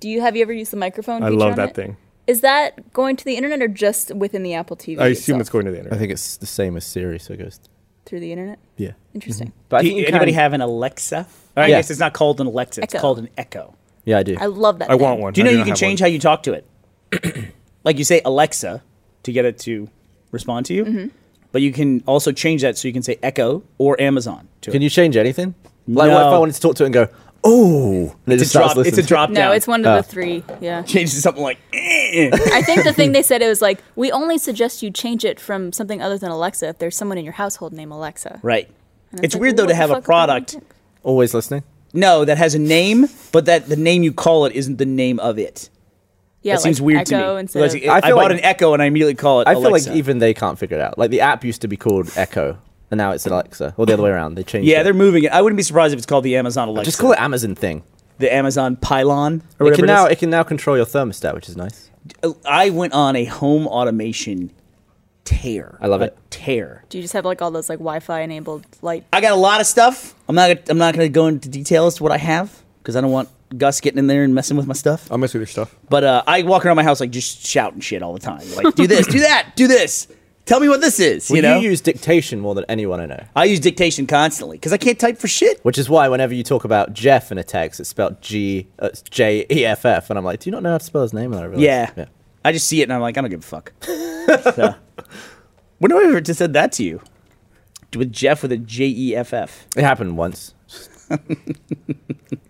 [SPEAKER 4] Do you have you ever used the microphone?
[SPEAKER 1] I
[SPEAKER 4] feature
[SPEAKER 1] love
[SPEAKER 4] on
[SPEAKER 1] that
[SPEAKER 4] it?
[SPEAKER 1] thing.
[SPEAKER 4] Is that going to the internet or just within the Apple TV?
[SPEAKER 1] I assume
[SPEAKER 4] itself?
[SPEAKER 1] it's going to the internet.
[SPEAKER 3] think it's the same as Siri, so it goes.
[SPEAKER 4] through the internet.
[SPEAKER 3] Yeah.
[SPEAKER 4] Interesting.
[SPEAKER 1] Mm-hmm.
[SPEAKER 3] But I
[SPEAKER 2] Do
[SPEAKER 3] think you
[SPEAKER 2] anybody
[SPEAKER 3] can-
[SPEAKER 2] have an Alexa? Or I
[SPEAKER 3] Yeah.
[SPEAKER 2] guess it's not called an Alexa. It's
[SPEAKER 4] Echo.
[SPEAKER 2] called an Echo.
[SPEAKER 3] Yeah, I do.
[SPEAKER 4] I love that.
[SPEAKER 1] I
[SPEAKER 4] thing.
[SPEAKER 1] want one.
[SPEAKER 2] Do you
[SPEAKER 1] I
[SPEAKER 2] know
[SPEAKER 1] do
[SPEAKER 2] you
[SPEAKER 1] not
[SPEAKER 2] can
[SPEAKER 1] have
[SPEAKER 2] change
[SPEAKER 1] one.
[SPEAKER 2] how you talk to it? like you say Alexa to get it to respond to you,
[SPEAKER 4] Mm-hmm.
[SPEAKER 2] but you can also change that so you can say Echo or Amazon to
[SPEAKER 3] Can
[SPEAKER 2] it.
[SPEAKER 3] you change anything? Like, what if
[SPEAKER 2] No.
[SPEAKER 3] I wanted to talk to it and go, oh, and it
[SPEAKER 2] It's
[SPEAKER 3] just
[SPEAKER 2] a
[SPEAKER 3] starts
[SPEAKER 2] drop. It's a
[SPEAKER 3] listening.
[SPEAKER 2] drop
[SPEAKER 4] No,
[SPEAKER 2] down.
[SPEAKER 4] it's one of the three. Yeah.
[SPEAKER 2] Change to something like. eh.
[SPEAKER 4] I think the thing they said it was like we only suggest you change it from something other than Alexa if there's someone in your household named Alexa.
[SPEAKER 2] right.
[SPEAKER 4] And
[SPEAKER 2] It's
[SPEAKER 4] like,
[SPEAKER 2] weird
[SPEAKER 4] well,
[SPEAKER 2] though
[SPEAKER 4] what
[SPEAKER 2] to
[SPEAKER 4] the
[SPEAKER 2] have a
[SPEAKER 4] fuck would I
[SPEAKER 2] product.
[SPEAKER 4] think?
[SPEAKER 3] Always listening.
[SPEAKER 2] No, that has a name, but that the name you call it isn't the name of it.
[SPEAKER 4] Yeah,
[SPEAKER 2] that seems
[SPEAKER 4] like
[SPEAKER 2] weird
[SPEAKER 4] Echo
[SPEAKER 2] to
[SPEAKER 4] Instead
[SPEAKER 2] me.
[SPEAKER 4] of,
[SPEAKER 2] Like,
[SPEAKER 3] I
[SPEAKER 2] I,
[SPEAKER 3] feel
[SPEAKER 2] bought
[SPEAKER 3] like-
[SPEAKER 2] an Echo and I immediately call it.
[SPEAKER 3] I feel
[SPEAKER 2] Alexa.
[SPEAKER 3] like even they can't figure it out. Like the app used to be called Echo, and now it's an Alexa, or the other way around. They changed.
[SPEAKER 2] Yeah,
[SPEAKER 3] it.
[SPEAKER 2] they're moving it. I wouldn't be surprised if it's called the Amazon Alexa.
[SPEAKER 3] just call it Amazon thing.
[SPEAKER 2] the Amazon pylon or
[SPEAKER 3] It
[SPEAKER 2] whatever
[SPEAKER 3] can
[SPEAKER 2] it is.
[SPEAKER 3] now it can now control your thermostat, which is nice.
[SPEAKER 2] I went on a home automation tear.
[SPEAKER 3] I love
[SPEAKER 2] A
[SPEAKER 3] it.
[SPEAKER 2] Tear.
[SPEAKER 4] Do you just have like all those like Wi-Fi enabled light?
[SPEAKER 2] I got a lot of stuff. I'm not. gonna- I'm not going to go into details to what I have because I don't want Gus getting in there and messing with my stuff.
[SPEAKER 1] I'll mess with your stuff.
[SPEAKER 2] But uh, I walk around my house like just shouting shit all the time. Like do this, do that, do this. Tell me what this is. You
[SPEAKER 3] Well,
[SPEAKER 2] know.
[SPEAKER 3] you use dictation more than anyone I know,
[SPEAKER 2] I use dictation constantly because I can't type for shit.
[SPEAKER 3] which is why whenever you talk about Jeff in a text, it's spelled G uh, it's J E F F, and I'm like, do you not know how to spell his name? And I realize,
[SPEAKER 2] Yeah. I just see it and I'm like, I don't give a fuck. so. When have I ever just said that to you? With Jeff with a J E F F.
[SPEAKER 3] it happened once.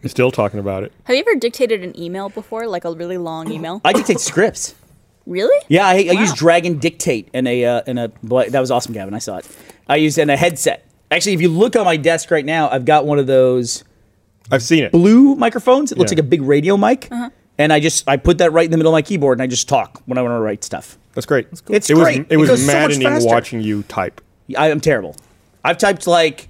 [SPEAKER 1] Still talking about it.
[SPEAKER 4] Have you ever dictated an email before, like a really long email?
[SPEAKER 2] I dictate scripts.
[SPEAKER 4] really?
[SPEAKER 2] Yeah, I, I
[SPEAKER 4] Wow.
[SPEAKER 2] used Dragon Dictate in a uh, in a bla- that was awesome, Gavin. I saw it. I used it in a headset. Actually, if you look on my desk right now, I've got one of those
[SPEAKER 1] I've seen it.
[SPEAKER 2] blue microphones. It looks
[SPEAKER 1] Yeah.
[SPEAKER 2] like a big radio mic, and I just I put that right in the middle of my keyboard and I just talk when I want to write stuff.
[SPEAKER 1] That's great. That's
[SPEAKER 2] cool. It's
[SPEAKER 1] it
[SPEAKER 2] great. It
[SPEAKER 1] Was, it
[SPEAKER 2] goes
[SPEAKER 1] was
[SPEAKER 2] so much
[SPEAKER 1] maddening
[SPEAKER 2] faster.
[SPEAKER 1] watching you type.
[SPEAKER 2] I am terrible. I've typed like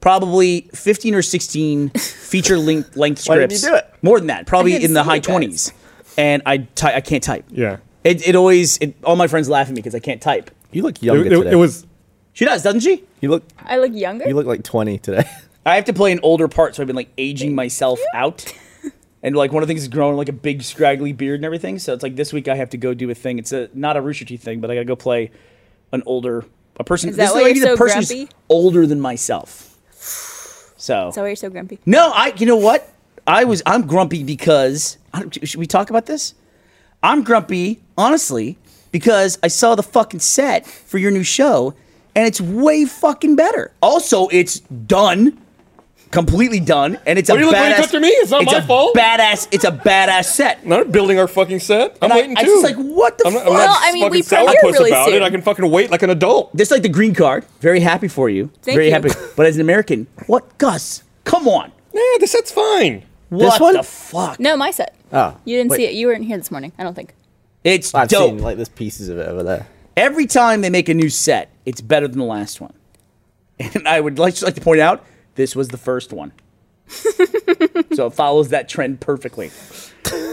[SPEAKER 2] probably 15 or 16 feature length length scripts.
[SPEAKER 3] Why didn't you do it?
[SPEAKER 2] More than that, probably
[SPEAKER 4] didn't
[SPEAKER 2] in the
[SPEAKER 4] see
[SPEAKER 2] high
[SPEAKER 4] you guys.
[SPEAKER 2] 20s. And I ty- I can't type.
[SPEAKER 1] Yeah.
[SPEAKER 2] It, it always it, all my friends laugh at me because I can't type.
[SPEAKER 3] You look
[SPEAKER 1] It,
[SPEAKER 3] younger
[SPEAKER 1] it-
[SPEAKER 3] today.
[SPEAKER 1] it was.
[SPEAKER 2] She does, doesn't she?
[SPEAKER 3] you look
[SPEAKER 4] I look younger.
[SPEAKER 3] you look like 20 today.
[SPEAKER 2] I have to play an older part, so I've been like aging myself out. And like one of the things is growing like a big scraggly beard and everything. So it's like this week I have to go do a thing. It's a not a Rooster Teeth thing, but I gotta go play an older a person.
[SPEAKER 4] Is that
[SPEAKER 2] this
[SPEAKER 4] why
[SPEAKER 2] might be
[SPEAKER 4] you're
[SPEAKER 2] the
[SPEAKER 4] so
[SPEAKER 2] person who's
[SPEAKER 4] grumpy?
[SPEAKER 2] older than myself. So
[SPEAKER 4] Is that why you're so grumpy?
[SPEAKER 2] No, I. You know what? I was. I'm grumpy because. I don't- Should we talk about this? I'm grumpy, honestly, because I saw the fucking set for your new show, and it's way fucking better. Also, it's done, completely done, and it's
[SPEAKER 1] What
[SPEAKER 2] a
[SPEAKER 1] are you looking
[SPEAKER 2] badass.
[SPEAKER 1] after me? It's not my
[SPEAKER 2] a
[SPEAKER 1] fault.
[SPEAKER 2] Badass. It's a badass set.
[SPEAKER 1] Not building our fucking set. I'm
[SPEAKER 2] And I-
[SPEAKER 1] waiting
[SPEAKER 2] I
[SPEAKER 1] too.
[SPEAKER 2] just like, what the
[SPEAKER 1] I'm not,
[SPEAKER 2] fuck?
[SPEAKER 1] I'm not
[SPEAKER 4] Well, I mean,
[SPEAKER 1] fucking
[SPEAKER 4] we
[SPEAKER 1] sourpuss
[SPEAKER 4] premiere really
[SPEAKER 1] about it.
[SPEAKER 4] soon.
[SPEAKER 1] I can fucking wait like an adult.
[SPEAKER 2] This like the green card. Very happy for you.
[SPEAKER 4] Thank
[SPEAKER 2] Very
[SPEAKER 4] you.
[SPEAKER 2] happy. But as an American, what Gus? Come on.
[SPEAKER 1] Yeah, the set's fine.
[SPEAKER 2] What
[SPEAKER 3] one?
[SPEAKER 2] the fuck?
[SPEAKER 4] No, my set.
[SPEAKER 3] Oh,
[SPEAKER 4] You didn't
[SPEAKER 3] wait.
[SPEAKER 4] see it. You weren't here this morning. I don't think.
[SPEAKER 2] It's
[SPEAKER 3] I've
[SPEAKER 2] dope.
[SPEAKER 3] seen like there's pieces of it over there.
[SPEAKER 2] every time they make a new set, it's better than the last one. And I would like, just like to point out, this was the first one. so it follows that trend perfectly.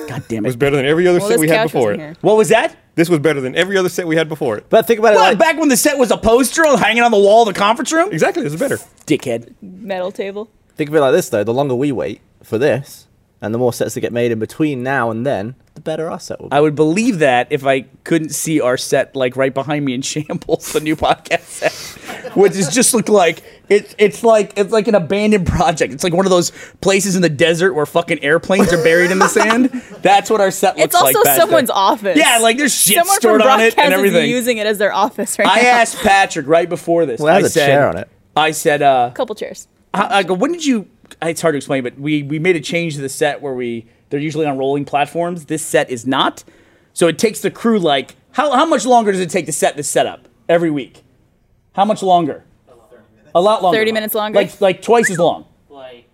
[SPEAKER 2] God damn
[SPEAKER 1] It's
[SPEAKER 2] it.
[SPEAKER 1] better than every other
[SPEAKER 4] Well,
[SPEAKER 1] set
[SPEAKER 4] this
[SPEAKER 1] we had
[SPEAKER 4] couch
[SPEAKER 1] before
[SPEAKER 4] wasn't
[SPEAKER 1] it.
[SPEAKER 4] here.
[SPEAKER 2] What was that?
[SPEAKER 1] This was better than every other set we had before it.
[SPEAKER 3] But think about it
[SPEAKER 2] Well,
[SPEAKER 3] like
[SPEAKER 2] back when the set was a poster hanging on the wall of the conference room?
[SPEAKER 1] Exactly, this is better.
[SPEAKER 2] Dickhead.
[SPEAKER 4] Metal table.
[SPEAKER 3] think of it like this though. The longer we wait for this, and the more sets that get made in between now and then, the better our set will be.
[SPEAKER 2] I would believe that if I couldn't see our set like right behind me in shambles, the new podcast set, which is just look like it's it's like it's like an abandoned project. It's like one of those places in the desert where fucking airplanes are buried in the sand. That's what our set looks
[SPEAKER 4] It's also
[SPEAKER 2] like. back
[SPEAKER 4] someone's
[SPEAKER 2] then.
[SPEAKER 4] office.
[SPEAKER 2] Yeah, like there's shit
[SPEAKER 4] Someone
[SPEAKER 2] stored
[SPEAKER 4] from
[SPEAKER 2] on it
[SPEAKER 4] broadcast
[SPEAKER 2] and everything.
[SPEAKER 4] is using it as their office right
[SPEAKER 2] I
[SPEAKER 4] now.
[SPEAKER 2] asked Patrick right before this.
[SPEAKER 3] Well, it
[SPEAKER 2] I
[SPEAKER 3] has a
[SPEAKER 2] said,
[SPEAKER 3] chair on it.
[SPEAKER 2] I said, uh,
[SPEAKER 4] Couple chairs.
[SPEAKER 2] I, I uh, go, when did you? It's hard to explain, but we we made a change to the set where we they're usually on rolling platforms. This set is not, so it takes the crew like how how much longer does it take to set this setup every week? How much longer? A lot longer.
[SPEAKER 4] 30 minutes longer?
[SPEAKER 2] Like like twice as long.
[SPEAKER 5] Like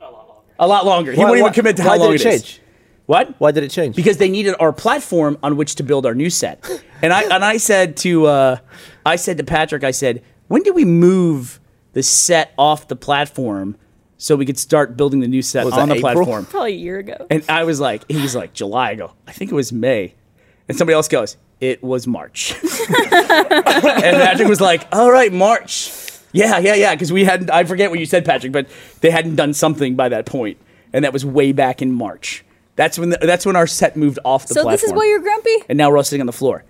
[SPEAKER 5] a lot longer.
[SPEAKER 2] A lot longer. he
[SPEAKER 3] Why-
[SPEAKER 2] won't even
[SPEAKER 3] why-
[SPEAKER 2] commit to
[SPEAKER 3] why
[SPEAKER 2] how
[SPEAKER 3] did
[SPEAKER 2] long it
[SPEAKER 3] it
[SPEAKER 2] is.
[SPEAKER 3] change?
[SPEAKER 2] What?
[SPEAKER 3] Why did it change?
[SPEAKER 2] because they needed our platform on which to build our new set. And I and I said to uh, I said to Patrick, I said, when did we move the set off the platform so we could start building the new set
[SPEAKER 3] Was
[SPEAKER 2] on the
[SPEAKER 3] that April?
[SPEAKER 2] platform?
[SPEAKER 4] Probably a year ago.
[SPEAKER 2] And I was like, he was like July. I go, I think it was May. And somebody else goes, it was March. and Patrick was like, all right, March. Yeah, yeah, yeah. Because we hadn't, I forget what you said, Patrick, but they hadn't done something by that point, and that was way back in March. That's when the, that's when our set moved off the
[SPEAKER 4] so
[SPEAKER 2] platform.
[SPEAKER 4] this is why you're grumpy.
[SPEAKER 2] and now we're all sitting on the floor.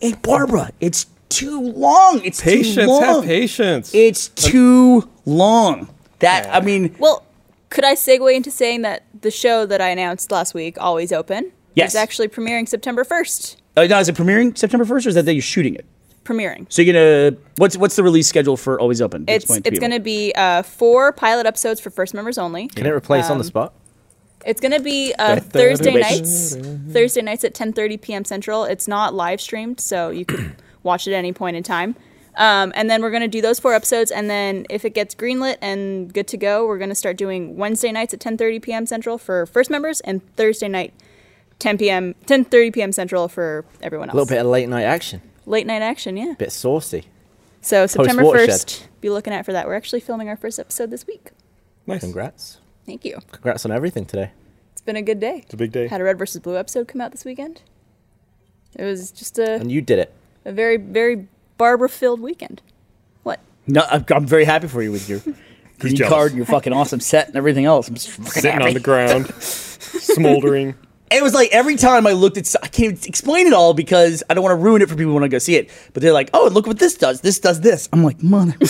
[SPEAKER 2] Hey, Barbara, it's too long. It's too
[SPEAKER 1] Patience,
[SPEAKER 2] long.
[SPEAKER 1] have patience.
[SPEAKER 2] It's too long. That I mean,
[SPEAKER 4] Well, could I segue into saying that the show that I announced last week, Always Open,
[SPEAKER 2] Yes.
[SPEAKER 4] is actually premiering September 1st.
[SPEAKER 2] uh, now is it premiering September first, or is that day you're shooting it?
[SPEAKER 4] Premiering.
[SPEAKER 2] So you're gonna what's what's the release schedule for Always Open?
[SPEAKER 4] It's it's going to be uh, four pilot episodes for first members only.
[SPEAKER 3] Can it replace
[SPEAKER 4] Um,
[SPEAKER 3] on the spot?
[SPEAKER 4] It's going to be uh, Thursday nights. Thursday nights at 10:30 p.m. Central. It's not live streamed, so you can watch it at any point in time. Um, and then we're going to do those four episodes, and then if it gets greenlit and good to go, we're going to start doing Wednesday nights at 10:30 p.m. Central for first members, and Thursday night 10 p.m. 10:30 p.m. Central for everyone else.
[SPEAKER 3] A little bit of late night action,
[SPEAKER 4] late night action, yeah.
[SPEAKER 3] bit saucy.
[SPEAKER 4] So September
[SPEAKER 3] Post-watershed.
[SPEAKER 4] 1st, be looking out for that. We're actually filming our first episode this week.
[SPEAKER 1] nice.
[SPEAKER 3] Congrats.
[SPEAKER 4] Thank you.
[SPEAKER 3] Congrats on everything today.
[SPEAKER 4] It's been a good day.
[SPEAKER 1] It's a big day.
[SPEAKER 4] Had a Red versus Blue episode come out this weekend. It was just a,
[SPEAKER 3] And you did it.
[SPEAKER 4] a very, very Barbara filled weekend. What?
[SPEAKER 2] No, I'm, I'm very happy for you with your green
[SPEAKER 1] jealous?
[SPEAKER 2] card and your fucking awesome set and everything else. I'm just fucking
[SPEAKER 1] Sitting on
[SPEAKER 2] happy.
[SPEAKER 1] the ground, smoldering.
[SPEAKER 2] it was like every time I looked at, s- I can't even explain it all because I don't want to ruin it for people when I go see it. But they're like, oh, and look what this does. This does this. I'm like, mother.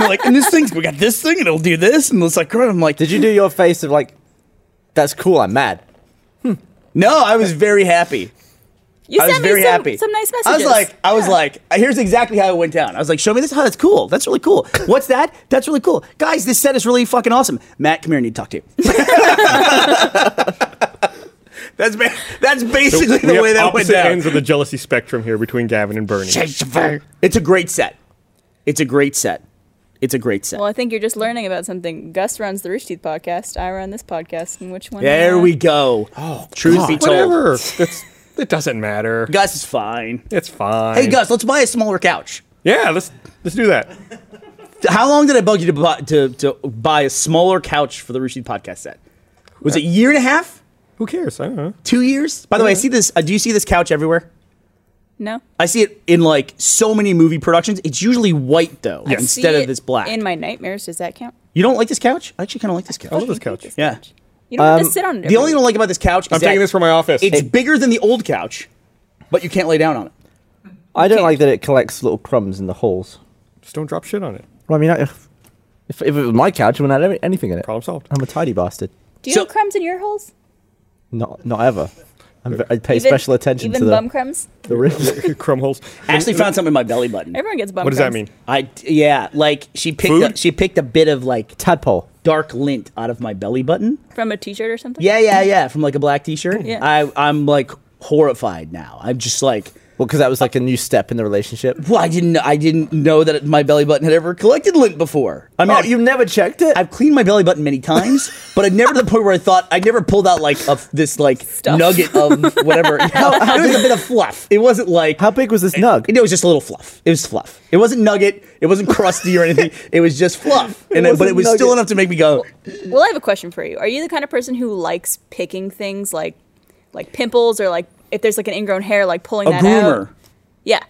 [SPEAKER 2] I'm like, and this thing's we got this thing and it'll do this and it's like, crud. I'm like,
[SPEAKER 3] Did you do your face of like, that's cool, I'm mad?
[SPEAKER 2] No, I was very happy.
[SPEAKER 4] You
[SPEAKER 2] I was
[SPEAKER 4] sent me
[SPEAKER 2] very
[SPEAKER 4] some,
[SPEAKER 2] happy.
[SPEAKER 4] some nice
[SPEAKER 2] I
[SPEAKER 4] messages.
[SPEAKER 2] was like, I was
[SPEAKER 4] Yeah.
[SPEAKER 2] like, here's exactly how it went down. I was like, show me this. Oh, that's cool. That's really cool. What's that? That's really cool. Guys, this set is really fucking awesome. Matt, come here. I need to talk to you. that's ba- that's basically
[SPEAKER 1] we
[SPEAKER 2] the way
[SPEAKER 1] have
[SPEAKER 2] that went
[SPEAKER 1] opposite
[SPEAKER 2] down.
[SPEAKER 1] ends of the jealousy spectrum here between Gavin and Bernie.
[SPEAKER 2] It's a great set. It's a great set. It's a great set.
[SPEAKER 4] Well, I think you're just learning about something. Gus runs the Rich Teeth podcast. I run this podcast. And which one?
[SPEAKER 2] there
[SPEAKER 4] am I?
[SPEAKER 2] we go. Oh, truth be told,
[SPEAKER 1] Whatever. It's, it doesn't matter.
[SPEAKER 2] Gus is fine.
[SPEAKER 1] It's fine.
[SPEAKER 2] Hey, Gus, let's buy a smaller couch.
[SPEAKER 1] Yeah, let's let's do that.
[SPEAKER 2] How long did I bug you to buy, to, to buy a smaller couch for the Rooster Teeth podcast set? Was it a year and a half?
[SPEAKER 1] Who cares? I don't know.
[SPEAKER 2] Two years? By the
[SPEAKER 1] Mm-hmm.
[SPEAKER 2] way, I see this. Uh, do you see this couch everywhere?
[SPEAKER 4] No.
[SPEAKER 2] I see it in like so many movie productions. It's usually white though,
[SPEAKER 1] Yes.
[SPEAKER 4] See
[SPEAKER 2] instead
[SPEAKER 4] it
[SPEAKER 2] of this black.
[SPEAKER 4] In my nightmares, does that count?
[SPEAKER 2] you don't like this couch? I actually kind of like this couch.
[SPEAKER 1] I love this couch.
[SPEAKER 2] yeah. Um,
[SPEAKER 4] You don't have to sit on it.
[SPEAKER 2] The only thing I don't like about this couch is
[SPEAKER 1] I'm taking
[SPEAKER 2] that
[SPEAKER 1] this from my office.
[SPEAKER 2] it's bigger than the old couch, but you can't lay down on it.
[SPEAKER 3] I don't like that it collects little crumbs in the halls.
[SPEAKER 1] Just don't drop shit on it.
[SPEAKER 3] Well, I mean, I- if, if, if it was my couch, I wouldn't have any- anything in it.
[SPEAKER 1] Problem solved.
[SPEAKER 3] I'm a tidy bastard.
[SPEAKER 4] Do you
[SPEAKER 2] So-
[SPEAKER 4] have crumbs in your holes?
[SPEAKER 3] Not, not ever. I'm, ve- I pay
[SPEAKER 4] Even-
[SPEAKER 3] special attention
[SPEAKER 4] even
[SPEAKER 3] to
[SPEAKER 4] bum
[SPEAKER 3] the,
[SPEAKER 4] crumbs.
[SPEAKER 3] the rims.
[SPEAKER 2] Um,
[SPEAKER 1] Crumb holes.
[SPEAKER 2] Ashley found something in my belly button.
[SPEAKER 4] Everyone gets bum.
[SPEAKER 1] What does that
[SPEAKER 4] crumbs.
[SPEAKER 1] mean?
[SPEAKER 2] I yeah, like she picked
[SPEAKER 1] Food?
[SPEAKER 2] up, she picked a bit of like
[SPEAKER 3] Tadpole.
[SPEAKER 2] dark lint out of my belly button.
[SPEAKER 4] From a T-shirt or something?
[SPEAKER 2] Yeah, yeah, yeah. From like a black T-shirt.
[SPEAKER 4] Yeah.
[SPEAKER 2] I I'm like horrified now. I'm just like,
[SPEAKER 3] Well, because that was like a new step in the relationship.
[SPEAKER 2] well, I didn't I didn't know that my belly button had ever collected lint before. I mean,
[SPEAKER 3] Oh,
[SPEAKER 2] I've,
[SPEAKER 3] you've never checked it?
[SPEAKER 2] I've cleaned my belly button many times, but I've never to the point where I thought I never pulled out like a, this like
[SPEAKER 4] Stuff.
[SPEAKER 2] nugget of whatever. how, it was a bit of fluff. It wasn't like
[SPEAKER 3] How big was this nug?
[SPEAKER 2] It, was just a little fluff. It was fluff. It wasn't nugget. It wasn't crusty or anything. It was just fluff. And it- but
[SPEAKER 3] wasn't
[SPEAKER 2] it was still
[SPEAKER 3] nugget.
[SPEAKER 2] enough to make me go.
[SPEAKER 4] Well, I have a question for you. Are you the kind of person who likes picking things like, like pimples or like if there's like an ingrown hair, like pulling
[SPEAKER 2] A
[SPEAKER 4] that
[SPEAKER 2] groomer.
[SPEAKER 4] out? Yeah,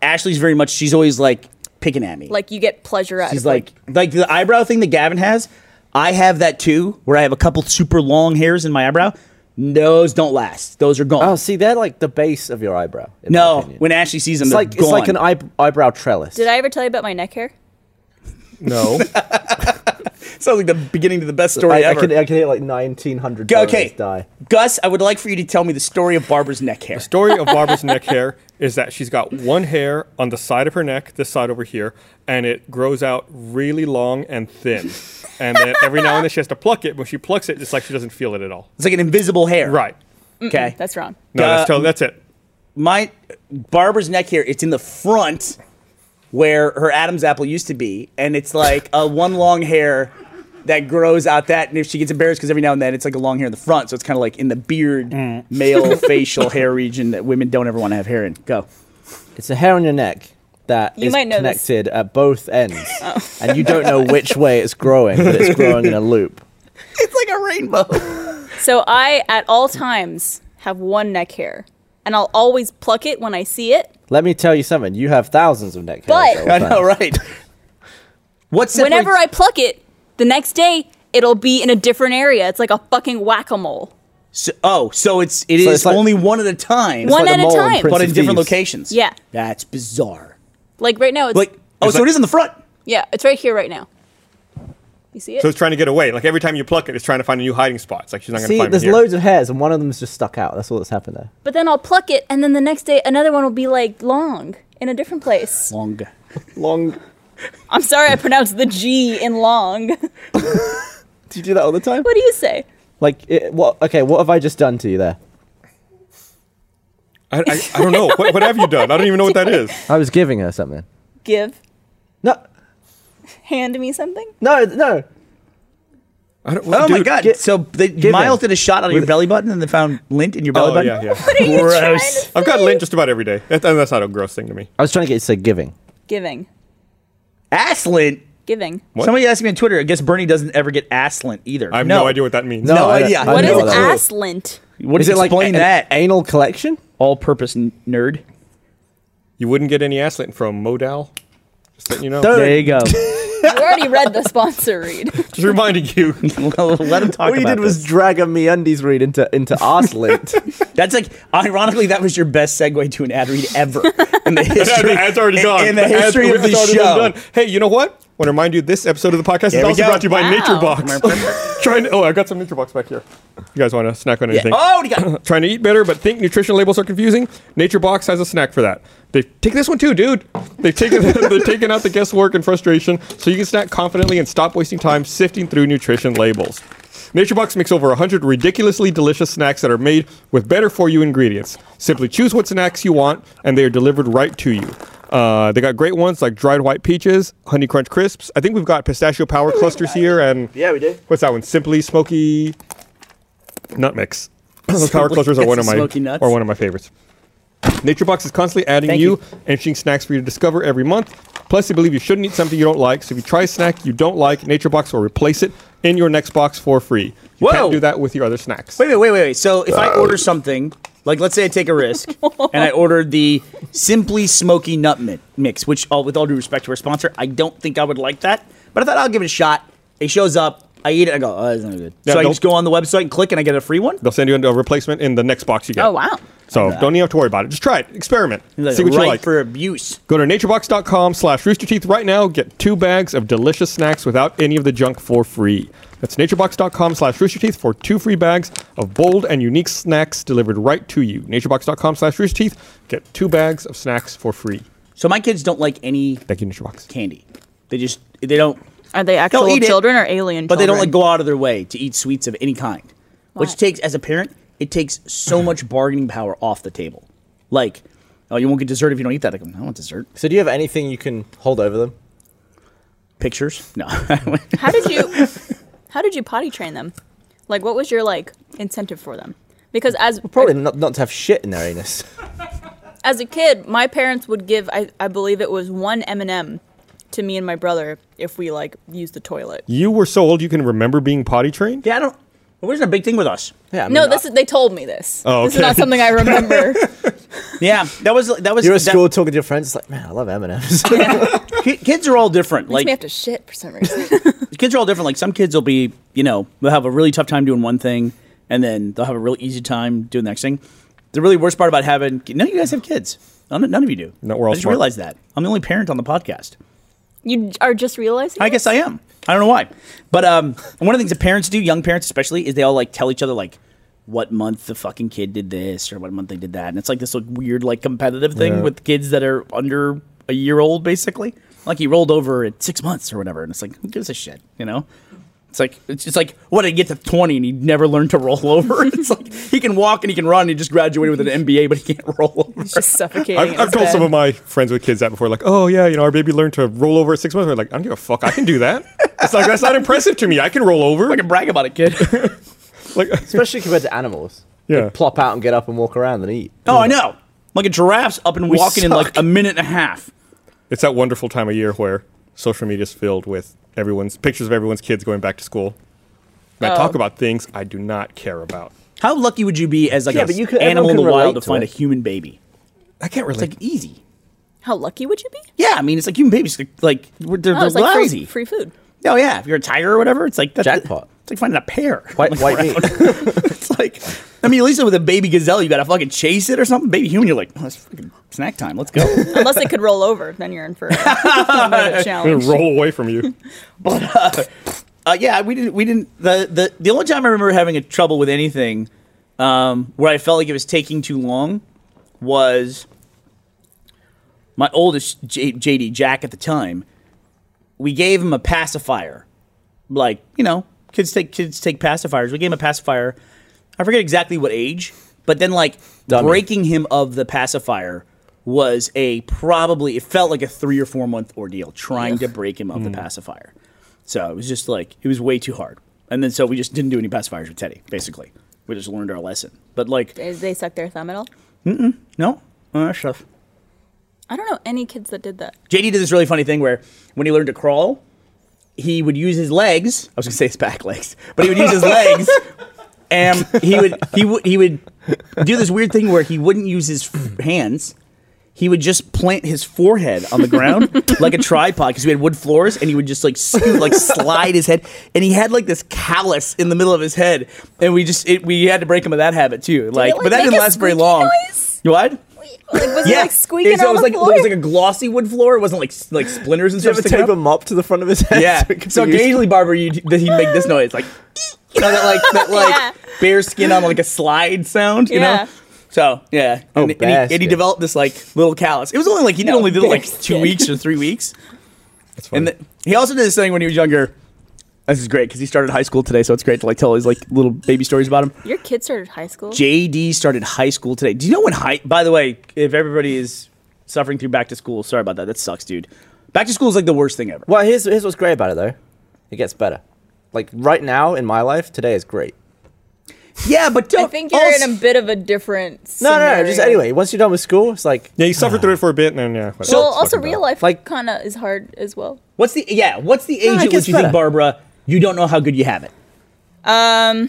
[SPEAKER 2] Ashley's very much. She's always like picking at me.
[SPEAKER 4] like you get pleasure out.
[SPEAKER 2] she's
[SPEAKER 4] of, like,
[SPEAKER 2] like like the eyebrow thing that Gavin has. I have that too, where I have a couple super long hairs in my eyebrow. Those don't last. Those are gone.
[SPEAKER 3] Oh, see, they're like the base of your eyebrow. in my
[SPEAKER 2] no,
[SPEAKER 3] opinion.
[SPEAKER 2] when Ashley sees them,
[SPEAKER 3] it's
[SPEAKER 2] they're
[SPEAKER 3] like it's like
[SPEAKER 2] gone.
[SPEAKER 3] an eye, eyebrow trellis.
[SPEAKER 4] Did I ever tell you about my neck hair?
[SPEAKER 1] No.
[SPEAKER 2] Sounds like the beginning to the best story
[SPEAKER 3] I, I
[SPEAKER 2] ever.
[SPEAKER 3] can I can hear like 1900
[SPEAKER 2] Go-
[SPEAKER 3] birds
[SPEAKER 2] okay,
[SPEAKER 3] die.
[SPEAKER 2] Gus, I would like for you to tell me the story of Barbara's neck hair.
[SPEAKER 1] Story of Barbara's neck hair is that she's got one hair on the side of her neck, this side over here, and it grows out really long and thin. And then every now and then she has to pluck it. When she plucks it, it's like she doesn't feel it at all.
[SPEAKER 2] It's like an invisible hair.
[SPEAKER 1] Right.
[SPEAKER 2] Okay.
[SPEAKER 4] That's wrong.
[SPEAKER 1] No,
[SPEAKER 2] Uh,
[SPEAKER 1] that's, totally, that's it.
[SPEAKER 2] my barber's neck here it's in the front where her adam's apple used to be and it's like a one long hair that grows out that and if she gets embarrassed because every now and then it's like a long hair in the front so it's kind of like in the beard male facial hair region that women don't ever want to have hair in go
[SPEAKER 3] It's a hair on your neck that is
[SPEAKER 4] You might know this. Oh.
[SPEAKER 3] connected at both ends, and you don't know which way it's growing, but it's growing in a loop.
[SPEAKER 2] it's like a rainbow
[SPEAKER 4] So I at all times have one neck hair, and I'll always pluck it when I see it.
[SPEAKER 3] Let me tell you something. You have thousands of neck
[SPEAKER 4] But-
[SPEAKER 3] hairs. at all
[SPEAKER 2] i know
[SPEAKER 3] times.
[SPEAKER 2] right what separates,
[SPEAKER 4] Whenever I pluck it, the next day it'll be in a different area. It's like a fucking whack a mole.
[SPEAKER 2] so, oh so it's it is
[SPEAKER 3] So it's like-
[SPEAKER 2] only one at a time
[SPEAKER 4] One
[SPEAKER 3] the
[SPEAKER 4] at a
[SPEAKER 3] mole in
[SPEAKER 4] time.
[SPEAKER 3] Prince
[SPEAKER 2] but
[SPEAKER 3] of
[SPEAKER 2] in different
[SPEAKER 3] Thieves.
[SPEAKER 2] locations
[SPEAKER 4] Yeah.
[SPEAKER 2] that's bizarre
[SPEAKER 4] Like right now, it's
[SPEAKER 2] like oh
[SPEAKER 1] It's
[SPEAKER 2] so
[SPEAKER 1] like-
[SPEAKER 2] it is in the front
[SPEAKER 4] yeah, it's right here right now. You see it?
[SPEAKER 1] So it's trying to get away. Like every time you pluck it, it's trying to find a new hiding spot. It's like she's not going to
[SPEAKER 3] See,
[SPEAKER 1] find it
[SPEAKER 3] there's
[SPEAKER 1] here.
[SPEAKER 3] loads of hairs, and one of them's just stuck out. That's all that's happened there.
[SPEAKER 4] but then I'll pluck it, and then the next day another one will be like long in a different place.
[SPEAKER 2] long
[SPEAKER 3] Long.
[SPEAKER 4] I'm sorry, I pronounced the G in long. what
[SPEAKER 3] Do you do that all the time?
[SPEAKER 4] do you say?
[SPEAKER 3] Like, it, what? Okay, what have I just done to you there?
[SPEAKER 1] I, I, I don't know. What, what have you done? I don't even know what that is.
[SPEAKER 3] I was giving her something.
[SPEAKER 4] Give,
[SPEAKER 3] No,
[SPEAKER 4] hand me something.
[SPEAKER 3] no, no.
[SPEAKER 1] I don't,
[SPEAKER 2] Oh my
[SPEAKER 1] dude,
[SPEAKER 2] god!
[SPEAKER 3] get-
[SPEAKER 2] so they,
[SPEAKER 3] give
[SPEAKER 2] Miles
[SPEAKER 3] in.
[SPEAKER 2] did a shot on your belly button, and they found lint in your belly
[SPEAKER 1] Oh,
[SPEAKER 2] button.
[SPEAKER 1] yeah, yeah.
[SPEAKER 4] What are you trying to
[SPEAKER 2] Gross.
[SPEAKER 1] I've got lint just about every day. That, and that's not a gross thing to me.
[SPEAKER 3] I was trying to get you to say giving.
[SPEAKER 4] Giving.
[SPEAKER 2] Ass lint.
[SPEAKER 4] giving.
[SPEAKER 1] What?
[SPEAKER 2] Somebody asked me on Twitter. I guess Bernie doesn't ever get asslant either.
[SPEAKER 1] I have no, idea what that means.
[SPEAKER 3] No,
[SPEAKER 2] No
[SPEAKER 3] I-
[SPEAKER 2] idea.
[SPEAKER 3] I
[SPEAKER 4] What
[SPEAKER 3] know
[SPEAKER 4] is
[SPEAKER 3] that.
[SPEAKER 4] ass lint?
[SPEAKER 2] What
[SPEAKER 3] Is
[SPEAKER 2] is
[SPEAKER 3] it like
[SPEAKER 2] explain
[SPEAKER 3] an
[SPEAKER 2] that?
[SPEAKER 3] anal collection?
[SPEAKER 2] All-purpose n- nerd.
[SPEAKER 1] You wouldn't get any asslet from Modal. Just letting you know.
[SPEAKER 2] There you go.
[SPEAKER 4] You already read the sponsor read.
[SPEAKER 1] Just reminding you.
[SPEAKER 2] Let him talk
[SPEAKER 3] All you
[SPEAKER 2] about
[SPEAKER 3] did was
[SPEAKER 2] this.
[SPEAKER 3] drag a me undies read into into arse lint.
[SPEAKER 2] That's like, ironically, that was your best segue to an ad read ever in the
[SPEAKER 1] That-
[SPEAKER 2] history.
[SPEAKER 1] That's already
[SPEAKER 2] in-
[SPEAKER 1] gone.
[SPEAKER 2] In the
[SPEAKER 1] That's-
[SPEAKER 2] history of
[SPEAKER 1] that's
[SPEAKER 2] the
[SPEAKER 1] already been done.
[SPEAKER 2] show.
[SPEAKER 1] Hey, you know what? want to remind you this episode of the podcast is
[SPEAKER 2] we
[SPEAKER 1] also
[SPEAKER 2] go.
[SPEAKER 1] brought to you by
[SPEAKER 4] Wow.
[SPEAKER 1] NatureBox. Trying to, oh, I got some NatureBox back here. You guys want to snack on
[SPEAKER 2] Yeah.
[SPEAKER 1] anything?
[SPEAKER 2] Oh, what do you got?
[SPEAKER 1] Trying to eat better, but think nutrition labels are confusing. NatureBox has a snack for that. They take this one too, dude. They've taken they've taken out the guesswork and frustration, so you can snack confidently and stop wasting time sifting through nutrition labels. NatureBox makes over 100 ridiculously delicious snacks that are made with better for you ingredients. Simply choose what snacks you want, and they are delivered right to you. Uh, they got great ones like dried white peaches, honey crunch crisps. I think we've got pistachio power clusters here, and
[SPEAKER 3] Yeah, we do.
[SPEAKER 1] What's that one? Simply smoky nut mix. Those power
[SPEAKER 2] Simply-
[SPEAKER 1] clusters are one of my
[SPEAKER 2] Smoky Nuts?
[SPEAKER 1] are one of my favorites. NatureBox is constantly adding
[SPEAKER 2] Thank
[SPEAKER 1] new
[SPEAKER 2] you.
[SPEAKER 1] and interesting snacks for you to discover every month. Plus, they believe you shouldn't eat something you don't like. So if you try a snack you don't like, NatureBox will replace it in your next box for free. You
[SPEAKER 2] Whoa.
[SPEAKER 1] can't do that with your other snacks.
[SPEAKER 2] Wait, wait, wait, wait, wait. So if
[SPEAKER 1] Uh,
[SPEAKER 2] I order something, like let's say I take a risk and I ordered the Simply Smoky Nut Mi- Mix, which, all, with all due respect to our sponsor, I don't think I would like that, but I thought I'll give it a shot. It shows up. I eat it. I go, oh, that's not good.
[SPEAKER 1] Yeah,
[SPEAKER 2] so I
[SPEAKER 1] don't-
[SPEAKER 2] just go on the website and click, and I get a free one.
[SPEAKER 1] They'll send you a replacement in the next box you get.
[SPEAKER 4] Oh wow.
[SPEAKER 1] So don't even have to worry about it. Just try it. Experiment.
[SPEAKER 2] Like,
[SPEAKER 1] See what
[SPEAKER 2] right
[SPEAKER 1] you like.
[SPEAKER 2] for abuse.
[SPEAKER 1] Go to naturebox.com slash roosterteeth right now. Get two bags of delicious snacks without any of the junk for free. That's naturebox.com slash roosterteeth for two free bags of bold and unique snacks delivered right to you. Naturebox.com slash roosterteeth. Get two bags of snacks for free.
[SPEAKER 2] So my kids don't like any
[SPEAKER 1] Thank you, Naturebox.
[SPEAKER 2] candy. They just they don't
[SPEAKER 4] Are they actual
[SPEAKER 2] eat it,
[SPEAKER 4] children or alien?
[SPEAKER 2] but they don't like
[SPEAKER 4] children?
[SPEAKER 2] go out of their way to eat sweets of any kind. Which
[SPEAKER 4] Why?
[SPEAKER 2] takes as a parent, it takes so much bargaining power off the table. Like, oh, you won't get dessert if you don't eat that. I go, I don't want dessert.
[SPEAKER 3] So do you have anything you can hold over them?
[SPEAKER 2] Pictures? No.
[SPEAKER 4] How did you? How did you potty train them? Like, what was your like incentive for them? Because as
[SPEAKER 3] Probably not not to have shit in their anus.
[SPEAKER 4] as a kid, my parents would give I, I believe it was one M and M to me and my brother if we like used the toilet.
[SPEAKER 1] You were so old you can remember being potty trained?
[SPEAKER 2] yeah, I don't. It wasn't a big thing with us.
[SPEAKER 3] Yeah. I
[SPEAKER 4] No,
[SPEAKER 3] mean,
[SPEAKER 4] this is they told me this.
[SPEAKER 1] Oh,
[SPEAKER 4] This is
[SPEAKER 1] okay.
[SPEAKER 4] not something I remember.
[SPEAKER 2] Yeah, that was that was.
[SPEAKER 3] You're at
[SPEAKER 2] that-
[SPEAKER 3] school talking to your friends. It's like, man, I love M and M's.
[SPEAKER 2] ki- Kids are all different.
[SPEAKER 4] Makes
[SPEAKER 2] Like
[SPEAKER 4] me have to shit for some reason.
[SPEAKER 2] kids are all different. Like some kids will be, you know, they'll have a really tough time doing one thing, and then they'll have a real easy time doing the next thing. The really worst part about having none of you guys have kids. None, none of you do.
[SPEAKER 1] No, we're all
[SPEAKER 2] I just
[SPEAKER 1] smart.
[SPEAKER 2] realized that I'm the only parent on the podcast.
[SPEAKER 4] you are just realizing.
[SPEAKER 2] I guess I am. I don't know why, but um, one of the things that parents do, young parents especially, is they all like tell each other like what month the fucking kid did this or what month they did that, and it's like this like, weird like competitive thing
[SPEAKER 1] Yeah.
[SPEAKER 2] with kids that are under a year old basically. Like he rolled over at six months or whatever, and it's like who gives a shit, you know? It's like it's just like what did he get to twenty and he never learned to roll over. it's like he can walk and he can run. And he just graduated with an MBA, but he can't roll over.
[SPEAKER 4] It's just suffocating.
[SPEAKER 1] I've, I've told some of my friends with kids that before, like, oh yeah, you know, our baby learned to roll over at six months. We're like, I don't give a fuck, I can do that. It's like that's not impressive to me. I can roll over.
[SPEAKER 2] I can brag about it, kid.
[SPEAKER 1] Like,
[SPEAKER 3] Especially compared to animals.
[SPEAKER 1] Yeah.
[SPEAKER 3] They plop out and get up and walk around and eat.
[SPEAKER 2] oh, I know. Like a giraffe's up and walking in like
[SPEAKER 3] suck.
[SPEAKER 2] a minute and a half.
[SPEAKER 1] it's that wonderful time of year where social media is filled with everyone's pictures of everyone's kids going back to school. And I
[SPEAKER 4] Oh.
[SPEAKER 1] talk about things I do not care about.
[SPEAKER 2] How lucky would you be as like
[SPEAKER 3] Yeah,
[SPEAKER 2] an
[SPEAKER 3] but you could-
[SPEAKER 2] animal in
[SPEAKER 3] everyone
[SPEAKER 2] the
[SPEAKER 3] can
[SPEAKER 2] wild to
[SPEAKER 3] relate to
[SPEAKER 2] find
[SPEAKER 3] it.
[SPEAKER 2] a human baby?
[SPEAKER 1] I can't
[SPEAKER 2] It's
[SPEAKER 1] relate.
[SPEAKER 2] like easy.
[SPEAKER 4] How lucky would you be?
[SPEAKER 2] Yeah, I mean it's like human babies. Like, like we're- they're,
[SPEAKER 4] Oh,
[SPEAKER 2] they're
[SPEAKER 4] it's like
[SPEAKER 2] lousy.
[SPEAKER 4] free, free food.
[SPEAKER 2] Oh yeah, if you're a tiger or whatever, it's like that,
[SPEAKER 3] Jackpot.
[SPEAKER 2] It's like finding a pear.
[SPEAKER 3] White,
[SPEAKER 2] Like,
[SPEAKER 3] white meat.
[SPEAKER 2] it's like I mean, at least with a baby gazelle, you gotta fucking chase it or something. Baby human, you're like, oh, it's fucking snack time. Let's go.
[SPEAKER 4] Unless it could roll over, then you're in for a- another
[SPEAKER 1] I'm
[SPEAKER 4] challenge.
[SPEAKER 1] gonna roll away from you.
[SPEAKER 2] Uh, yeah, we didn't. We didn't. The, the the only time I remember having a trouble with anything, um, where I felt like it was taking too long, was my oldest J- JD Jack at the time. We gave him a pacifier, like you know, kids take kids take pacifiers. We gave him a pacifier. I forget exactly what age, but then like
[SPEAKER 3] Dummy.
[SPEAKER 2] breaking him of the pacifier was a probably it felt like a three or four month ordeal trying to break him of the pacifier. So it was just like it was way too hard. And then so we just didn't do any pacifiers with Teddy. Basically, we just learned our lesson. But like
[SPEAKER 4] Did they suck their thumb at all?
[SPEAKER 2] no, uh, shut up.
[SPEAKER 4] I don't know any kids that did that.
[SPEAKER 2] JD did this really funny thing where when he learned to crawl, he would use his legs. I was gonna say his back legs, but he would use his legs, and he would he would he would do this weird thing where he wouldn't use his f- hands. He would just plant his forehead on the ground like a tripod because we had wood floors, and he would just like scoot, like slide his head, and he had like this callus in the middle of his head, and we just it, we had to break him of that habit too. Like,
[SPEAKER 4] like,
[SPEAKER 2] but that
[SPEAKER 4] make a
[SPEAKER 2] didn't last very
[SPEAKER 4] squeaky
[SPEAKER 2] long.
[SPEAKER 4] noise?
[SPEAKER 2] You What?
[SPEAKER 4] Like, was it like squeaking
[SPEAKER 2] so
[SPEAKER 4] on
[SPEAKER 2] it was
[SPEAKER 4] the
[SPEAKER 2] like
[SPEAKER 4] floor?
[SPEAKER 2] it was like a glossy wood floor. It wasn't like s- like splinters and
[SPEAKER 3] Did you
[SPEAKER 2] stuff.
[SPEAKER 3] ever
[SPEAKER 2] sticking
[SPEAKER 3] tape
[SPEAKER 2] up.
[SPEAKER 3] a mop to the front of his head?
[SPEAKER 2] Yeah.
[SPEAKER 3] it could
[SPEAKER 2] So
[SPEAKER 3] be used?
[SPEAKER 2] occasionally, Barber, you he'd make this noise like, you know, that like that like
[SPEAKER 4] Yeah.
[SPEAKER 2] bare skin on like a slide sound, you
[SPEAKER 4] Yeah.
[SPEAKER 2] know. So yeah,
[SPEAKER 3] Oh,
[SPEAKER 2] and, and, he, and he
[SPEAKER 3] basket.
[SPEAKER 2] developed this like little callus. It was only like he did
[SPEAKER 4] No,
[SPEAKER 2] only did it like
[SPEAKER 4] basket.
[SPEAKER 2] two weeks or three weeks,
[SPEAKER 3] That's funny.
[SPEAKER 2] and th- he also did this thing when he was younger. This is great because he started high school today, so it's great to like tell his like little baby stories about him.
[SPEAKER 4] Your kid started high school.
[SPEAKER 2] JD started high school today. Do you know when high? By the way, if everybody is suffering through back to school, sorry about that. That sucks, dude. Back to school is like the worst thing ever.
[SPEAKER 3] well, here's here's what's great about it though. It gets better. Like right now in my life, today is great.
[SPEAKER 2] Yeah, but don't.
[SPEAKER 4] I think you're
[SPEAKER 2] also-
[SPEAKER 4] in a bit of a different.
[SPEAKER 3] No, no, no.
[SPEAKER 4] scenario.
[SPEAKER 3] Just anyway, once you're done with school, it's like
[SPEAKER 1] Yeah, you suffer through it for a bit, and then yeah. whatever.
[SPEAKER 4] Well,
[SPEAKER 1] It's
[SPEAKER 4] also
[SPEAKER 1] fucking
[SPEAKER 4] real
[SPEAKER 1] bad.
[SPEAKER 4] life
[SPEAKER 3] Like-
[SPEAKER 4] kind of is hard as well.
[SPEAKER 2] What's the yeah? What's the age
[SPEAKER 3] it
[SPEAKER 2] at which
[SPEAKER 3] gets
[SPEAKER 2] you think,
[SPEAKER 3] better.
[SPEAKER 2] Barbara? You don't know how good you have it.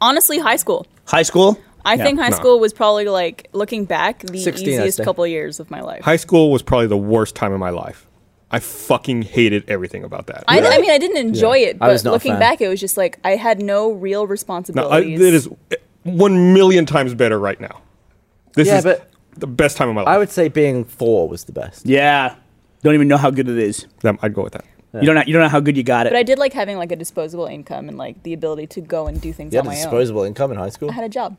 [SPEAKER 4] Honestly, high school.
[SPEAKER 2] High school.
[SPEAKER 4] I think high
[SPEAKER 1] no.
[SPEAKER 4] school was probably like looking back the
[SPEAKER 3] 16, I'd
[SPEAKER 4] easiest
[SPEAKER 3] say.
[SPEAKER 4] couple years of my life.
[SPEAKER 1] High school was probably the worst time of my life. I fucking hated everything about that.
[SPEAKER 4] I, I mean, I didn't enjoy it,
[SPEAKER 3] I
[SPEAKER 4] but
[SPEAKER 3] was not a
[SPEAKER 4] looking
[SPEAKER 3] fan.
[SPEAKER 4] back, it was just like I had no real
[SPEAKER 1] No, I,
[SPEAKER 4] responsibilities.
[SPEAKER 1] it is eh, one million times better right now. This
[SPEAKER 3] Yeah,
[SPEAKER 1] is
[SPEAKER 3] but-
[SPEAKER 1] the best time of my life.
[SPEAKER 3] I would say being four was the best.
[SPEAKER 2] Yeah. Don't even know how good it is.
[SPEAKER 1] Them- I'd go with that.
[SPEAKER 2] You don't. Know, you don't know how good you got it.
[SPEAKER 4] But I did like having like a disposable income and like the ability to go and do things
[SPEAKER 3] You
[SPEAKER 4] on
[SPEAKER 3] had a
[SPEAKER 4] my
[SPEAKER 3] disposable income in high school.
[SPEAKER 4] own. I had a job.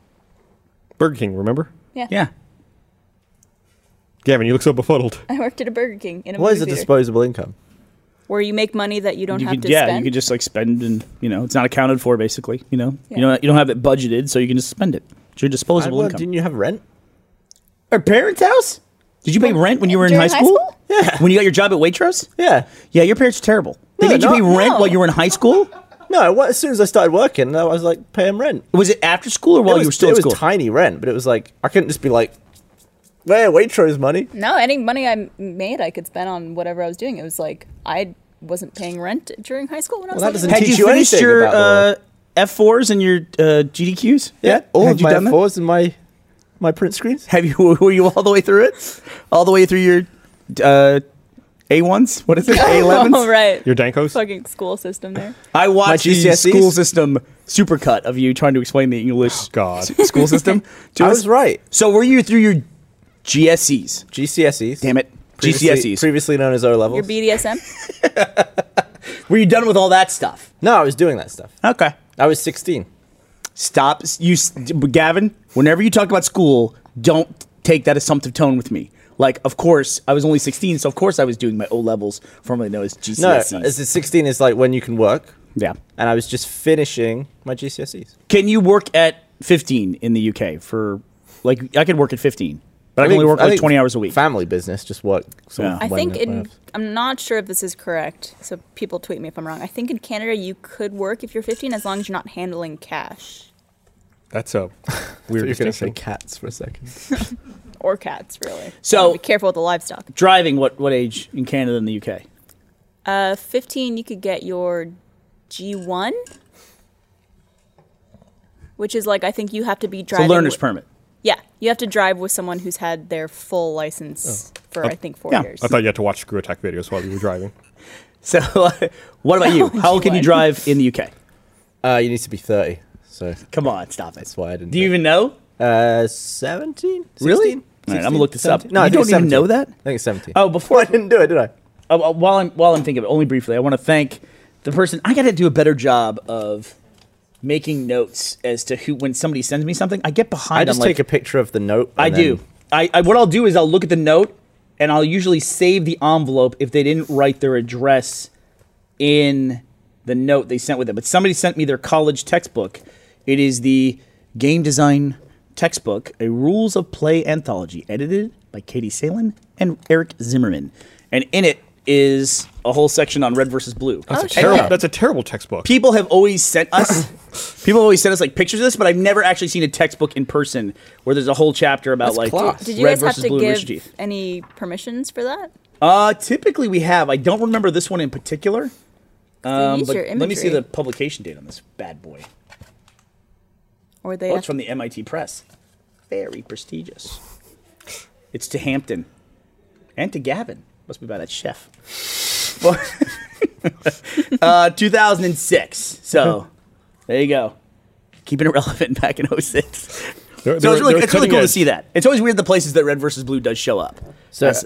[SPEAKER 1] Burger King, remember?
[SPEAKER 4] Yeah.
[SPEAKER 2] yeah.
[SPEAKER 1] Gavin, you look so befuddled.
[SPEAKER 4] I worked at a Burger King in a
[SPEAKER 3] What
[SPEAKER 4] movie
[SPEAKER 3] is a
[SPEAKER 4] theater,
[SPEAKER 3] disposable income?
[SPEAKER 4] where you make money that you don't
[SPEAKER 2] You
[SPEAKER 4] have
[SPEAKER 2] could,
[SPEAKER 4] to
[SPEAKER 2] yeah, you
[SPEAKER 4] spend.
[SPEAKER 2] could just like spend and you know it's not accounted for basically. You know
[SPEAKER 4] Yeah.
[SPEAKER 2] you know you don't have it budgeted, so you can just spend it. It's your disposable
[SPEAKER 3] Well,
[SPEAKER 2] income.
[SPEAKER 3] Didn't you have rent?
[SPEAKER 2] Our parents' house? Did you pay rent when you were in high
[SPEAKER 4] During high
[SPEAKER 2] school?
[SPEAKER 4] school?
[SPEAKER 2] Yeah. When you got your job at Waitrose?
[SPEAKER 3] Yeah.
[SPEAKER 2] Yeah, your parents are terrible. They
[SPEAKER 3] No,
[SPEAKER 2] made you
[SPEAKER 3] no,
[SPEAKER 2] pay rent
[SPEAKER 4] no.
[SPEAKER 2] while you were in high school?
[SPEAKER 3] No, what, as soon as I started working, I was like paying rent.
[SPEAKER 2] Was it after school or while
[SPEAKER 3] it was,
[SPEAKER 2] you were still
[SPEAKER 3] it
[SPEAKER 2] in
[SPEAKER 3] was
[SPEAKER 2] school?
[SPEAKER 3] tiny rent, but it was like I couldn't just be like, "Where Waitrose money?"
[SPEAKER 4] No, any money I m- made, I could spend on whatever I was doing. It was like I wasn't paying rent during high school when I was
[SPEAKER 3] Well,
[SPEAKER 4] like
[SPEAKER 3] that
[SPEAKER 4] in
[SPEAKER 3] doesn't
[SPEAKER 2] Had
[SPEAKER 3] teach
[SPEAKER 2] you
[SPEAKER 3] you
[SPEAKER 2] finished
[SPEAKER 3] anything
[SPEAKER 2] your
[SPEAKER 3] about the
[SPEAKER 2] uh, F4s and your uh, GDQs? yet?
[SPEAKER 3] all
[SPEAKER 2] Had
[SPEAKER 3] of
[SPEAKER 2] you
[SPEAKER 3] my
[SPEAKER 2] done that?
[SPEAKER 3] fours and my my print screens.
[SPEAKER 2] Have you? Were you all the way through it? All the way through your uh, A1s? What is it? A11s?
[SPEAKER 4] Oh, right.
[SPEAKER 1] Your Dankos?
[SPEAKER 4] fucking school system there.
[SPEAKER 2] I watched the
[SPEAKER 3] GCSEs?
[SPEAKER 2] school system supercut of you trying to explain the English
[SPEAKER 1] God.
[SPEAKER 2] school system to
[SPEAKER 3] Oh, I
[SPEAKER 2] us.
[SPEAKER 3] was right.
[SPEAKER 2] So were you through your GSEs?
[SPEAKER 3] GCSEs.
[SPEAKER 2] Damn it.
[SPEAKER 3] Previously-
[SPEAKER 2] GCSEs.
[SPEAKER 3] Previously known as O levels.
[SPEAKER 4] Your BDSM?
[SPEAKER 2] Were you done with all that stuff?
[SPEAKER 3] no, I was doing that stuff.
[SPEAKER 2] Okay.
[SPEAKER 3] I was 16.
[SPEAKER 2] Stop. You, Gavin. Whenever you talk about school, don't take that assumptive tone with me. Like, of course, I was only 16, so of course I was doing my O levels, formerly known as
[SPEAKER 3] No,
[SPEAKER 2] GCSEs.
[SPEAKER 3] it's- it's 16 is like when you can work,
[SPEAKER 2] E. yeah.
[SPEAKER 3] and I was just finishing my GCSEs.
[SPEAKER 2] Can you work at 15 in the UK for like I could work at 15, but I, can
[SPEAKER 3] think-
[SPEAKER 2] only work
[SPEAKER 3] I
[SPEAKER 2] like
[SPEAKER 3] think
[SPEAKER 2] 20 hours a week.
[SPEAKER 3] Family business, just work. sort of
[SPEAKER 2] Yeah.
[SPEAKER 4] I
[SPEAKER 3] when-
[SPEAKER 4] think in,
[SPEAKER 3] when-
[SPEAKER 4] I'm not sure if this is correct, so people tweet me if I'm wrong. I think in Canada you could work if you're 15 as long as you're not handling cash
[SPEAKER 1] That's a
[SPEAKER 3] I
[SPEAKER 1] weird
[SPEAKER 3] was gonna say
[SPEAKER 1] distinction.
[SPEAKER 3] cats for a second.
[SPEAKER 4] or cats, really.
[SPEAKER 2] So-
[SPEAKER 4] be careful with the livestock.
[SPEAKER 2] Driving what what age in Canada and the UK?
[SPEAKER 4] Uh, 15 you could get your G1, which is like I think you have to be
[SPEAKER 2] It's a
[SPEAKER 4] driving.
[SPEAKER 2] learner's
[SPEAKER 4] with-
[SPEAKER 2] permit.
[SPEAKER 4] Yeah, you have to drive with someone who's had their full license for I think four
[SPEAKER 2] Oh. yeah.
[SPEAKER 4] years.
[SPEAKER 1] I thought you had to watch Screw Attack videos while you were driving.
[SPEAKER 2] Oh, So, what about you? How old can you
[SPEAKER 4] G1.
[SPEAKER 2] drive in the UK?
[SPEAKER 3] Uh, you need to be 30. So
[SPEAKER 2] Come on, stop it.
[SPEAKER 3] that's why I didn't.
[SPEAKER 2] Do you even know?
[SPEAKER 3] Uh, 17?
[SPEAKER 2] Really?
[SPEAKER 3] 16?
[SPEAKER 2] All right, I'm gonna look this up.
[SPEAKER 3] 17? No, I
[SPEAKER 2] You
[SPEAKER 3] think
[SPEAKER 2] don't
[SPEAKER 3] it's
[SPEAKER 2] even know
[SPEAKER 3] 17.
[SPEAKER 2] that?
[SPEAKER 3] I think it's 17.
[SPEAKER 2] Oh, before
[SPEAKER 3] I didn't do it, did I?
[SPEAKER 2] Uh, uh, while I'm while I'm thinking of it, only briefly, I want to thank the person. I got to do a better job of making notes as to who when somebody sends me something. I get behind.
[SPEAKER 3] I just
[SPEAKER 2] on, like,
[SPEAKER 3] take a picture of the note.
[SPEAKER 2] I
[SPEAKER 3] and
[SPEAKER 2] do.
[SPEAKER 3] then-
[SPEAKER 2] I, I what I'll do is I'll look at the note and I'll usually save the envelope if they didn't write their address in the note they sent with it. But somebody sent me their college textbook. It is the game design textbook, a rules of play anthology, edited by Katie Salen and Eric Zimmerman. And in it is a whole section on red versus blue.
[SPEAKER 1] That's,
[SPEAKER 4] Oh,
[SPEAKER 1] a, terrible,
[SPEAKER 4] shit.
[SPEAKER 1] that's a terrible textbook.
[SPEAKER 2] People have always sent us people have always sent us like pictures of this, but I've never actually seen a textbook in person where there's a whole chapter about
[SPEAKER 3] That's
[SPEAKER 2] like
[SPEAKER 3] class.
[SPEAKER 4] Did you
[SPEAKER 2] red
[SPEAKER 4] guys have
[SPEAKER 2] versus
[SPEAKER 4] to
[SPEAKER 2] blue and rooster
[SPEAKER 4] give
[SPEAKER 2] teeth.
[SPEAKER 4] any permissions for that?
[SPEAKER 2] Uh, typically we have. I don't remember this one in particular, Um,
[SPEAKER 4] use
[SPEAKER 2] but
[SPEAKER 4] your
[SPEAKER 2] let me see
[SPEAKER 4] imagery.
[SPEAKER 2] the publication date on this bad boy.
[SPEAKER 4] Or they
[SPEAKER 2] Oh, it's from the MIT Press. Very prestigious. It's to Hampton and to Gavin. Must be by that chef. Well, uh, 2006. So there you go. Keeping it relevant back in 06.
[SPEAKER 1] They're-
[SPEAKER 2] So
[SPEAKER 1] they're-
[SPEAKER 2] it's really,
[SPEAKER 1] they're
[SPEAKER 2] it's really
[SPEAKER 1] cutting
[SPEAKER 2] cool to
[SPEAKER 1] edge.
[SPEAKER 2] see that. It's always weird the places that red versus blue does show up.
[SPEAKER 3] So-
[SPEAKER 2] That's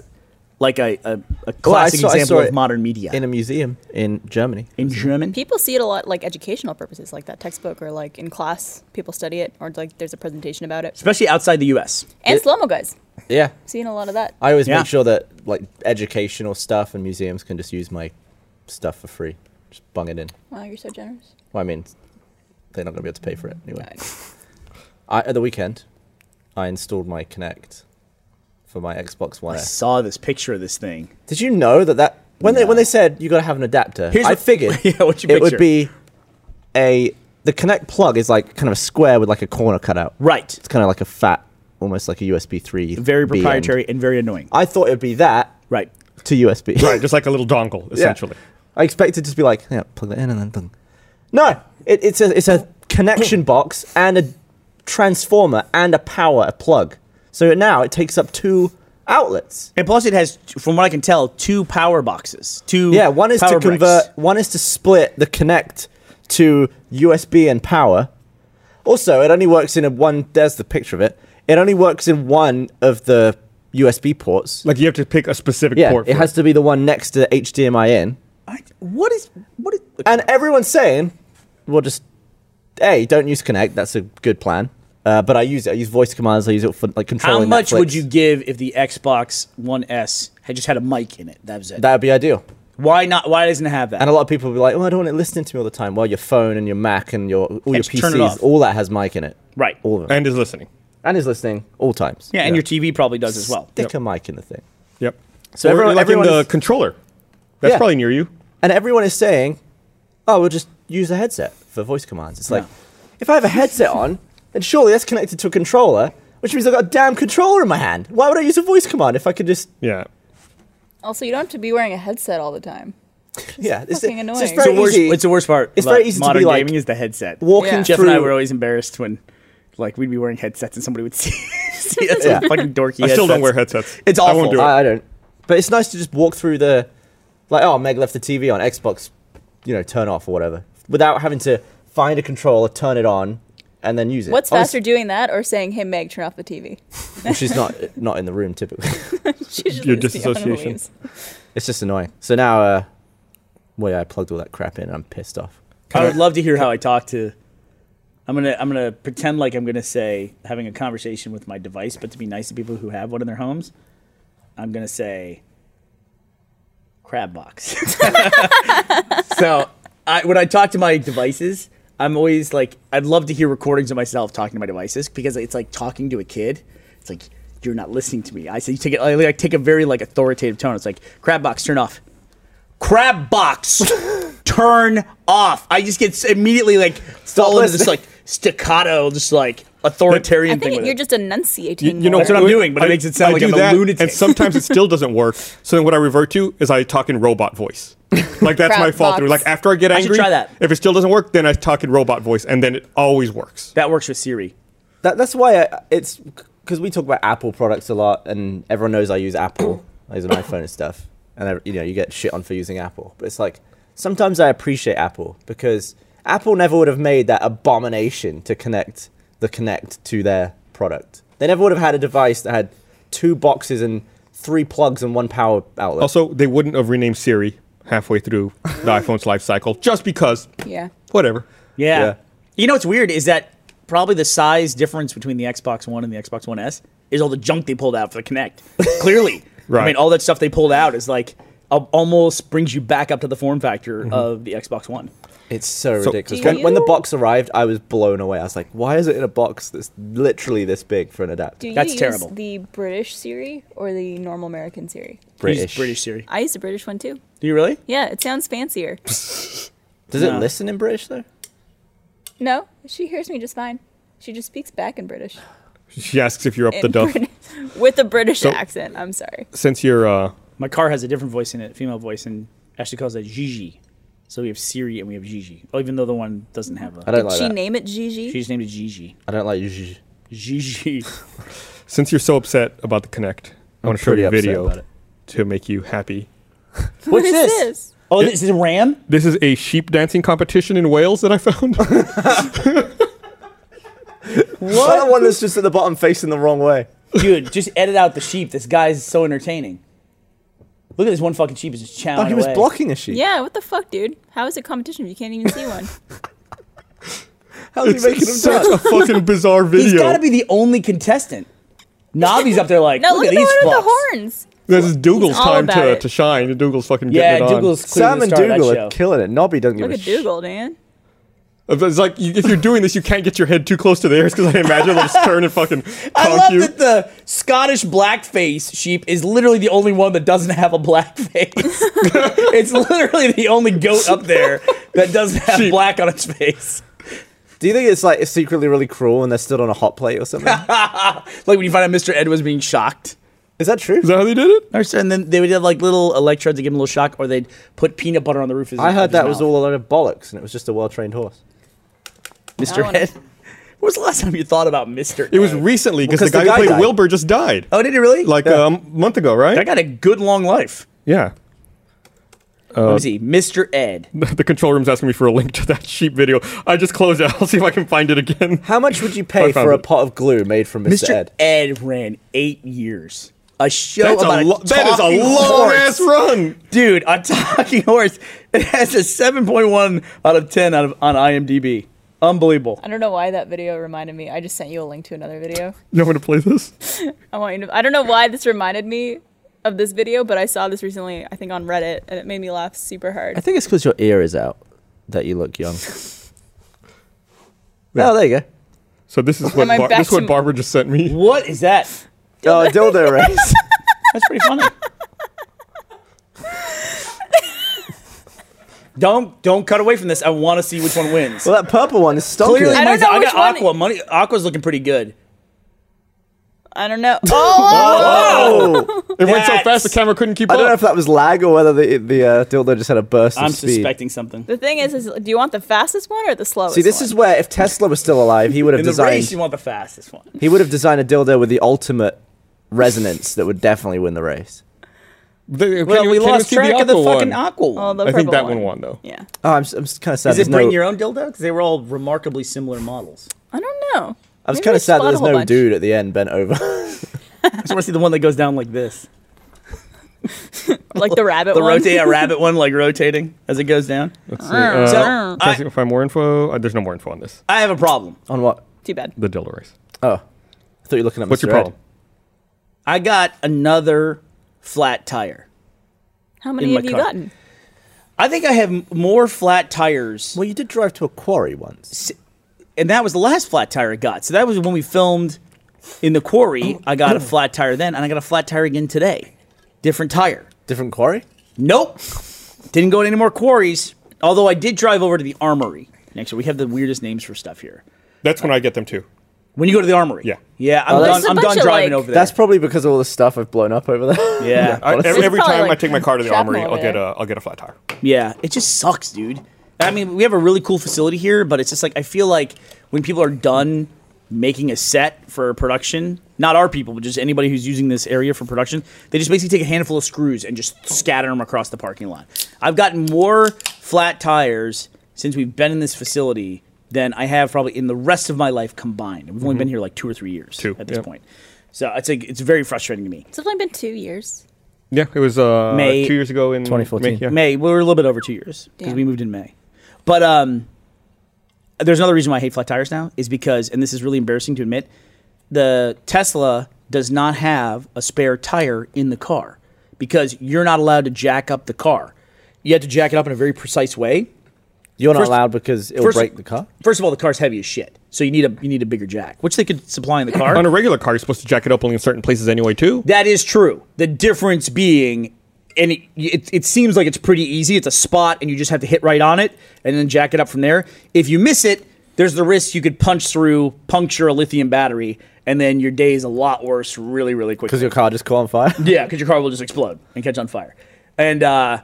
[SPEAKER 2] like a, a, a classic
[SPEAKER 3] saw- I
[SPEAKER 2] example
[SPEAKER 3] saw
[SPEAKER 2] of
[SPEAKER 3] it
[SPEAKER 2] modern media
[SPEAKER 3] in a museum in Germany.
[SPEAKER 2] in German.
[SPEAKER 4] People see it a lot, like educational purposes, like that textbook, or like in class, people study it, or like there's a presentation about it.
[SPEAKER 2] especially outside the U.S.
[SPEAKER 4] And slow mo guys,
[SPEAKER 3] Yeah,
[SPEAKER 4] seeing a lot of that.
[SPEAKER 3] I always
[SPEAKER 2] Yeah.
[SPEAKER 3] make sure that like educational stuff and museums can just use my stuff for free. Just bung it in.
[SPEAKER 4] Wow, you're so generous.
[SPEAKER 3] Well, I mean, they're not going to be able to pay for it anyway. I, at the weekend, I installed my Kinect for my Xbox One.
[SPEAKER 2] I
[SPEAKER 3] S.
[SPEAKER 2] saw this picture of this thing.
[SPEAKER 3] Did you know that that when they when they said you got to have an adapter,
[SPEAKER 2] Here's
[SPEAKER 3] I
[SPEAKER 2] what-
[SPEAKER 3] figured
[SPEAKER 2] Yeah, what'd you
[SPEAKER 3] it would
[SPEAKER 2] picture?
[SPEAKER 3] be a the Kinect plug is like kind of a square with like a corner cut out.
[SPEAKER 2] Right.
[SPEAKER 3] It's kind of like a fat, almost like a USB three.
[SPEAKER 2] Very
[SPEAKER 3] B end.
[SPEAKER 2] proprietary and very annoying.
[SPEAKER 3] I thought it'd be that
[SPEAKER 2] Right.
[SPEAKER 3] to USB.
[SPEAKER 1] Right, just like a little dongle,
[SPEAKER 3] Yeah.
[SPEAKER 1] essentially.
[SPEAKER 3] I expected to just be like, yeah, plug that in and then. Dun. No, it, it's a it's a connection box and a transformer and a power a plug. So now it takes up two outlets.
[SPEAKER 2] And plus, it has, from what I can tell, two power boxes. Two.
[SPEAKER 3] Yeah, one is
[SPEAKER 2] power
[SPEAKER 3] to
[SPEAKER 2] bricks.
[SPEAKER 3] convert. One is to split the connect to USB and power. Also, it only works in a one. There's the picture of it. It only works in one of the USB ports.
[SPEAKER 1] Like you have to pick a specific
[SPEAKER 3] yeah,
[SPEAKER 1] port.
[SPEAKER 3] it
[SPEAKER 1] for
[SPEAKER 3] has to be the one next to HDMI in.
[SPEAKER 2] I, what is what is?
[SPEAKER 3] and everyone's saying, "Well, just hey, don't use Connect. That's a good plan." Uh, but I use it. I use voice commands. I use it for like
[SPEAKER 2] how
[SPEAKER 3] controlling.
[SPEAKER 2] much
[SPEAKER 3] Netflix.
[SPEAKER 2] would you give if the Xbox One S had just had a mic in it? That was it.
[SPEAKER 3] That would be ideal.
[SPEAKER 2] why not? Why doesn't it have that?
[SPEAKER 3] And a lot of people would be like, "Oh, I don't want it listening to me all the time." Well, your phone and your Mac and your all your
[SPEAKER 2] just turn it
[SPEAKER 3] PCs,
[SPEAKER 2] off.
[SPEAKER 3] all that has mic in it.
[SPEAKER 2] Right.
[SPEAKER 3] All of
[SPEAKER 1] it.
[SPEAKER 3] it.
[SPEAKER 1] And is listening.
[SPEAKER 3] And is listening all times.
[SPEAKER 2] yeah, and your TV probably does as well.
[SPEAKER 3] stick a mic in the thing.
[SPEAKER 1] Yep. So
[SPEAKER 3] So everyone-
[SPEAKER 1] like in
[SPEAKER 3] everyone
[SPEAKER 1] the
[SPEAKER 3] is-
[SPEAKER 1] controller. That's
[SPEAKER 3] Yeah.
[SPEAKER 1] probably near you.
[SPEAKER 3] And everyone is saying, "Oh, we'll just use a headset for voice commands." It's like,
[SPEAKER 2] No.
[SPEAKER 3] if I have a headset on, then surely that's connected to a controller, which means I've got a damn controller in my hand. Why would I use a voice command if I could just
[SPEAKER 1] Yeah.
[SPEAKER 4] Also, you don't have to be wearing a headset all the time.
[SPEAKER 3] Yeah, it's,
[SPEAKER 4] fucking
[SPEAKER 3] it's just
[SPEAKER 4] annoying.
[SPEAKER 3] very
[SPEAKER 2] the worst,
[SPEAKER 3] easy.
[SPEAKER 2] it's the worst part.
[SPEAKER 3] It's
[SPEAKER 2] about
[SPEAKER 3] very easy to
[SPEAKER 2] modern
[SPEAKER 3] be like
[SPEAKER 2] gaming is the headset.
[SPEAKER 3] walking
[SPEAKER 4] Yeah.
[SPEAKER 2] Jeff
[SPEAKER 3] through.
[SPEAKER 2] and I were always embarrassed when, like, we'd be wearing headsets and somebody would see, see us
[SPEAKER 3] Yeah.
[SPEAKER 2] with fucking dorky.
[SPEAKER 1] I still don't
[SPEAKER 2] headsets.
[SPEAKER 1] wear headsets.
[SPEAKER 2] It's
[SPEAKER 1] I
[SPEAKER 2] awful. Uh,
[SPEAKER 1] won't do it.
[SPEAKER 3] I, I don't. But it's nice to just walk through the, like, oh, Meg left the TV on Xbox, you know, turn off or whatever, without having to find a controller, turn it on, and then use it.
[SPEAKER 1] Oh,
[SPEAKER 4] What's
[SPEAKER 3] Honest-
[SPEAKER 4] faster, doing that or saying, "Hey Meg, turn off the TV"?
[SPEAKER 3] She's not not in the room typically.
[SPEAKER 4] She's just
[SPEAKER 1] Your
[SPEAKER 4] like, "See, I'm gonna
[SPEAKER 1] disassociation.
[SPEAKER 4] leave."
[SPEAKER 3] it's just annoying. So now, uh, well, yeah, I plugged all that crap in. and I'm pissed off.
[SPEAKER 2] I would love to hear how I talk to. I'm gonna I'm gonna pretend like I'm gonna say having a conversation with my device, but to be nice to people who have one in their homes, I'm gonna say crab box. so I, when I talk to my devices, I'm always like I'd love to hear recordings of myself talking to my devices because it's like talking to a kid. It's like you're not listening to me. I say you take it. I like, take a very like authoritative tone. It's like crab box, turn off crab box turn off i just get s- immediately like fall into this
[SPEAKER 3] listening.
[SPEAKER 2] like staccato just like authoritarian
[SPEAKER 4] I
[SPEAKER 2] thing
[SPEAKER 4] think
[SPEAKER 2] with
[SPEAKER 4] you're
[SPEAKER 2] it.
[SPEAKER 4] just enunciating.
[SPEAKER 1] You know
[SPEAKER 4] more.
[SPEAKER 2] That's what I'm doing, but it makes it sound like
[SPEAKER 1] do
[SPEAKER 2] I'm a
[SPEAKER 1] that,
[SPEAKER 2] lunatic.
[SPEAKER 1] And sometimes it still doesn't work. So then what I revert to is I talk in robot voice. Like that's my
[SPEAKER 4] Crap
[SPEAKER 1] fault.
[SPEAKER 4] box.
[SPEAKER 1] through. Like after I get
[SPEAKER 2] should
[SPEAKER 1] angry,
[SPEAKER 2] try that.
[SPEAKER 1] if it still doesn't work, then I talk in robot voice, and then it always works.
[SPEAKER 2] that works with siri
[SPEAKER 3] That, that's why I, it's because we talk about Apple products a lot, and everyone knows I use Apple. I use an iPhone and stuff, and I, you know you get shit on for using Apple. But it's like sometimes I appreciate Apple because Apple never would have made that abomination to connect the Connect to their product. They never would have had a device that had two boxes and three plugs and one power outlet.
[SPEAKER 1] Also, they wouldn't have renamed Siri halfway through the iPhone's life cycle just because.
[SPEAKER 4] Yeah.
[SPEAKER 1] Whatever.
[SPEAKER 2] yeah.
[SPEAKER 3] Yeah.
[SPEAKER 2] you know what's weird is that probably the size difference between the xbox one and the xbox one s is all the junk they pulled out for the connect clearly i
[SPEAKER 1] Right.
[SPEAKER 2] mean all that stuff they pulled out is like al- almost brings you back up to the form factor of the xbox one
[SPEAKER 3] It's so,
[SPEAKER 1] So-
[SPEAKER 3] ridiculous.
[SPEAKER 4] Do
[SPEAKER 3] When, when the
[SPEAKER 4] you-
[SPEAKER 3] box arrived, I was blown away. I was like, why is it in a box that's literally this big for an adapter?
[SPEAKER 4] Do you
[SPEAKER 2] That's
[SPEAKER 4] use
[SPEAKER 2] terrible.
[SPEAKER 4] the British Siri or the normal American Siri?
[SPEAKER 2] Use british siri
[SPEAKER 4] I use the British one too.
[SPEAKER 2] do you really
[SPEAKER 4] Yeah, it sounds fancier.
[SPEAKER 3] Does
[SPEAKER 2] No.
[SPEAKER 3] it listen in British though?
[SPEAKER 4] no, she hears me just fine. She just speaks back in British.
[SPEAKER 1] She asks if you're up the
[SPEAKER 4] In
[SPEAKER 1] duff.
[SPEAKER 4] Brit- with a British
[SPEAKER 1] So-
[SPEAKER 4] accent. I'm sorry.
[SPEAKER 1] Since you're uh,
[SPEAKER 2] my car has a different voice in it female voice and ashley calls it gigi So we have Siri and we have Gigi. Oh, even though the one doesn't have
[SPEAKER 3] I
[SPEAKER 2] a.
[SPEAKER 3] don't
[SPEAKER 4] Did
[SPEAKER 3] like
[SPEAKER 4] she
[SPEAKER 3] that.
[SPEAKER 4] name it Gigi?
[SPEAKER 2] She's named it Gigi.
[SPEAKER 3] I don't like you.
[SPEAKER 2] Gigi.
[SPEAKER 1] Since you're so upset about the Connect, I want to show
[SPEAKER 3] pretty
[SPEAKER 1] you a
[SPEAKER 3] upset
[SPEAKER 1] video
[SPEAKER 3] about it.
[SPEAKER 1] to make you happy.
[SPEAKER 4] What
[SPEAKER 3] What's
[SPEAKER 4] is
[SPEAKER 3] this?
[SPEAKER 4] this?
[SPEAKER 2] Oh, this is Ram?
[SPEAKER 1] This is a sheep dancing competition in Wales that I found.
[SPEAKER 3] What? one that's just at the bottom facing the wrong way.
[SPEAKER 2] Dude, just edit out the sheep. This guy is so entertaining. Look at this one fucking sheep. Is just
[SPEAKER 3] Oh,
[SPEAKER 2] chowing
[SPEAKER 3] he was
[SPEAKER 2] away.
[SPEAKER 3] blocking a sheep.
[SPEAKER 4] Yeah, what the fuck, dude? How is it competition if you can't even see one?
[SPEAKER 3] How is he making him
[SPEAKER 1] it's such
[SPEAKER 3] touch?
[SPEAKER 1] a fucking bizarre
[SPEAKER 2] He's
[SPEAKER 1] video.
[SPEAKER 2] got to be the only contestant. Nobby's up there like,
[SPEAKER 4] No, look, at, the
[SPEAKER 2] these
[SPEAKER 4] one with the
[SPEAKER 2] fucks.
[SPEAKER 4] horns.
[SPEAKER 1] this is Dougal's
[SPEAKER 4] He's all
[SPEAKER 1] time
[SPEAKER 4] about
[SPEAKER 1] to,
[SPEAKER 4] it.
[SPEAKER 1] to shine. Dougal's fucking
[SPEAKER 2] Yeah,
[SPEAKER 1] getting it
[SPEAKER 2] Dougal's
[SPEAKER 3] Sam
[SPEAKER 2] clearly
[SPEAKER 3] and
[SPEAKER 2] the star of
[SPEAKER 3] Dougal
[SPEAKER 2] that
[SPEAKER 3] are
[SPEAKER 2] show.
[SPEAKER 3] killing it. Nobby doesn't give
[SPEAKER 4] Look at
[SPEAKER 3] a shit.
[SPEAKER 4] Dougal, man.
[SPEAKER 1] on. It's like you, if you're doing this, you can't get your head too close to theirs because I imagine they'll just turn and fucking
[SPEAKER 2] I
[SPEAKER 1] conk
[SPEAKER 2] love
[SPEAKER 1] you.
[SPEAKER 2] that the Scottish blackface sheep is literally the only one that doesn't have a black face. it's literally the only goat up there that doesn't have
[SPEAKER 1] Sheep.
[SPEAKER 2] black on its face.
[SPEAKER 3] Do you think it's like it's secretly really cruel and they're still on a hot plate or something?
[SPEAKER 2] Like when you find out Mr. Ed was being shocked.
[SPEAKER 3] is that true?
[SPEAKER 1] Is that how they did it?
[SPEAKER 2] Or so- And then they would have like little electrodes to give him a little shock, or they'd put peanut butter on the roof. Of his,
[SPEAKER 3] I
[SPEAKER 2] of
[SPEAKER 3] heard
[SPEAKER 2] his
[SPEAKER 3] that was
[SPEAKER 2] mouth.
[SPEAKER 3] all a load of bollocks and it was just a well trained horse.
[SPEAKER 4] I
[SPEAKER 2] Mr.
[SPEAKER 4] wanna-
[SPEAKER 2] Ed. When was the last time you thought about Mr.
[SPEAKER 1] It was
[SPEAKER 2] Ed?
[SPEAKER 1] recently because
[SPEAKER 3] Because
[SPEAKER 1] the guy
[SPEAKER 3] the guy
[SPEAKER 1] who played
[SPEAKER 3] died.
[SPEAKER 1] Wilbur just died.
[SPEAKER 2] oh, did it really?
[SPEAKER 1] Like
[SPEAKER 3] yeah.
[SPEAKER 1] a m- month ago,
[SPEAKER 2] I
[SPEAKER 1] right?
[SPEAKER 2] got a good long life.
[SPEAKER 1] yeah.
[SPEAKER 2] Let
[SPEAKER 1] uh,
[SPEAKER 2] me see, Mr. Ed.
[SPEAKER 1] The control room's asking me for a link to that sheep video. I just closed it. I'll see if I can find it again.
[SPEAKER 3] How much would you pay
[SPEAKER 1] I found
[SPEAKER 3] for a
[SPEAKER 1] it.
[SPEAKER 3] pot of glue made from Mr.
[SPEAKER 2] Mr.
[SPEAKER 3] Ed?
[SPEAKER 2] Ed. ran eight years. A show
[SPEAKER 1] That's
[SPEAKER 2] about
[SPEAKER 1] a
[SPEAKER 2] a
[SPEAKER 1] lo- that is a
[SPEAKER 2] talking
[SPEAKER 1] long
[SPEAKER 2] horse.
[SPEAKER 1] ass run.
[SPEAKER 2] Dude, a talking horse. It has a 7.1 out of 10 out of on IMDb. Unbelievable.
[SPEAKER 4] I don't know why that video reminded me. I just sent you a link to another video.
[SPEAKER 1] You want me to play this?
[SPEAKER 4] I want you to. I don't know why this reminded me of this video, but I saw this recently. I think on Reddit, and it made me laugh super hard.
[SPEAKER 3] think it's because your ear is out that you look young. Oh, there you go.
[SPEAKER 1] So this is what
[SPEAKER 4] Am I
[SPEAKER 1] Bar-
[SPEAKER 4] back
[SPEAKER 1] this is
[SPEAKER 4] to-
[SPEAKER 1] what Barbara just sent me.
[SPEAKER 2] What is that?
[SPEAKER 3] Oh, a dildo race.
[SPEAKER 2] That's pretty funny. don't don't cut away from this. I want to see which one wins.
[SPEAKER 3] Well, that purple one is stunking.
[SPEAKER 2] Clearly,
[SPEAKER 4] I don't
[SPEAKER 2] mine's-
[SPEAKER 4] know
[SPEAKER 2] I
[SPEAKER 4] which
[SPEAKER 2] got
[SPEAKER 4] one-
[SPEAKER 2] Aqua. Money, Aqua's looking pretty good.
[SPEAKER 4] I don't know. Oh,
[SPEAKER 3] Oh!
[SPEAKER 1] It went so fast
[SPEAKER 2] That's-
[SPEAKER 1] the camera couldn't keep
[SPEAKER 3] I don't know
[SPEAKER 1] up.
[SPEAKER 3] if that was lag or whether the the uh, dildo just had a burst of
[SPEAKER 2] I'm
[SPEAKER 3] speed.
[SPEAKER 2] suspecting something.
[SPEAKER 4] the thing is, is do you want the fastest one or the slowest?
[SPEAKER 3] See, this
[SPEAKER 4] one?
[SPEAKER 3] is where if Tesla was still alive, he would have
[SPEAKER 2] In the race,
[SPEAKER 3] designed
[SPEAKER 2] you want the fastest one.
[SPEAKER 3] he would have designed a dildo with the ultimate resonance that would definitely win the race.
[SPEAKER 1] The-
[SPEAKER 2] Well,
[SPEAKER 1] can you-
[SPEAKER 2] we
[SPEAKER 1] can you
[SPEAKER 2] lost
[SPEAKER 1] see the
[SPEAKER 2] track of the
[SPEAKER 1] Aqua
[SPEAKER 2] fucking
[SPEAKER 1] one?
[SPEAKER 2] Aqua one.
[SPEAKER 4] Oh, the
[SPEAKER 1] I think
[SPEAKER 4] purple
[SPEAKER 1] that one won though.
[SPEAKER 4] Yeah,
[SPEAKER 3] Oh, I'm, s- I'm kind of sad.
[SPEAKER 2] Is
[SPEAKER 3] there's
[SPEAKER 2] it bring
[SPEAKER 3] no,
[SPEAKER 2] your own dildo? Because they were all remarkably similar models.
[SPEAKER 4] I don't know.
[SPEAKER 3] I was
[SPEAKER 4] Maybe
[SPEAKER 3] kind
[SPEAKER 4] we
[SPEAKER 3] of sad
[SPEAKER 4] spot
[SPEAKER 3] that
[SPEAKER 4] a
[SPEAKER 3] there's
[SPEAKER 4] whole
[SPEAKER 3] no
[SPEAKER 4] bunch.
[SPEAKER 3] dude at the end bent over.
[SPEAKER 2] I just want to see the one that goes down like this.
[SPEAKER 4] like the rabbit
[SPEAKER 2] The
[SPEAKER 4] one.
[SPEAKER 2] rotate a rabbit one, like rotating as it goes down.
[SPEAKER 1] Let's see. Uh,
[SPEAKER 2] So,
[SPEAKER 1] can I
[SPEAKER 2] I-
[SPEAKER 1] see- find more info. Uh, there's no more info on this.
[SPEAKER 2] I have a problem.
[SPEAKER 3] On what?
[SPEAKER 4] Too bad.
[SPEAKER 1] The dildo race.
[SPEAKER 3] Oh, I thought you were looking at
[SPEAKER 1] What's
[SPEAKER 3] Mr.
[SPEAKER 1] your problem?
[SPEAKER 2] I got another flat tire.
[SPEAKER 4] How
[SPEAKER 2] In
[SPEAKER 4] many
[SPEAKER 2] my
[SPEAKER 4] have you
[SPEAKER 2] car.
[SPEAKER 4] gotten?
[SPEAKER 2] I think I have m- more flat tires,
[SPEAKER 3] Well, you did drive to a quarry once.
[SPEAKER 2] and that was the last flat tire I got. So that was when we filmed in the quarry. I got a flat tire then, and I got a flat tire again today. Different tire.
[SPEAKER 3] Different quarry?
[SPEAKER 2] Nope. Didn't go to any more quarries. Although I did drive over to the armory next year. We have the weirdest names for stuff here.
[SPEAKER 1] That's when I get them too.
[SPEAKER 2] When you go to the armory.
[SPEAKER 1] Yeah.
[SPEAKER 2] Yeah, I'm
[SPEAKER 3] Oh, that's-
[SPEAKER 2] done, I'm
[SPEAKER 4] There's a
[SPEAKER 2] done
[SPEAKER 4] bunch of,
[SPEAKER 2] driving
[SPEAKER 4] like-
[SPEAKER 2] over there.
[SPEAKER 3] That's probably because of all the stuff I've blown up over there.
[SPEAKER 2] yeah.
[SPEAKER 1] I, every
[SPEAKER 4] It's
[SPEAKER 1] every
[SPEAKER 4] probably
[SPEAKER 1] time I
[SPEAKER 4] like
[SPEAKER 1] take my car to the
[SPEAKER 4] shrapnel
[SPEAKER 1] armory,
[SPEAKER 4] over
[SPEAKER 1] I'll get
[SPEAKER 4] there.
[SPEAKER 1] a I'll get a flat tire.
[SPEAKER 2] Yeah, it just sucks, dude. I mean, we have a really cool facility here, but it's just like I feel like when people are done making a set for a production, not our people, but just anybody who's using this area for production, they just basically take a handful of screws and just scatter them across the parking lot. I've gotten more flat tires since we've been in this facility than I have probably in the rest of my life combined. We've only been here like two or three years
[SPEAKER 1] Two,
[SPEAKER 2] at this
[SPEAKER 1] yeah.
[SPEAKER 2] point. So it's like it's very frustrating to me.
[SPEAKER 4] It's only been two years.
[SPEAKER 1] Yeah, it was uh,
[SPEAKER 2] May-
[SPEAKER 1] two years ago in
[SPEAKER 3] 2014.
[SPEAKER 1] May, yeah.
[SPEAKER 2] May. We were a little bit over two years because
[SPEAKER 4] Damn.
[SPEAKER 2] we moved in May. But um, there's another reason why I hate flat tires now is because, and this is really embarrassing to admit, the Tesla does not have a spare tire in the car because you're not allowed to jack up the car. You have to jack it up in a very precise way.
[SPEAKER 3] You're not
[SPEAKER 2] First-
[SPEAKER 3] allowed because it'll
[SPEAKER 2] first-
[SPEAKER 3] break the car.
[SPEAKER 2] First of all, the car's heavy as shit, so you need a you need a bigger jack, which they could supply in the car.
[SPEAKER 1] On a regular car, you're supposed to jack it up only in certain places anyway too.
[SPEAKER 2] That is true. The difference being, and it, it, it seems like it's pretty easy. It's a spot, and you just have to hit right on it and then jack it up from there. If you miss it, there's the risk you could punch through, puncture a lithium battery, and then your day is a lot worse really, really quickly.
[SPEAKER 3] Because your car just caught on fire.
[SPEAKER 2] Yeah, because your car will just explode and catch on fire. And uh,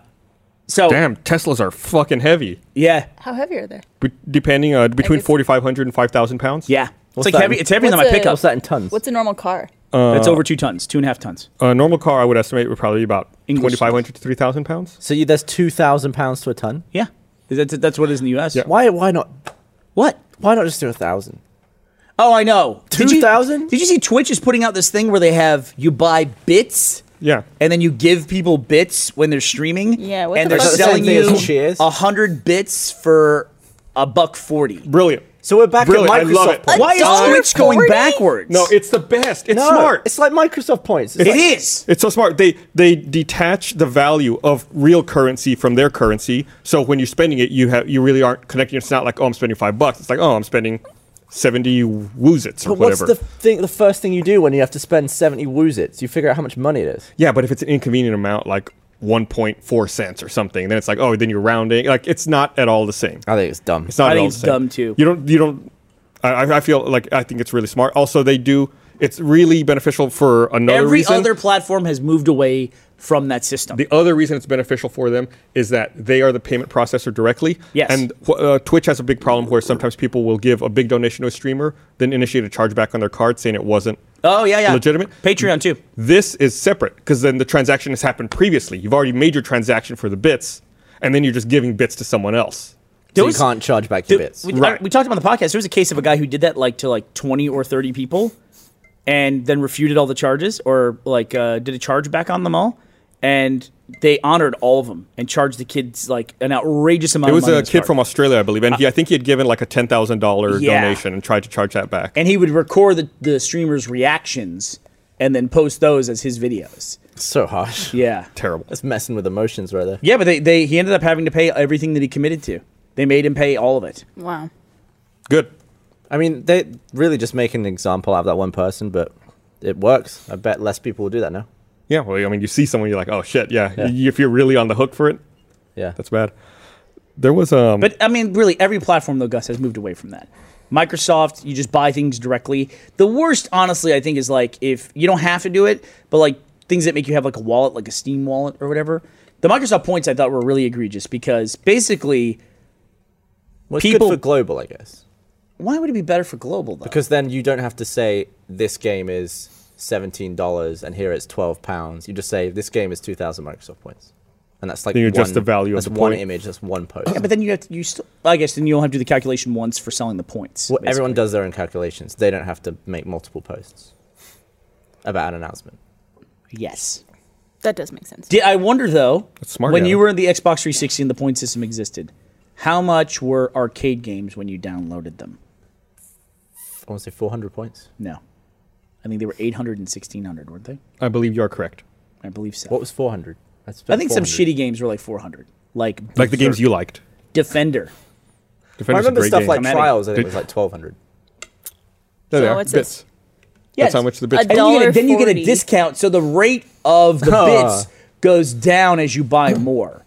[SPEAKER 2] So
[SPEAKER 1] Damn, Teslas are fucking heavy.
[SPEAKER 2] yeah,
[SPEAKER 4] How heavy are they?
[SPEAKER 1] Be- depending uh, between
[SPEAKER 4] guess-
[SPEAKER 1] 4,500 and 5,000 pounds.
[SPEAKER 2] yeah.
[SPEAKER 3] What's
[SPEAKER 2] it's
[SPEAKER 3] that? Uh.
[SPEAKER 2] like heavy. It's heavier than my
[SPEAKER 4] What's a-
[SPEAKER 2] pickup.
[SPEAKER 3] What's that in tons?
[SPEAKER 4] What's a normal car?
[SPEAKER 2] it's over two tons, two and a half tons.
[SPEAKER 1] A normal car, I would estimate, would probably be about
[SPEAKER 2] English
[SPEAKER 1] 2,500 to 3,000 pounds.
[SPEAKER 3] so you, there's two thousand pounds to a ton.
[SPEAKER 2] Yeah, Is that- that's what it is in the U.S.
[SPEAKER 3] Why? Why not?
[SPEAKER 2] What?
[SPEAKER 3] Why not just do a thousand?
[SPEAKER 2] Oh, I know. Did you-
[SPEAKER 3] 2,000?
[SPEAKER 2] Did you see Twitch is putting out this thing where they have you buy bits?
[SPEAKER 1] Yeah.
[SPEAKER 2] And then you give people bits when they're streaming.
[SPEAKER 4] Yeah, what
[SPEAKER 2] and
[SPEAKER 4] the
[SPEAKER 2] they're
[SPEAKER 4] fuck is
[SPEAKER 2] selling
[SPEAKER 3] that? Is that
[SPEAKER 2] you
[SPEAKER 3] the same thing as Cheers?
[SPEAKER 2] a hundred bits for a buck forty.
[SPEAKER 1] Brilliant.
[SPEAKER 3] So we're back
[SPEAKER 1] Brilliant.
[SPEAKER 3] at
[SPEAKER 1] I
[SPEAKER 3] Microsoft.
[SPEAKER 1] love it.
[SPEAKER 3] points.
[SPEAKER 2] Why
[SPEAKER 4] dollar
[SPEAKER 2] is Twitch going
[SPEAKER 4] 40?
[SPEAKER 2] backwards?
[SPEAKER 1] No, it's the best. It's
[SPEAKER 3] No,
[SPEAKER 1] smart.
[SPEAKER 3] It's like Microsoft points. It's
[SPEAKER 2] it
[SPEAKER 3] like-
[SPEAKER 2] is.
[SPEAKER 1] It's so smart. They they detach the value of real currency from their currency. So when you're spending it, you have you really aren't connecting. It's not like oh I'm spending five bucks. It's like oh I'm spending seventy woozits or
[SPEAKER 3] But what's
[SPEAKER 1] whatever.
[SPEAKER 3] the thing? The first thing you do when you have to spend seventy woozits, you figure out how much money it is.
[SPEAKER 1] yeah, but if it's an inconvenient amount like one point four cents or something, then it's like oh then you're rounding. Like it's not at all the same.
[SPEAKER 3] I think it's dumb.
[SPEAKER 1] It's not
[SPEAKER 2] I
[SPEAKER 1] at
[SPEAKER 2] think
[SPEAKER 1] all
[SPEAKER 2] it's
[SPEAKER 1] the same.
[SPEAKER 2] dumb, too.
[SPEAKER 1] You don't you don't. I, I- I feel like I think it's really smart. Also, they do. It's really beneficial for another
[SPEAKER 2] Every
[SPEAKER 1] reason.
[SPEAKER 2] other platform has moved away from that system.
[SPEAKER 1] The other reason it's beneficial for them is that they are the payment processor directly.
[SPEAKER 2] Yes.
[SPEAKER 1] And wh- uh, Twitch has a big problem where sometimes people will give a big donation to a streamer, then initiate a chargeback on their card saying it wasn't.
[SPEAKER 2] oh yeah, yeah.
[SPEAKER 1] Legitimate?
[SPEAKER 2] Patreon too.
[SPEAKER 1] This is separate because then the transaction has happened previously. You've already made your transaction for the bits, and then you're just giving bits to someone else.
[SPEAKER 3] So you
[SPEAKER 2] Those-
[SPEAKER 3] can't charge back your
[SPEAKER 2] Th-
[SPEAKER 3] bits.
[SPEAKER 2] We,
[SPEAKER 1] Right.
[SPEAKER 2] I- we talked about the podcast. There was a case of a guy who did that like to like twenty or thirty people, and then refuted all the charges or like uh, did a charge back on them all, and they honored all of them and charged the kids like an outrageous amount.
[SPEAKER 1] It was Uh,
[SPEAKER 2] of money
[SPEAKER 1] a
[SPEAKER 2] on his
[SPEAKER 1] kid
[SPEAKER 2] card.
[SPEAKER 1] from Australia, I believe, and he, I think he had given like a ten thousand dollar
[SPEAKER 2] Yeah.
[SPEAKER 1] donation and tried to charge that back.
[SPEAKER 2] and he would record the, the streamer's reactions and then post those as his videos.
[SPEAKER 3] so harsh.
[SPEAKER 2] Yeah,
[SPEAKER 1] Terrible.
[SPEAKER 3] That's messing with emotions right there.
[SPEAKER 2] yeah, but they, they he ended up having to pay everything that he committed to. They made him pay all of it.
[SPEAKER 4] Wow.
[SPEAKER 1] Good.
[SPEAKER 3] I mean, they really just make an example out of that one person, but it works. I bet less people will do that now.
[SPEAKER 1] Yeah. Well, I mean, you see someone, you're like, oh shit, yeah. Y- If you're really on the hook for it,
[SPEAKER 3] Yeah.
[SPEAKER 1] that's bad. There was um.
[SPEAKER 2] But I mean, really, every platform though, Gus has moved away from that. Microsoft, you just buy things directly. The worst, honestly, I think is like if you don't have to do it, but like things that make you have like a wallet, like a Steam wallet or whatever. The Microsoft points I thought were really egregious because basically,
[SPEAKER 3] well, it's
[SPEAKER 2] people-
[SPEAKER 3] good for global, I guess,
[SPEAKER 2] why would it be better for global though?
[SPEAKER 3] because then you don't have to say this game is seventeen dollars and here it's twelve pounds. You just say this game is two thousand Microsoft points, and that's like
[SPEAKER 1] Then you adjust
[SPEAKER 3] one-
[SPEAKER 1] the value of
[SPEAKER 3] that's
[SPEAKER 1] the
[SPEAKER 3] one
[SPEAKER 1] point.
[SPEAKER 3] image. That's one post.
[SPEAKER 2] but then you have to, you still, I guess then you don't have to do the calculation once for selling the points.
[SPEAKER 3] Well,
[SPEAKER 2] basically.
[SPEAKER 3] everyone does their own calculations. They don't have to make multiple posts about an announcement.
[SPEAKER 2] Yes.
[SPEAKER 4] That does make sense.
[SPEAKER 2] Did I wonder though?
[SPEAKER 1] smart,
[SPEAKER 2] When
[SPEAKER 1] yeah.
[SPEAKER 2] you were in the Xbox 360 and the point system existed, how much were arcade games when you downloaded them?
[SPEAKER 3] I want to say four hundred points.
[SPEAKER 2] No. I think they were 800 and 1600, weren't they?
[SPEAKER 1] I believe you are correct.
[SPEAKER 2] I believe so.
[SPEAKER 3] What was four hundred?
[SPEAKER 2] I think some shitty games were like 400. Like,
[SPEAKER 1] Like the games you liked.
[SPEAKER 2] Defender.
[SPEAKER 3] I
[SPEAKER 1] Defender's a
[SPEAKER 3] remember
[SPEAKER 1] great
[SPEAKER 3] stuff
[SPEAKER 1] game.
[SPEAKER 3] like
[SPEAKER 2] I'm adding-
[SPEAKER 3] Trials. I think it
[SPEAKER 1] Did-
[SPEAKER 3] was like twelve hundred.
[SPEAKER 1] There they
[SPEAKER 4] So
[SPEAKER 1] are.
[SPEAKER 4] what's this?
[SPEAKER 1] Bits.
[SPEAKER 2] Yes.
[SPEAKER 1] how much the bits-
[SPEAKER 2] And then you, get a, then you get a
[SPEAKER 4] $1.40.
[SPEAKER 2] discount, so the rate of the
[SPEAKER 3] Huh.
[SPEAKER 2] bits goes down as you buy more.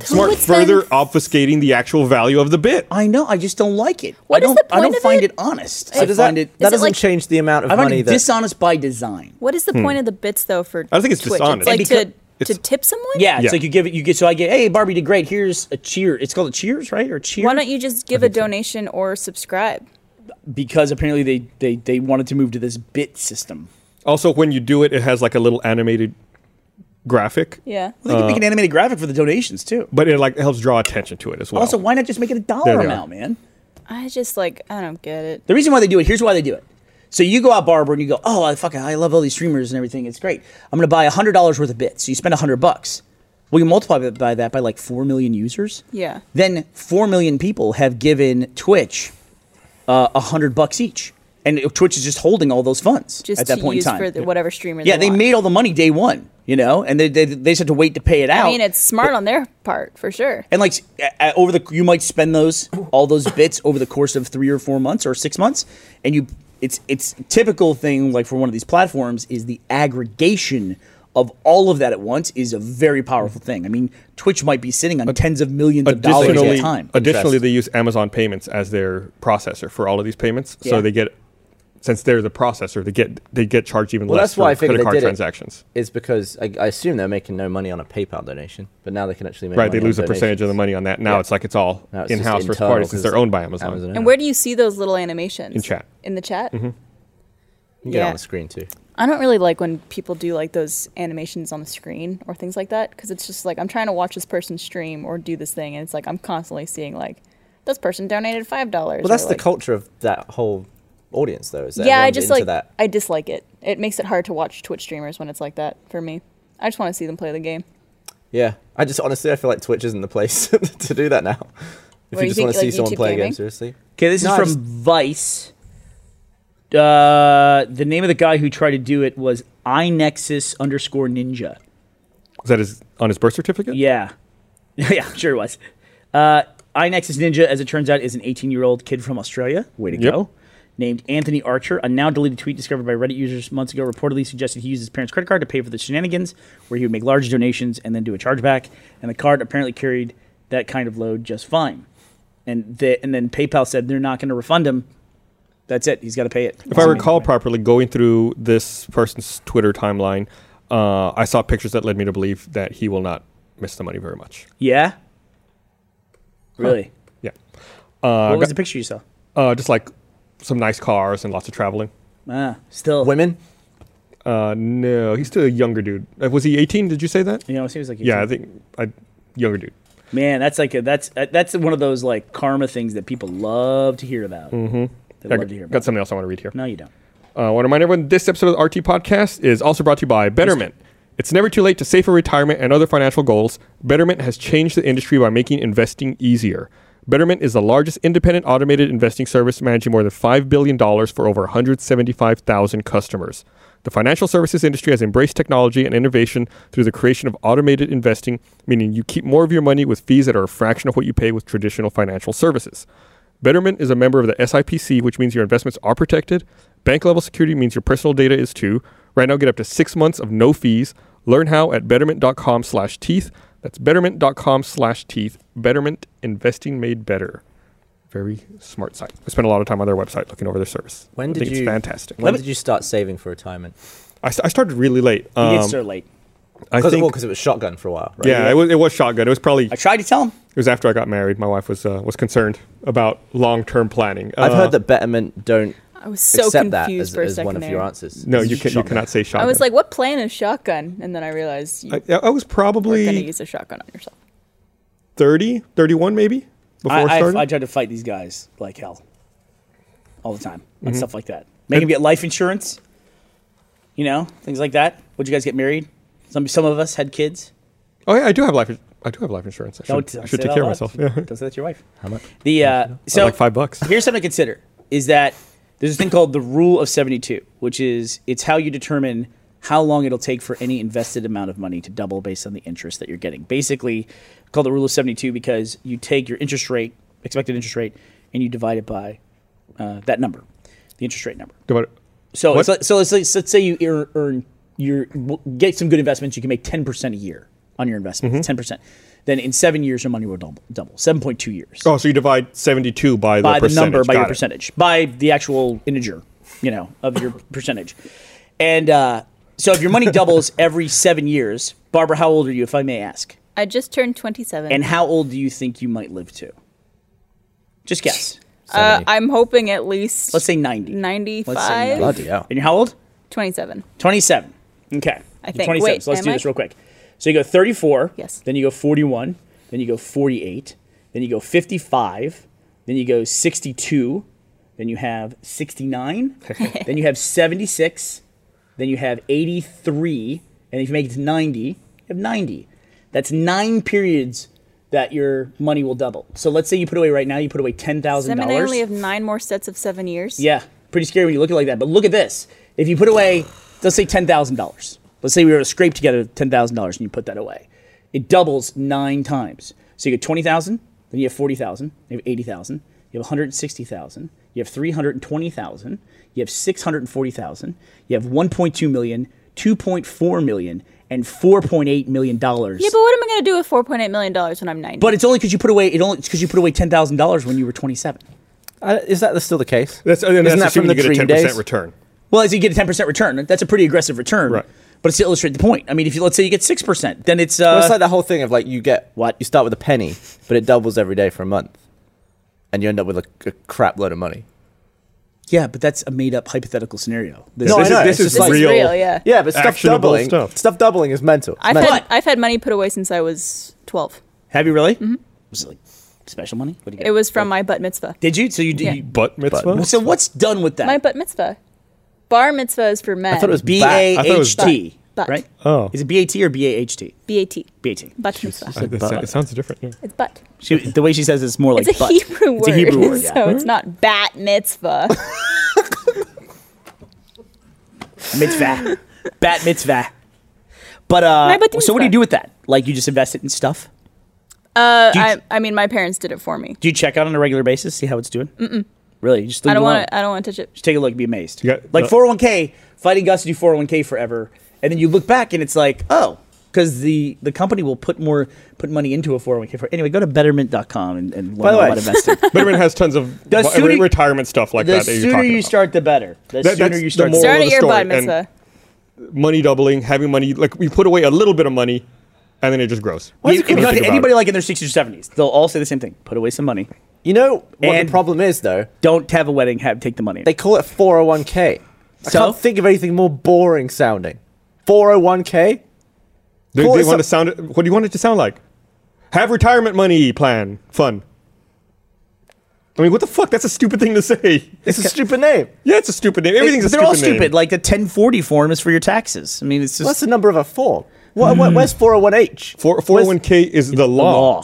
[SPEAKER 1] Smart
[SPEAKER 4] would spend-
[SPEAKER 1] further obfuscating the actual value of the bit.
[SPEAKER 2] I know. I just don't like it.
[SPEAKER 4] What
[SPEAKER 2] I
[SPEAKER 4] is
[SPEAKER 2] don't,
[SPEAKER 4] the
[SPEAKER 2] I don't
[SPEAKER 4] point of
[SPEAKER 2] find
[SPEAKER 4] it?
[SPEAKER 2] it, honest.
[SPEAKER 3] So
[SPEAKER 2] I
[SPEAKER 3] does that
[SPEAKER 2] find it.
[SPEAKER 3] that
[SPEAKER 4] Is it
[SPEAKER 3] doesn't
[SPEAKER 4] like-
[SPEAKER 3] change the amount of
[SPEAKER 2] I find
[SPEAKER 3] money
[SPEAKER 2] it
[SPEAKER 3] that
[SPEAKER 2] dishonest by design.
[SPEAKER 4] What is the point of the bits though for
[SPEAKER 1] I don't think it's
[SPEAKER 4] Twitch?
[SPEAKER 1] dishonest.
[SPEAKER 4] It's like
[SPEAKER 2] Because-
[SPEAKER 4] to,
[SPEAKER 1] it's-
[SPEAKER 4] to tip someone?
[SPEAKER 2] Yeah, it's
[SPEAKER 1] Yeah.
[SPEAKER 2] like you give it. You get so I get. Hey, Barbie did great. Here's a cheer. It's called a cheers, right? Or cheer.
[SPEAKER 4] Why don't you just give a donation or subscribe?
[SPEAKER 2] Because apparently they they they wanted to move to this bit system.
[SPEAKER 1] Also, when you do it, it has like a little animated graphic,
[SPEAKER 4] Yeah.
[SPEAKER 2] Well, they
[SPEAKER 1] Uh,
[SPEAKER 2] can make an animated graphic for the donations too.
[SPEAKER 1] but it like helps draw attention to it as well.
[SPEAKER 2] Also, why not just make it a
[SPEAKER 1] There
[SPEAKER 2] dollar
[SPEAKER 1] they are.
[SPEAKER 2] amount, man?
[SPEAKER 4] I just like I don't get it.
[SPEAKER 2] The reason why they do it, here's why they do it. So you go out, Barber, and you go, oh, I fucking, I love all these streamers and everything. It's great. I'm going to buy $100 worth of bits. So you spend 100 bucks. Well, you multiply that by that by like 4 million users.
[SPEAKER 4] Yeah.
[SPEAKER 2] Then 4 million people have given Twitch uh, 100 bucks each. And Twitch is just holding all those funds
[SPEAKER 4] Just
[SPEAKER 2] at that
[SPEAKER 4] to
[SPEAKER 2] point
[SPEAKER 4] use
[SPEAKER 2] in time.
[SPEAKER 4] for the, whatever streamer.
[SPEAKER 2] yeah, they
[SPEAKER 4] want.
[SPEAKER 2] made all the money day one, you know, and they, they, they just had to wait to pay it out.
[SPEAKER 4] I mean, it's smart on their part for sure.
[SPEAKER 2] And like a- a- over the you might spend those all those bits over the course of 3 or 4 months or 6 months and you it's it's typical thing like for one of these platforms is the aggregation of all of that at once is a very powerful thing. I mean, Twitch might be sitting on tens of millions of dollars at a
[SPEAKER 1] additionally,
[SPEAKER 2] time.
[SPEAKER 1] additionally,
[SPEAKER 3] Interest.
[SPEAKER 1] they use Amazon payments as their processor for all of these payments, so
[SPEAKER 2] Yeah.
[SPEAKER 1] they get since they're the processor, they get they get charged even
[SPEAKER 3] Well,
[SPEAKER 1] less
[SPEAKER 3] that's
[SPEAKER 1] for
[SPEAKER 3] why I figured
[SPEAKER 1] credit
[SPEAKER 3] they
[SPEAKER 1] card
[SPEAKER 3] did it.
[SPEAKER 1] transactions.
[SPEAKER 3] It's because I, I assume they're making no money on a PayPal donation, but now they can actually make
[SPEAKER 1] Right,
[SPEAKER 3] money
[SPEAKER 1] they
[SPEAKER 3] on
[SPEAKER 1] lose a percentage of the
[SPEAKER 3] donations.
[SPEAKER 1] money on that. Now
[SPEAKER 3] Yeah.
[SPEAKER 1] it's like it's all
[SPEAKER 3] Now it's just
[SPEAKER 1] in-house first
[SPEAKER 3] internal
[SPEAKER 1] party since
[SPEAKER 3] 'cause
[SPEAKER 1] they're
[SPEAKER 3] it's
[SPEAKER 1] owned by Amazon.
[SPEAKER 3] Amazon, yeah. Mm-hmm.
[SPEAKER 4] And where do you see those little animations?
[SPEAKER 1] In chat.
[SPEAKER 4] In the chat?
[SPEAKER 3] You can get it
[SPEAKER 4] Yeah.
[SPEAKER 3] on the screen too.
[SPEAKER 4] I don't really like when people do like those animations on the screen or things like that because it's just like I'm trying to watch this person stream or do this thing and it's like I'm constantly seeing like this person donated five dollars.
[SPEAKER 3] Well, that's the culture of that whole audience, though. Is that
[SPEAKER 4] Yeah, I
[SPEAKER 3] everyone's
[SPEAKER 4] just
[SPEAKER 3] into
[SPEAKER 4] like
[SPEAKER 3] that.
[SPEAKER 4] I dislike it. It makes it hard to watch Twitch streamers when it's like that for me. I just want to see them play the game.
[SPEAKER 3] Yeah, I just honestly I feel like Twitch isn't the place to do that now. If
[SPEAKER 4] What,
[SPEAKER 3] you
[SPEAKER 4] you
[SPEAKER 3] just
[SPEAKER 4] think,
[SPEAKER 3] want to see
[SPEAKER 4] like,
[SPEAKER 3] someone
[SPEAKER 4] YouTube
[SPEAKER 3] play a game
[SPEAKER 4] gaming?
[SPEAKER 3] seriously,
[SPEAKER 2] Okay, this
[SPEAKER 3] No,
[SPEAKER 2] is
[SPEAKER 3] I
[SPEAKER 2] from
[SPEAKER 3] just-
[SPEAKER 2] Vice. Uh, the name of the guy who tried to do it was iNexus underscore Ninja.
[SPEAKER 1] Is that his on his birth certificate?
[SPEAKER 2] Yeah, yeah, I'm sure it was. Uh, iNexus Ninja, as it turns out, is an 18 year old kid from Australia. Way to
[SPEAKER 1] Yep.
[SPEAKER 2] go. Named Anthony Archer, a now deleted tweet discovered by Reddit users months ago reportedly suggested he use his parents' credit card to pay for the shenanigans, where he would make large donations and then do a chargeback. And the card apparently carried that kind of load just fine. And the, and then PayPal said they're not going to refund him. That's it. He's got to pay it.
[SPEAKER 1] If I recall properly, going through this person's Twitter timeline, uh, I saw pictures that led me to believe that he will not miss the money very much.
[SPEAKER 2] Yeah. Really?
[SPEAKER 1] Yeah, uh,
[SPEAKER 2] what was
[SPEAKER 1] got-
[SPEAKER 2] the picture you saw?
[SPEAKER 1] uh, just like some nice cars and lots of traveling.
[SPEAKER 2] Ah, still.
[SPEAKER 3] women.
[SPEAKER 1] Uh, no, he's still a younger dude. Uh, was he 18? Did you say that?
[SPEAKER 2] You know, it seems like
[SPEAKER 1] Yeah, I think I younger dude.
[SPEAKER 2] Man, that's like a, that's uh, that's one of those like karma things that people love to hear about. Mm-hmm. They
[SPEAKER 1] I
[SPEAKER 2] love to hear
[SPEAKER 1] got
[SPEAKER 2] about.
[SPEAKER 1] something else I want to read here.
[SPEAKER 2] No, you don't.
[SPEAKER 1] Uh, I want to remind everyone this episode of the RT Podcast is also brought to you by Betterment. It's never too late to save for retirement and other financial goals. Betterment has changed the industry by making investing easier. Betterment is the largest independent automated investing service managing more than $5 billion for over 175,000 customers. The financial services industry has embraced technology and innovation through the creation of automated investing, meaning you keep more of your money with fees that are a fraction of what you pay with traditional financial services. Betterment is a member of the SIPC, which means your investments are protected. Bank level security means your personal data is too. Right now, get up to six months of no fees. Learn how at betterment.com slash teeth. That's betterment.com slash teeth. Betterment investing made better. Very smart site. I spent a lot of time on their website looking over their service.
[SPEAKER 3] When
[SPEAKER 1] I
[SPEAKER 3] did
[SPEAKER 1] think
[SPEAKER 3] you-
[SPEAKER 1] It's fantastic.
[SPEAKER 3] When
[SPEAKER 2] me-
[SPEAKER 3] did you start saving for retirement?
[SPEAKER 1] I, st- I started really late.
[SPEAKER 2] He
[SPEAKER 1] Um,
[SPEAKER 2] did start late.
[SPEAKER 1] I
[SPEAKER 3] Because
[SPEAKER 1] think.
[SPEAKER 3] well, 'cause it was shotgun for a while. Right?
[SPEAKER 1] yeah, it was, it was shotgun. It was probably
[SPEAKER 2] I
[SPEAKER 1] it
[SPEAKER 2] tried to tell him.
[SPEAKER 1] was after I got married. My wife was uh, was concerned about long term planning.
[SPEAKER 3] I've
[SPEAKER 1] Uh,
[SPEAKER 3] heard that Betterment don't
[SPEAKER 4] I was so
[SPEAKER 3] accept that
[SPEAKER 4] confused
[SPEAKER 3] as,
[SPEAKER 4] for a
[SPEAKER 3] as
[SPEAKER 4] second
[SPEAKER 3] one of
[SPEAKER 4] there.
[SPEAKER 3] your answers.
[SPEAKER 1] No,
[SPEAKER 3] It's
[SPEAKER 1] you, can, you
[SPEAKER 3] shotgun.
[SPEAKER 1] cannot say shotgun.
[SPEAKER 4] I was like, what plan is shotgun? And then I realized you
[SPEAKER 1] I, I was
[SPEAKER 4] were going to
[SPEAKER 1] probably
[SPEAKER 4] use a shotgun on yourself.
[SPEAKER 1] 30, 31 maybe before
[SPEAKER 2] I,
[SPEAKER 1] I,
[SPEAKER 2] I,
[SPEAKER 1] started.
[SPEAKER 2] I tried to fight these guys like hell, all the time on
[SPEAKER 1] Mm-hmm.
[SPEAKER 2] stuff like that. Make him get life insurance. You know, things like that. Would you guys get married? Some some of us had kids.
[SPEAKER 1] oh yeah, I do have life. ins- I do have life insurance. I should, I should
[SPEAKER 2] say
[SPEAKER 1] take
[SPEAKER 2] that
[SPEAKER 1] care of
[SPEAKER 2] out
[SPEAKER 1] myself.
[SPEAKER 2] loud.
[SPEAKER 1] Yeah.
[SPEAKER 2] Don't say that to your wife.
[SPEAKER 3] How much?
[SPEAKER 2] The uh, so
[SPEAKER 1] like five bucks.
[SPEAKER 2] Here's something to consider: is that there's a thing called the Rule of 72, which is it's how you determine how long it'll take for any invested amount of money to double based on the interest that you're getting. Basically, called the Rule of 72 because you take your interest rate, expected interest rate, and you divide it by uh, that number, the interest rate number.
[SPEAKER 1] Do what-
[SPEAKER 2] So,
[SPEAKER 1] What?
[SPEAKER 2] it's like, so it's like, so let's say you ear- earn your w- get some good investments, you can make ten percent a year on your
[SPEAKER 1] Mm-hmm.
[SPEAKER 2] investments, 10 percent. Then in seven years, your money will double, double seven point two years
[SPEAKER 1] oh, so you divide seventy-two by the
[SPEAKER 2] by the
[SPEAKER 1] percentage.
[SPEAKER 2] number, by your
[SPEAKER 1] Got it.
[SPEAKER 2] percentage, by the actual integer, you know, of your percentage. And uh, so, if your money doubles every seven years, Barbara, how old are you, if I may ask?
[SPEAKER 4] I just turned 27.
[SPEAKER 2] And how old do you think you might live to? Just guess.
[SPEAKER 4] uh, I'm hoping at least
[SPEAKER 2] Let's say ninety. Let's say
[SPEAKER 4] 95.
[SPEAKER 2] 90.
[SPEAKER 3] Bloody hell.
[SPEAKER 2] And you're how old?
[SPEAKER 4] 27.
[SPEAKER 2] 27. Okay.
[SPEAKER 4] I
[SPEAKER 2] You're
[SPEAKER 4] think.
[SPEAKER 2] 27.
[SPEAKER 4] Wait,
[SPEAKER 2] so let's
[SPEAKER 4] am
[SPEAKER 2] do
[SPEAKER 4] I?
[SPEAKER 2] this real quick. So you go 34.
[SPEAKER 4] Yes.
[SPEAKER 2] Then you go 41. Then you go 48. Then you go 55. Then you go 62. Then you have 69. then you have 76. Then you have 83. And if you make it to 90, you have 90. That's nine periods that your money will double. So let's say you put away right now, you put away $10,000.
[SPEAKER 4] Then I only have nine more sets of seven years.
[SPEAKER 2] Yeah, pretty scary when you look at it like that. But look at this. If you put away, let's say ten thousand dollars. Let's say we were to scrape together ten thousand dollars and you put that away, it doubles nine times. So you get twenty thousand, then you have forty thousand, you have eighty thousand, you have one hundred sixty thousand, you have three hundred twenty thousand, you have six hundred forty thousand, you have one point two million, two point four million, and four point eight million dollars.
[SPEAKER 4] Yeah, but what am I going to do with $4.8 million when I'm 90?
[SPEAKER 2] but it's only because you put away it only because you put away ten thousand dollars when you were twenty seven.
[SPEAKER 3] Uh, is that still the case?
[SPEAKER 1] That's, and
[SPEAKER 3] Isn't
[SPEAKER 1] that's
[SPEAKER 3] that from
[SPEAKER 1] assuming
[SPEAKER 3] the
[SPEAKER 1] you get a
[SPEAKER 3] dream
[SPEAKER 1] 10%
[SPEAKER 3] days?
[SPEAKER 1] return.
[SPEAKER 2] Well, as you get a ten percent return, that's a pretty aggressive return.
[SPEAKER 1] Right.
[SPEAKER 2] But it's to illustrate the point. I mean, if you let's say you get six percent, then it's uh,
[SPEAKER 3] Well, it's like the whole thing of like you get
[SPEAKER 2] What?
[SPEAKER 3] you start with a penny, but it doubles every day for a month, and you end up with a, a crap load of money.
[SPEAKER 2] yeah, but that's a made up hypothetical scenario. This
[SPEAKER 3] No,
[SPEAKER 2] is-
[SPEAKER 1] this
[SPEAKER 3] I
[SPEAKER 1] is,
[SPEAKER 3] know, it's
[SPEAKER 1] this
[SPEAKER 3] just
[SPEAKER 1] is
[SPEAKER 3] like-
[SPEAKER 1] real.
[SPEAKER 4] yeah.
[SPEAKER 3] Yeah, but stuff
[SPEAKER 1] Actionable
[SPEAKER 3] doubling,
[SPEAKER 1] stuff.
[SPEAKER 3] stuff. doubling is mental. It's
[SPEAKER 4] I've
[SPEAKER 3] mental.
[SPEAKER 4] had I've had money put away since I was twelve.
[SPEAKER 2] have you really? Mm-hmm. Was it like special money? What do you get?
[SPEAKER 4] It was from my bat mitzvah.
[SPEAKER 2] Did you? So you
[SPEAKER 4] Yeah.
[SPEAKER 2] did.
[SPEAKER 1] But mitzvah?
[SPEAKER 2] So what's done with that?
[SPEAKER 4] My bat mitzvah. Bar mitzvah is for men.
[SPEAKER 3] I thought it was
[SPEAKER 2] B A H T.
[SPEAKER 4] But- but.
[SPEAKER 2] Right?
[SPEAKER 1] Oh.
[SPEAKER 2] Is it B A T or B A H T?
[SPEAKER 4] bat.
[SPEAKER 2] B A T.
[SPEAKER 4] Bat mitzvah.
[SPEAKER 1] It- it Uh, sounds- it sounds different. yeah.
[SPEAKER 4] It's bat.
[SPEAKER 2] She, the way she says it's more like
[SPEAKER 4] It's a
[SPEAKER 2] but.
[SPEAKER 4] Hebrew word.
[SPEAKER 2] It's a Hebrew word. Yeah.
[SPEAKER 4] So it's not bat mitzvah.
[SPEAKER 2] mitzvah. Bat mitzvah. But uh,
[SPEAKER 4] My bat
[SPEAKER 2] so what do you
[SPEAKER 4] mitzvah.
[SPEAKER 2] do with that? Like you just invest it in stuff?
[SPEAKER 4] Uh,
[SPEAKER 2] Do you-
[SPEAKER 4] I, I mean, my parents did it for me.
[SPEAKER 2] Do you check out on a regular basis, see how it's doing? Mm-mm. Really? You just leave
[SPEAKER 4] I don't
[SPEAKER 2] it alone.
[SPEAKER 4] want to. I don't want to touch it.
[SPEAKER 2] Just take a look and be amazed.
[SPEAKER 1] You got-
[SPEAKER 2] like
[SPEAKER 1] uh,
[SPEAKER 2] 401k, fighting Gus to do 401k forever, and then you look back and it's like, oh, because the the company will put more put money into a 401k. For, anyway, go to betterment.com and, and learn
[SPEAKER 3] the
[SPEAKER 2] all
[SPEAKER 3] way,
[SPEAKER 2] about investing.
[SPEAKER 1] Betterment has tons of
[SPEAKER 2] The
[SPEAKER 1] wa-
[SPEAKER 2] sooner-
[SPEAKER 1] re- retirement stuff like
[SPEAKER 2] the
[SPEAKER 1] that. that you're
[SPEAKER 2] sooner
[SPEAKER 1] talking
[SPEAKER 2] you
[SPEAKER 1] about.
[SPEAKER 2] start, the better. The
[SPEAKER 1] That-
[SPEAKER 2] sooner
[SPEAKER 1] that's
[SPEAKER 2] you
[SPEAKER 1] the
[SPEAKER 2] start, the
[SPEAKER 1] moral of
[SPEAKER 4] Start
[SPEAKER 2] better.
[SPEAKER 4] at
[SPEAKER 1] the
[SPEAKER 4] your
[SPEAKER 1] story,
[SPEAKER 4] bat
[SPEAKER 1] and-
[SPEAKER 4] mitzvah.
[SPEAKER 1] money doubling, having money like we put away a little bit of money, and then it just grows.
[SPEAKER 2] You- if you
[SPEAKER 1] Think
[SPEAKER 2] talk to
[SPEAKER 1] about
[SPEAKER 2] anybody
[SPEAKER 1] it.
[SPEAKER 2] like in their 60s or 70s, they'll all say the same thing. Put away some money.
[SPEAKER 3] You know what
[SPEAKER 2] And-
[SPEAKER 3] the problem is though?
[SPEAKER 2] Don't have a wedding, have take the money.
[SPEAKER 3] They call it 401k. I
[SPEAKER 2] So?
[SPEAKER 3] can't think of anything more boring sounding. 401k.
[SPEAKER 1] they,
[SPEAKER 3] Cool,
[SPEAKER 1] they
[SPEAKER 3] it's
[SPEAKER 1] want
[SPEAKER 3] a-
[SPEAKER 1] to sound. What do you want it to sound like? Have retirement money plan fun. I mean, what the fuck? That's a stupid thing to say.
[SPEAKER 3] It's a stupid name.
[SPEAKER 1] Yeah, it's a stupid name. Everything's a
[SPEAKER 2] they're
[SPEAKER 1] stupid
[SPEAKER 2] all stupid.
[SPEAKER 1] name.
[SPEAKER 2] Like the 1040 form is for your taxes. I mean, it's just
[SPEAKER 3] What's the number of a form? What, what, where's 401h?
[SPEAKER 1] Hmm. Four hundred one k is the
[SPEAKER 2] the
[SPEAKER 1] law.
[SPEAKER 2] law.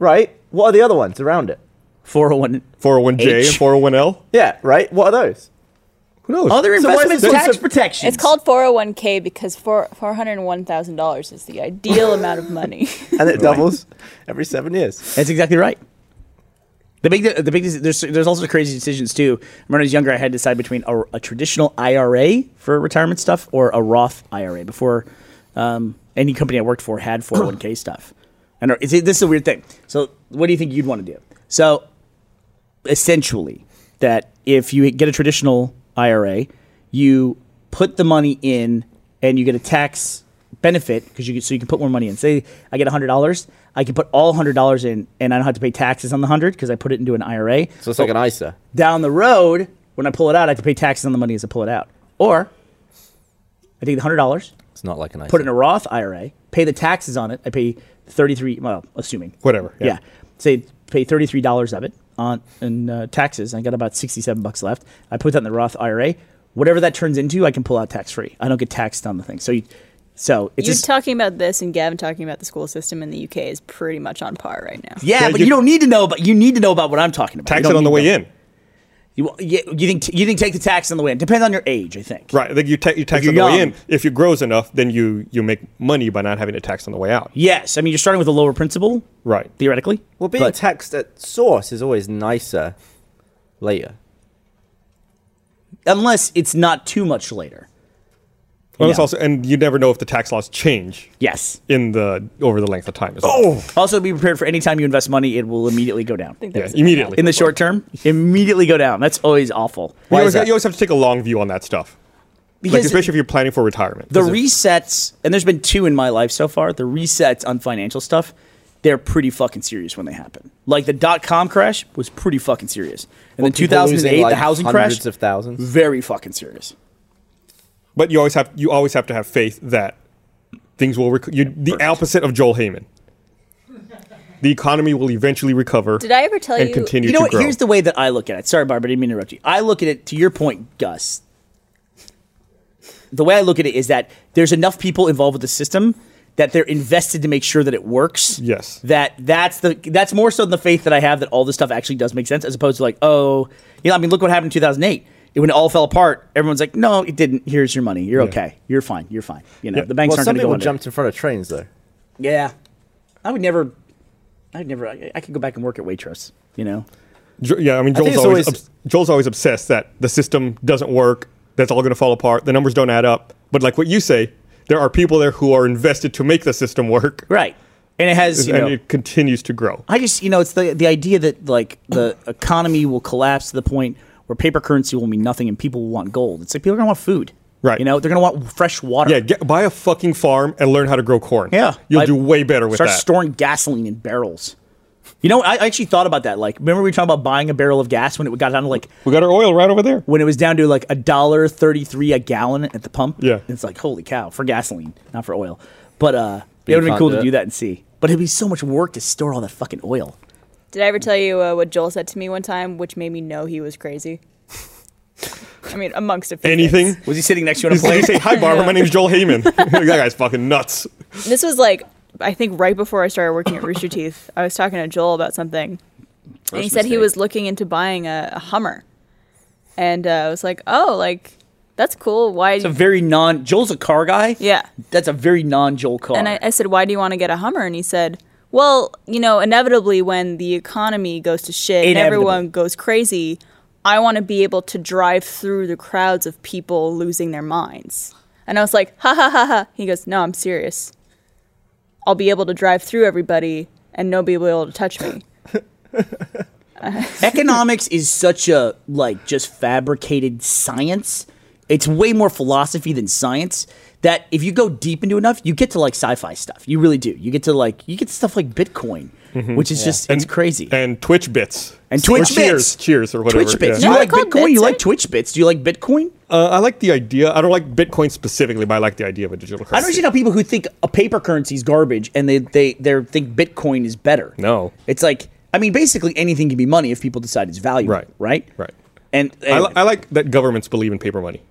[SPEAKER 3] Right. What are the other ones around it?
[SPEAKER 2] 401.
[SPEAKER 1] Four hundred one j
[SPEAKER 2] H.
[SPEAKER 1] and four hundred one l.
[SPEAKER 3] Yeah. Right. What are those?
[SPEAKER 1] Who knows?
[SPEAKER 2] Other
[SPEAKER 3] So what's-
[SPEAKER 2] investments,
[SPEAKER 3] what's
[SPEAKER 2] tax
[SPEAKER 3] the-
[SPEAKER 2] protection.
[SPEAKER 4] It's called 401k because four four hundred one thousand dollars is the ideal amount of money.
[SPEAKER 3] And it doubles every seven years.
[SPEAKER 2] That's exactly right. The big, the big, there's there's also crazy decisions too. When I was younger, I had to decide between a, a traditional IRA for retirement stuff or a Roth IRA. Before um, any company I worked for had 401k stuff, and it's, this is a weird thing. So, what do you think you'd want to do? So, essentially, that if you get a traditional IRA, you put the money in and you get a tax benefit because you can, so you can put more money in. Say I get hundred dollars, I can put all hundred dollars in, and I don't have to pay taxes on the hundred because I put it into an IRA.
[SPEAKER 3] So it's like an ISA.
[SPEAKER 2] Down the road, when I pull it out, I have to pay taxes on the money as I pull it out. Or I take the hundred dollars,
[SPEAKER 3] It's not like an ISA.
[SPEAKER 2] put it in a Roth IRA, pay the taxes on it. I pay thirty three. Well, assuming
[SPEAKER 1] Whatever.
[SPEAKER 2] yeah. Say pay thirty three dollars of it on in uh, taxes. I got about sixty seven bucks left. I put that in the Roth IRA. Whatever that turns into, I can pull out tax free. I don't get taxed on the thing. So you, so it's
[SPEAKER 4] You
[SPEAKER 2] just
[SPEAKER 4] talking about this and Gavin talking about the school system in the UK is pretty much on par right now.
[SPEAKER 2] yeah,
[SPEAKER 1] Yeah,
[SPEAKER 2] but
[SPEAKER 1] you-
[SPEAKER 2] you don't need to know. But you need to know about what I'm talking about.
[SPEAKER 1] Tax it on the way in.
[SPEAKER 2] You, yeah, you think you think take the tax on the way in? Depends on your age, I think.
[SPEAKER 1] Right. Like you, ta- you tax
[SPEAKER 2] you're
[SPEAKER 1] on the way
[SPEAKER 2] young.
[SPEAKER 1] in. If it grows enough, then you you make money by not having to tax on the way out.
[SPEAKER 2] Yes, I mean you're starting with a lower principal
[SPEAKER 1] Right.
[SPEAKER 2] theoretically.
[SPEAKER 3] Well, being
[SPEAKER 2] but-
[SPEAKER 3] taxed at source is always nicer later.
[SPEAKER 2] unless it's not too much later.
[SPEAKER 1] Well, it's
[SPEAKER 2] Yeah.
[SPEAKER 1] also, and you never know if the tax laws change
[SPEAKER 2] Yes.
[SPEAKER 1] in the over the length of time. As well.
[SPEAKER 2] Also, be prepared for any time you invest money, it will immediately go down.
[SPEAKER 4] think
[SPEAKER 1] yeah,
[SPEAKER 4] that's-
[SPEAKER 1] immediately.
[SPEAKER 2] In the short term, immediately go down. That's always awful.
[SPEAKER 1] you,
[SPEAKER 3] Why
[SPEAKER 1] always,
[SPEAKER 3] is that?
[SPEAKER 1] you always have to take a long view on that stuff, like,
[SPEAKER 2] Because
[SPEAKER 1] especially if you're planning for retirement.
[SPEAKER 2] the
[SPEAKER 1] 'Cause if-
[SPEAKER 2] resets, and there's been two in my life so far, the resets on financial stuff, they're pretty fucking serious when they happen. Like the dot com crash was pretty fucking serious. And then
[SPEAKER 3] People losing,
[SPEAKER 2] 2008,
[SPEAKER 3] like,
[SPEAKER 2] the housing
[SPEAKER 3] hundreds
[SPEAKER 2] crash,
[SPEAKER 3] of thousands.
[SPEAKER 2] very fucking serious.
[SPEAKER 1] but you always have you always have to have faith that things will. Rec- you the opposite of Joel Heyman. The economy will eventually recover.
[SPEAKER 4] Did I ever tell
[SPEAKER 1] and
[SPEAKER 4] you-
[SPEAKER 1] continue
[SPEAKER 2] You know
[SPEAKER 1] to
[SPEAKER 2] what?
[SPEAKER 1] grow?
[SPEAKER 2] Here's the way that I look at it. Sorry, Barbara, I didn't mean to interrupt you. I look at it to your point, Gus. The way I look at it is that there's enough people involved with the system that they're invested to make sure that it works.
[SPEAKER 1] Yes.
[SPEAKER 2] That that's the that's more so than the faith that I have that all this stuff actually does make sense, as opposed to like, oh, you know, I mean, look what happened in 2008. It- When it all fell apart, everyone's like, "No, it didn't. Here's your money. You're okay. You're fine. You're fine. You know,
[SPEAKER 1] Yeah.
[SPEAKER 2] the banks
[SPEAKER 3] Well,
[SPEAKER 2] aren't
[SPEAKER 3] some
[SPEAKER 2] going to go
[SPEAKER 3] people
[SPEAKER 2] under."
[SPEAKER 3] jumped in front of trains though.
[SPEAKER 2] Yeah, I would never. I would never. I, I could go back and work at Waitrose. You know,
[SPEAKER 1] Jo- yeah, I mean, Joel's
[SPEAKER 3] it's
[SPEAKER 1] always,
[SPEAKER 3] always-
[SPEAKER 1] obs- Joel's always obsessed that the system doesn't work. That's all going to fall apart. The numbers don't add up. But like what you say, there are people there who are invested to make the system work.
[SPEAKER 2] Right. and it has you
[SPEAKER 1] and
[SPEAKER 2] know,
[SPEAKER 1] it continues to grow.
[SPEAKER 2] I just you know it's the the idea that like the economy will collapse to the point where paper currency will mean nothing and people will want gold. It's like people are gonna want food,
[SPEAKER 1] Right.
[SPEAKER 2] You know they're gonna want fresh water.
[SPEAKER 1] Yeah, get, buy a fucking farm and learn how to grow corn.
[SPEAKER 2] Yeah.
[SPEAKER 1] you'll
[SPEAKER 2] I-
[SPEAKER 1] do way better with
[SPEAKER 2] start
[SPEAKER 1] that.
[SPEAKER 2] storing gasoline in barrels. You know, I I actually thought about that. Like, remember we were talking about buying a barrel of gas when it got down to like
[SPEAKER 1] we got our oil right over there.
[SPEAKER 2] when it was down to like a dollar thirty three a gallon at the pump.
[SPEAKER 1] Yeah.
[SPEAKER 2] it's like holy cow for gasoline, not for oil. But uh, it
[SPEAKER 3] you
[SPEAKER 2] would have been
[SPEAKER 3] can't
[SPEAKER 2] cool
[SPEAKER 3] do
[SPEAKER 2] to
[SPEAKER 3] it.
[SPEAKER 2] do that and see. But it'd be so much work to store all that fucking oil.
[SPEAKER 4] Did I ever tell you uh, what Joel said to me one time, which made me know he was crazy? I mean, amongst a few
[SPEAKER 1] Anything.
[SPEAKER 4] things.
[SPEAKER 2] Was he sitting next to you on a
[SPEAKER 1] He's like,
[SPEAKER 2] plane?
[SPEAKER 1] say, "Hi, Barbara. My name's Joel Heyman." that guy's fucking nuts.
[SPEAKER 4] This was like, I think right before I started working at Rooster Teeth, I was talking to Joel about something, and he said he
[SPEAKER 2] mistake.
[SPEAKER 4] was looking into buying a, a Hummer, and uh, I was like, oh, like that's cool. Why?
[SPEAKER 2] It's a very non Joel's a car guy.
[SPEAKER 4] yeah.
[SPEAKER 2] That's a very non Joel car.
[SPEAKER 4] And I, I said, why do you want to get a Hummer? And he said, well, you know, inevitably when the economy goes to shit and
[SPEAKER 2] Inevitable.
[SPEAKER 4] everyone goes crazy, I want to be able to drive through the crowds of people losing their minds. And I was like, ha ha ha ha. He goes, no, I'm serious. I'll be able to drive through everybody and nobody will be able to touch me.
[SPEAKER 2] Economics is such a like just fabricated science. It's way more philosophy than science. That if you go deep into enough, you get to like sci-fi stuff. You really do. You get to like you get stuff like Bitcoin, which is just it's crazy.
[SPEAKER 1] Mm-hmm. And Twitch bits.
[SPEAKER 2] And Twitch
[SPEAKER 1] Or Cheers,
[SPEAKER 2] bits.
[SPEAKER 1] cheers, or whatever.
[SPEAKER 2] Twitch bits.
[SPEAKER 1] yeah.
[SPEAKER 2] You
[SPEAKER 4] No,
[SPEAKER 2] like
[SPEAKER 4] they're called
[SPEAKER 2] Bitcoin? you
[SPEAKER 4] bits,
[SPEAKER 2] like
[SPEAKER 4] right?
[SPEAKER 2] Twitch bits? Do you like Bitcoin?
[SPEAKER 1] Uh, I like the idea. I don't like Bitcoin specifically, but I like the idea of a digital currency.
[SPEAKER 2] I don't understand how people who think a paper currency is garbage and they they they think Bitcoin is better.
[SPEAKER 1] No.
[SPEAKER 2] it's like I mean, basically anything can be money if people decide it's valuable.
[SPEAKER 1] Right.
[SPEAKER 2] right,
[SPEAKER 1] Right.
[SPEAKER 2] And,
[SPEAKER 1] I,
[SPEAKER 2] and-
[SPEAKER 1] li- I like that governments believe in paper money.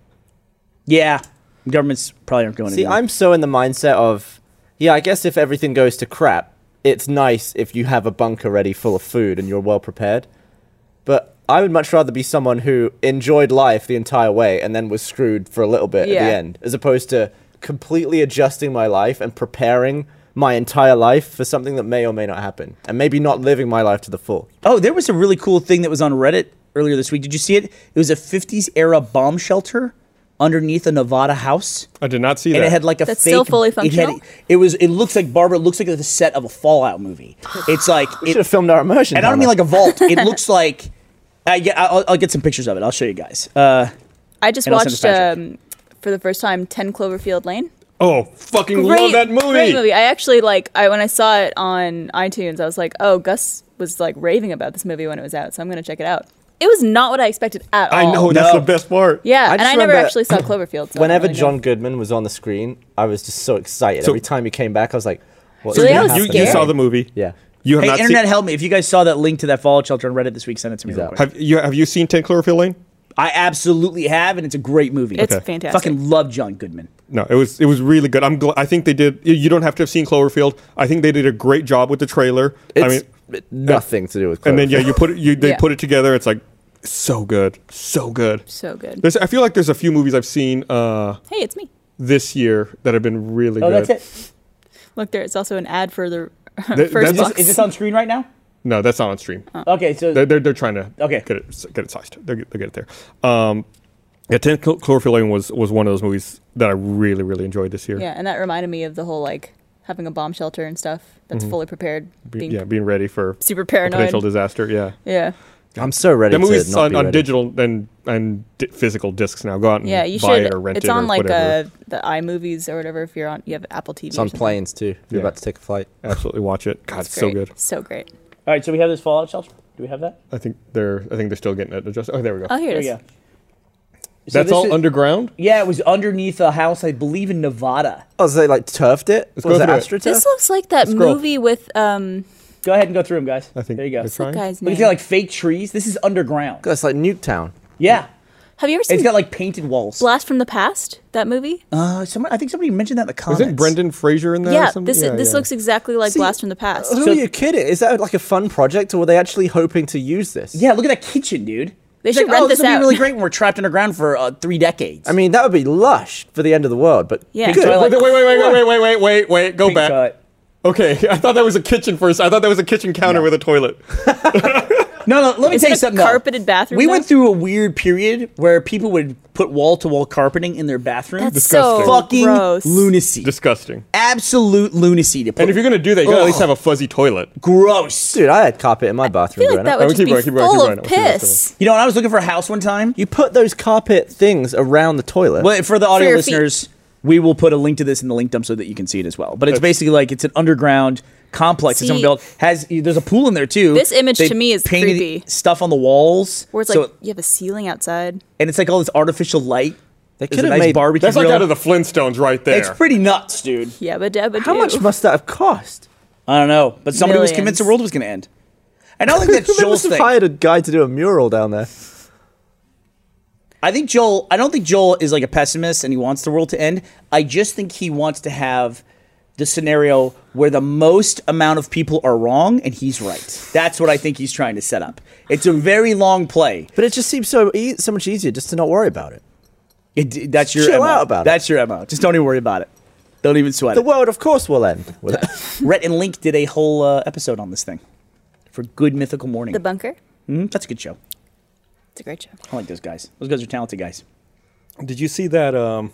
[SPEAKER 2] yeah, governments probably aren't going.
[SPEAKER 3] See,
[SPEAKER 2] anywhere.
[SPEAKER 3] I'm so in the mindset of, yeah, I guess if everything goes to crap, it's nice if you have a bunker ready full of food and you're well prepared. But I would much rather be someone who enjoyed life the entire way and then was screwed for a little bit at
[SPEAKER 4] Yeah.
[SPEAKER 3] the end, as opposed to completely adjusting my life and preparing my entire life for something that may or may not happen, and maybe not living my life to the full.
[SPEAKER 2] Oh, there was a really cool thing that was on Reddit earlier this week. Did you see it? It was a 50s era bomb shelter underneath a Nevada house.
[SPEAKER 1] I did not see
[SPEAKER 2] And
[SPEAKER 1] that.
[SPEAKER 2] it had like a
[SPEAKER 4] That's
[SPEAKER 2] fake.
[SPEAKER 4] still fully
[SPEAKER 2] it had-
[SPEAKER 4] functional?
[SPEAKER 2] It, was. It looks like Barbara. It looks like the set of a Fallout movie. It's like
[SPEAKER 3] We
[SPEAKER 2] it,
[SPEAKER 3] should have filmed our immersion.
[SPEAKER 2] and I don't
[SPEAKER 3] down
[SPEAKER 2] mean
[SPEAKER 3] there.
[SPEAKER 2] like a vault. It looks like. I get, I'll, I'll get some pictures of it. I'll show you guys. Uh,
[SPEAKER 4] I just
[SPEAKER 2] And I'll send it
[SPEAKER 4] watched
[SPEAKER 2] to Patrick.
[SPEAKER 4] um, for the first time 10 Cloverfield Lane.
[SPEAKER 1] oh, fucking love that movie.
[SPEAKER 4] Great movie. I actually like I when I saw it on iTunes, I was like, oh, Gus was like raving about this movie when it was out, so I'm gonna check it out. It was not what I expected at
[SPEAKER 1] I
[SPEAKER 4] all.
[SPEAKER 1] know that's
[SPEAKER 2] No.
[SPEAKER 1] the best part.
[SPEAKER 4] Yeah,
[SPEAKER 3] I
[SPEAKER 4] and
[SPEAKER 3] just
[SPEAKER 4] I never
[SPEAKER 3] remember-
[SPEAKER 4] actually saw Cloverfield. So I don't
[SPEAKER 3] Whenever
[SPEAKER 4] really know.
[SPEAKER 3] John Goodman was on the screen, I was just so excited.
[SPEAKER 1] So-
[SPEAKER 3] Every time he came back, I was like, "What's
[SPEAKER 4] So
[SPEAKER 3] gonna
[SPEAKER 4] that was
[SPEAKER 1] You,
[SPEAKER 3] happen?"
[SPEAKER 1] you
[SPEAKER 4] scary.
[SPEAKER 1] saw the movie.
[SPEAKER 3] Yeah.
[SPEAKER 1] You have
[SPEAKER 2] hey,
[SPEAKER 1] not
[SPEAKER 2] internet,
[SPEAKER 1] seen.
[SPEAKER 2] help me! If you guys saw that link to that Fallout shelter on Reddit this week, send it to me. Real
[SPEAKER 3] out.
[SPEAKER 2] quick.
[SPEAKER 1] Have you have you seen Ten Cloverfield Lane?
[SPEAKER 2] I absolutely have, and it's a great movie.
[SPEAKER 4] It's Okay. fantastic.
[SPEAKER 2] Fucking love John Goodman.
[SPEAKER 1] No, it was it was really good. I'm gl- I think they did. You don't have to have seen Cloverfield. I think they did a great job with the trailer. I mean,
[SPEAKER 3] It's nothing to do with.
[SPEAKER 1] and then yeah,
[SPEAKER 3] Cloverfield.
[SPEAKER 1] you put it. You they
[SPEAKER 4] Yeah.
[SPEAKER 1] put it together. It's like so good, so good.
[SPEAKER 4] so good.
[SPEAKER 1] There's, I feel like there's a few movies I've seen uh,
[SPEAKER 4] hey, it's me.
[SPEAKER 1] this year that have been really
[SPEAKER 2] Oh,
[SPEAKER 1] good.
[SPEAKER 2] that's it.
[SPEAKER 4] Look, there. It's also an ad for the
[SPEAKER 1] Th-
[SPEAKER 4] first
[SPEAKER 1] that's-
[SPEAKER 4] box.
[SPEAKER 2] Is this on screen right now?
[SPEAKER 1] No, that's not on stream.
[SPEAKER 2] Okay, so
[SPEAKER 1] They're, they're, they're trying to
[SPEAKER 2] Okay.
[SPEAKER 1] get it get it sized. They're, they get it there. Um, yeah, Ten Clo- Cloverfield Lane was was one of those movies that I really really enjoyed this year.
[SPEAKER 4] yeah, and that reminded me of the whole like having a bomb shelter and stuff that's fully prepared,
[SPEAKER 1] Mm-hmm. Be-
[SPEAKER 4] being
[SPEAKER 1] yeah, being ready for
[SPEAKER 4] super
[SPEAKER 1] a potential
[SPEAKER 4] paranoid.
[SPEAKER 1] disaster. Yeah,
[SPEAKER 4] Yeah,
[SPEAKER 3] I'm so ready.
[SPEAKER 1] that
[SPEAKER 3] to
[SPEAKER 1] movie's
[SPEAKER 3] not
[SPEAKER 1] on,
[SPEAKER 3] be
[SPEAKER 1] on
[SPEAKER 3] ready.
[SPEAKER 1] digital and and di- physical discs now. Go out and
[SPEAKER 4] yeah. You
[SPEAKER 1] Mm-hmm. buy
[SPEAKER 4] should.
[SPEAKER 1] it or rent
[SPEAKER 4] it's
[SPEAKER 1] it
[SPEAKER 4] on
[SPEAKER 1] or
[SPEAKER 4] like
[SPEAKER 1] whatever.
[SPEAKER 4] uh, the iMovies or whatever. If you're on, you have Apple TV.
[SPEAKER 3] It's on
[SPEAKER 4] or something.
[SPEAKER 3] planes too.
[SPEAKER 1] Yeah.
[SPEAKER 3] You're about to take a flight.
[SPEAKER 1] Absolutely watch it. God, it's
[SPEAKER 4] It's
[SPEAKER 1] so
[SPEAKER 4] great.
[SPEAKER 1] good.
[SPEAKER 4] So great.
[SPEAKER 2] All right, so we have this Fallout shelter. Do we have that?
[SPEAKER 1] I think they're I think they're still getting it adjusted. Oh, there we go.
[SPEAKER 4] Oh, here
[SPEAKER 2] There
[SPEAKER 4] it
[SPEAKER 2] we
[SPEAKER 4] is.
[SPEAKER 2] go. So
[SPEAKER 1] That's
[SPEAKER 2] this
[SPEAKER 1] all
[SPEAKER 2] is-
[SPEAKER 1] underground.
[SPEAKER 2] Yeah, it was underneath a house, I believe, in Nevada.
[SPEAKER 3] Oh, so they like turfed it?
[SPEAKER 1] Let's
[SPEAKER 3] was
[SPEAKER 1] go
[SPEAKER 3] it
[SPEAKER 1] through
[SPEAKER 3] AstroTurf?
[SPEAKER 4] This looks like that
[SPEAKER 1] Scroll.
[SPEAKER 4] movie with um
[SPEAKER 2] Go ahead and go through them, guys.
[SPEAKER 1] I think
[SPEAKER 2] there you go.
[SPEAKER 1] they're
[SPEAKER 4] the
[SPEAKER 1] trying.
[SPEAKER 4] guy's
[SPEAKER 2] Look,
[SPEAKER 4] name.
[SPEAKER 2] it's got like fake trees. This is underground.
[SPEAKER 3] God, It's like Nuketown.
[SPEAKER 2] Yeah,
[SPEAKER 4] have you ever seen
[SPEAKER 2] it's got like painted walls.
[SPEAKER 4] Blast from the Past? That movie?
[SPEAKER 2] Uh, somebody, I think somebody mentioned that in the comments.
[SPEAKER 1] Isn't Brendan Fraser in there? or
[SPEAKER 4] yeah,
[SPEAKER 1] something?
[SPEAKER 4] this this
[SPEAKER 1] yeah.
[SPEAKER 4] looks exactly like Blast from the Past.
[SPEAKER 3] uh, Who
[SPEAKER 2] So-
[SPEAKER 3] are you kidding? Is that like a fun project, or were they actually hoping to use this?
[SPEAKER 2] Yeah, look at that kitchen, dude.
[SPEAKER 4] They
[SPEAKER 2] It's
[SPEAKER 4] should
[SPEAKER 2] like,
[SPEAKER 4] rent
[SPEAKER 2] oh,
[SPEAKER 4] this
[SPEAKER 2] will
[SPEAKER 4] out.
[SPEAKER 2] be really great when we're trapped underground for uh, three decades.
[SPEAKER 3] I mean, that would be lush for the end of the world, but
[SPEAKER 4] Yeah.
[SPEAKER 3] good.
[SPEAKER 2] Toilet.
[SPEAKER 1] Wait, wait, wait, wait, wait, wait, wait, wait, wait. Go
[SPEAKER 2] Pink
[SPEAKER 1] back.
[SPEAKER 2] toilet.
[SPEAKER 1] Okay, I thought that was a kitchen first. I thought that was a kitchen counter with a toilet.
[SPEAKER 2] No, no. Let me
[SPEAKER 4] Is it
[SPEAKER 2] tell you
[SPEAKER 4] a
[SPEAKER 2] something. though.
[SPEAKER 4] carpeted bathroom,
[SPEAKER 2] We went
[SPEAKER 4] though?
[SPEAKER 2] through a weird period where people would put wall to wall carpeting in their bathroom.
[SPEAKER 4] That's
[SPEAKER 1] Disgusting.
[SPEAKER 4] so
[SPEAKER 2] fucking
[SPEAKER 4] gross.
[SPEAKER 2] lunacy.
[SPEAKER 1] Disgusting.
[SPEAKER 2] Absolute lunacy to put.
[SPEAKER 1] And if you're gonna do that, you gotta at least have
[SPEAKER 2] Ugh.
[SPEAKER 1] a fuzzy toilet.
[SPEAKER 2] gross.
[SPEAKER 3] Dude, I had carpet in my
[SPEAKER 4] I
[SPEAKER 3] bathroom
[SPEAKER 4] feel like
[SPEAKER 3] growing
[SPEAKER 4] that
[SPEAKER 3] up.
[SPEAKER 4] would
[SPEAKER 1] we
[SPEAKER 4] just
[SPEAKER 1] keep
[SPEAKER 4] be
[SPEAKER 1] going, keep going,
[SPEAKER 4] full
[SPEAKER 1] keep going.
[SPEAKER 4] of
[SPEAKER 1] We'll see what's
[SPEAKER 4] piss.
[SPEAKER 2] You know, when I was looking for a house one time,
[SPEAKER 3] You put those carpet things around the toilet.
[SPEAKER 2] Well, for the audio
[SPEAKER 4] your
[SPEAKER 2] listeners, we will put a link to this in the link dump so that you can see it as well. But it's basically like it's an underground complex that someone
[SPEAKER 4] See-
[SPEAKER 2] built. Has there's a pool in there too.
[SPEAKER 4] This image
[SPEAKER 2] They
[SPEAKER 4] to me is
[SPEAKER 2] painted
[SPEAKER 4] creepy.
[SPEAKER 2] Stuff on the walls,
[SPEAKER 4] Where it's
[SPEAKER 2] so-
[SPEAKER 4] like you have a ceiling outside.
[SPEAKER 2] and it's like all this artificial light.
[SPEAKER 3] They
[SPEAKER 2] There's a
[SPEAKER 3] could've
[SPEAKER 2] nice
[SPEAKER 3] made-
[SPEAKER 2] barbecue.
[SPEAKER 1] That's like
[SPEAKER 2] grill.
[SPEAKER 1] out of the Flintstones right there.
[SPEAKER 2] It's pretty nuts, dude.
[SPEAKER 4] Yabba dabba
[SPEAKER 3] How
[SPEAKER 4] doo.
[SPEAKER 3] much must that have cost?
[SPEAKER 2] I don't know, but somebody was convinced the
[SPEAKER 4] Millions.
[SPEAKER 2] world was going to end. And I don't think that's
[SPEAKER 3] Who
[SPEAKER 2] Joel's
[SPEAKER 3] must have
[SPEAKER 2] thing.
[SPEAKER 3] hired a guy to do a mural down there?
[SPEAKER 2] I think Joel. I don't think Joel is like a pessimist and he wants the world to end. I just think he wants to have the scenario where the most amount of people are wrong and he's right. That's what I think he's trying to set up. It's a very long play.
[SPEAKER 3] But it just seems so e- so much easier just to not worry about it.
[SPEAKER 2] It, that's your
[SPEAKER 3] Chill
[SPEAKER 2] MO.
[SPEAKER 3] out about it.
[SPEAKER 2] that's your mo. Just don't even worry about it. Don't even sweat
[SPEAKER 3] The
[SPEAKER 2] it.
[SPEAKER 3] world, of course, will end. With it.
[SPEAKER 2] Rhett and Link did a whole uh, episode on this thing for Good Mythical Morning.
[SPEAKER 4] The bunker.
[SPEAKER 2] Mhm, that's a good show.
[SPEAKER 4] It's a great show.
[SPEAKER 2] I like those guys. Those guys are talented guys.
[SPEAKER 1] Did you see that um,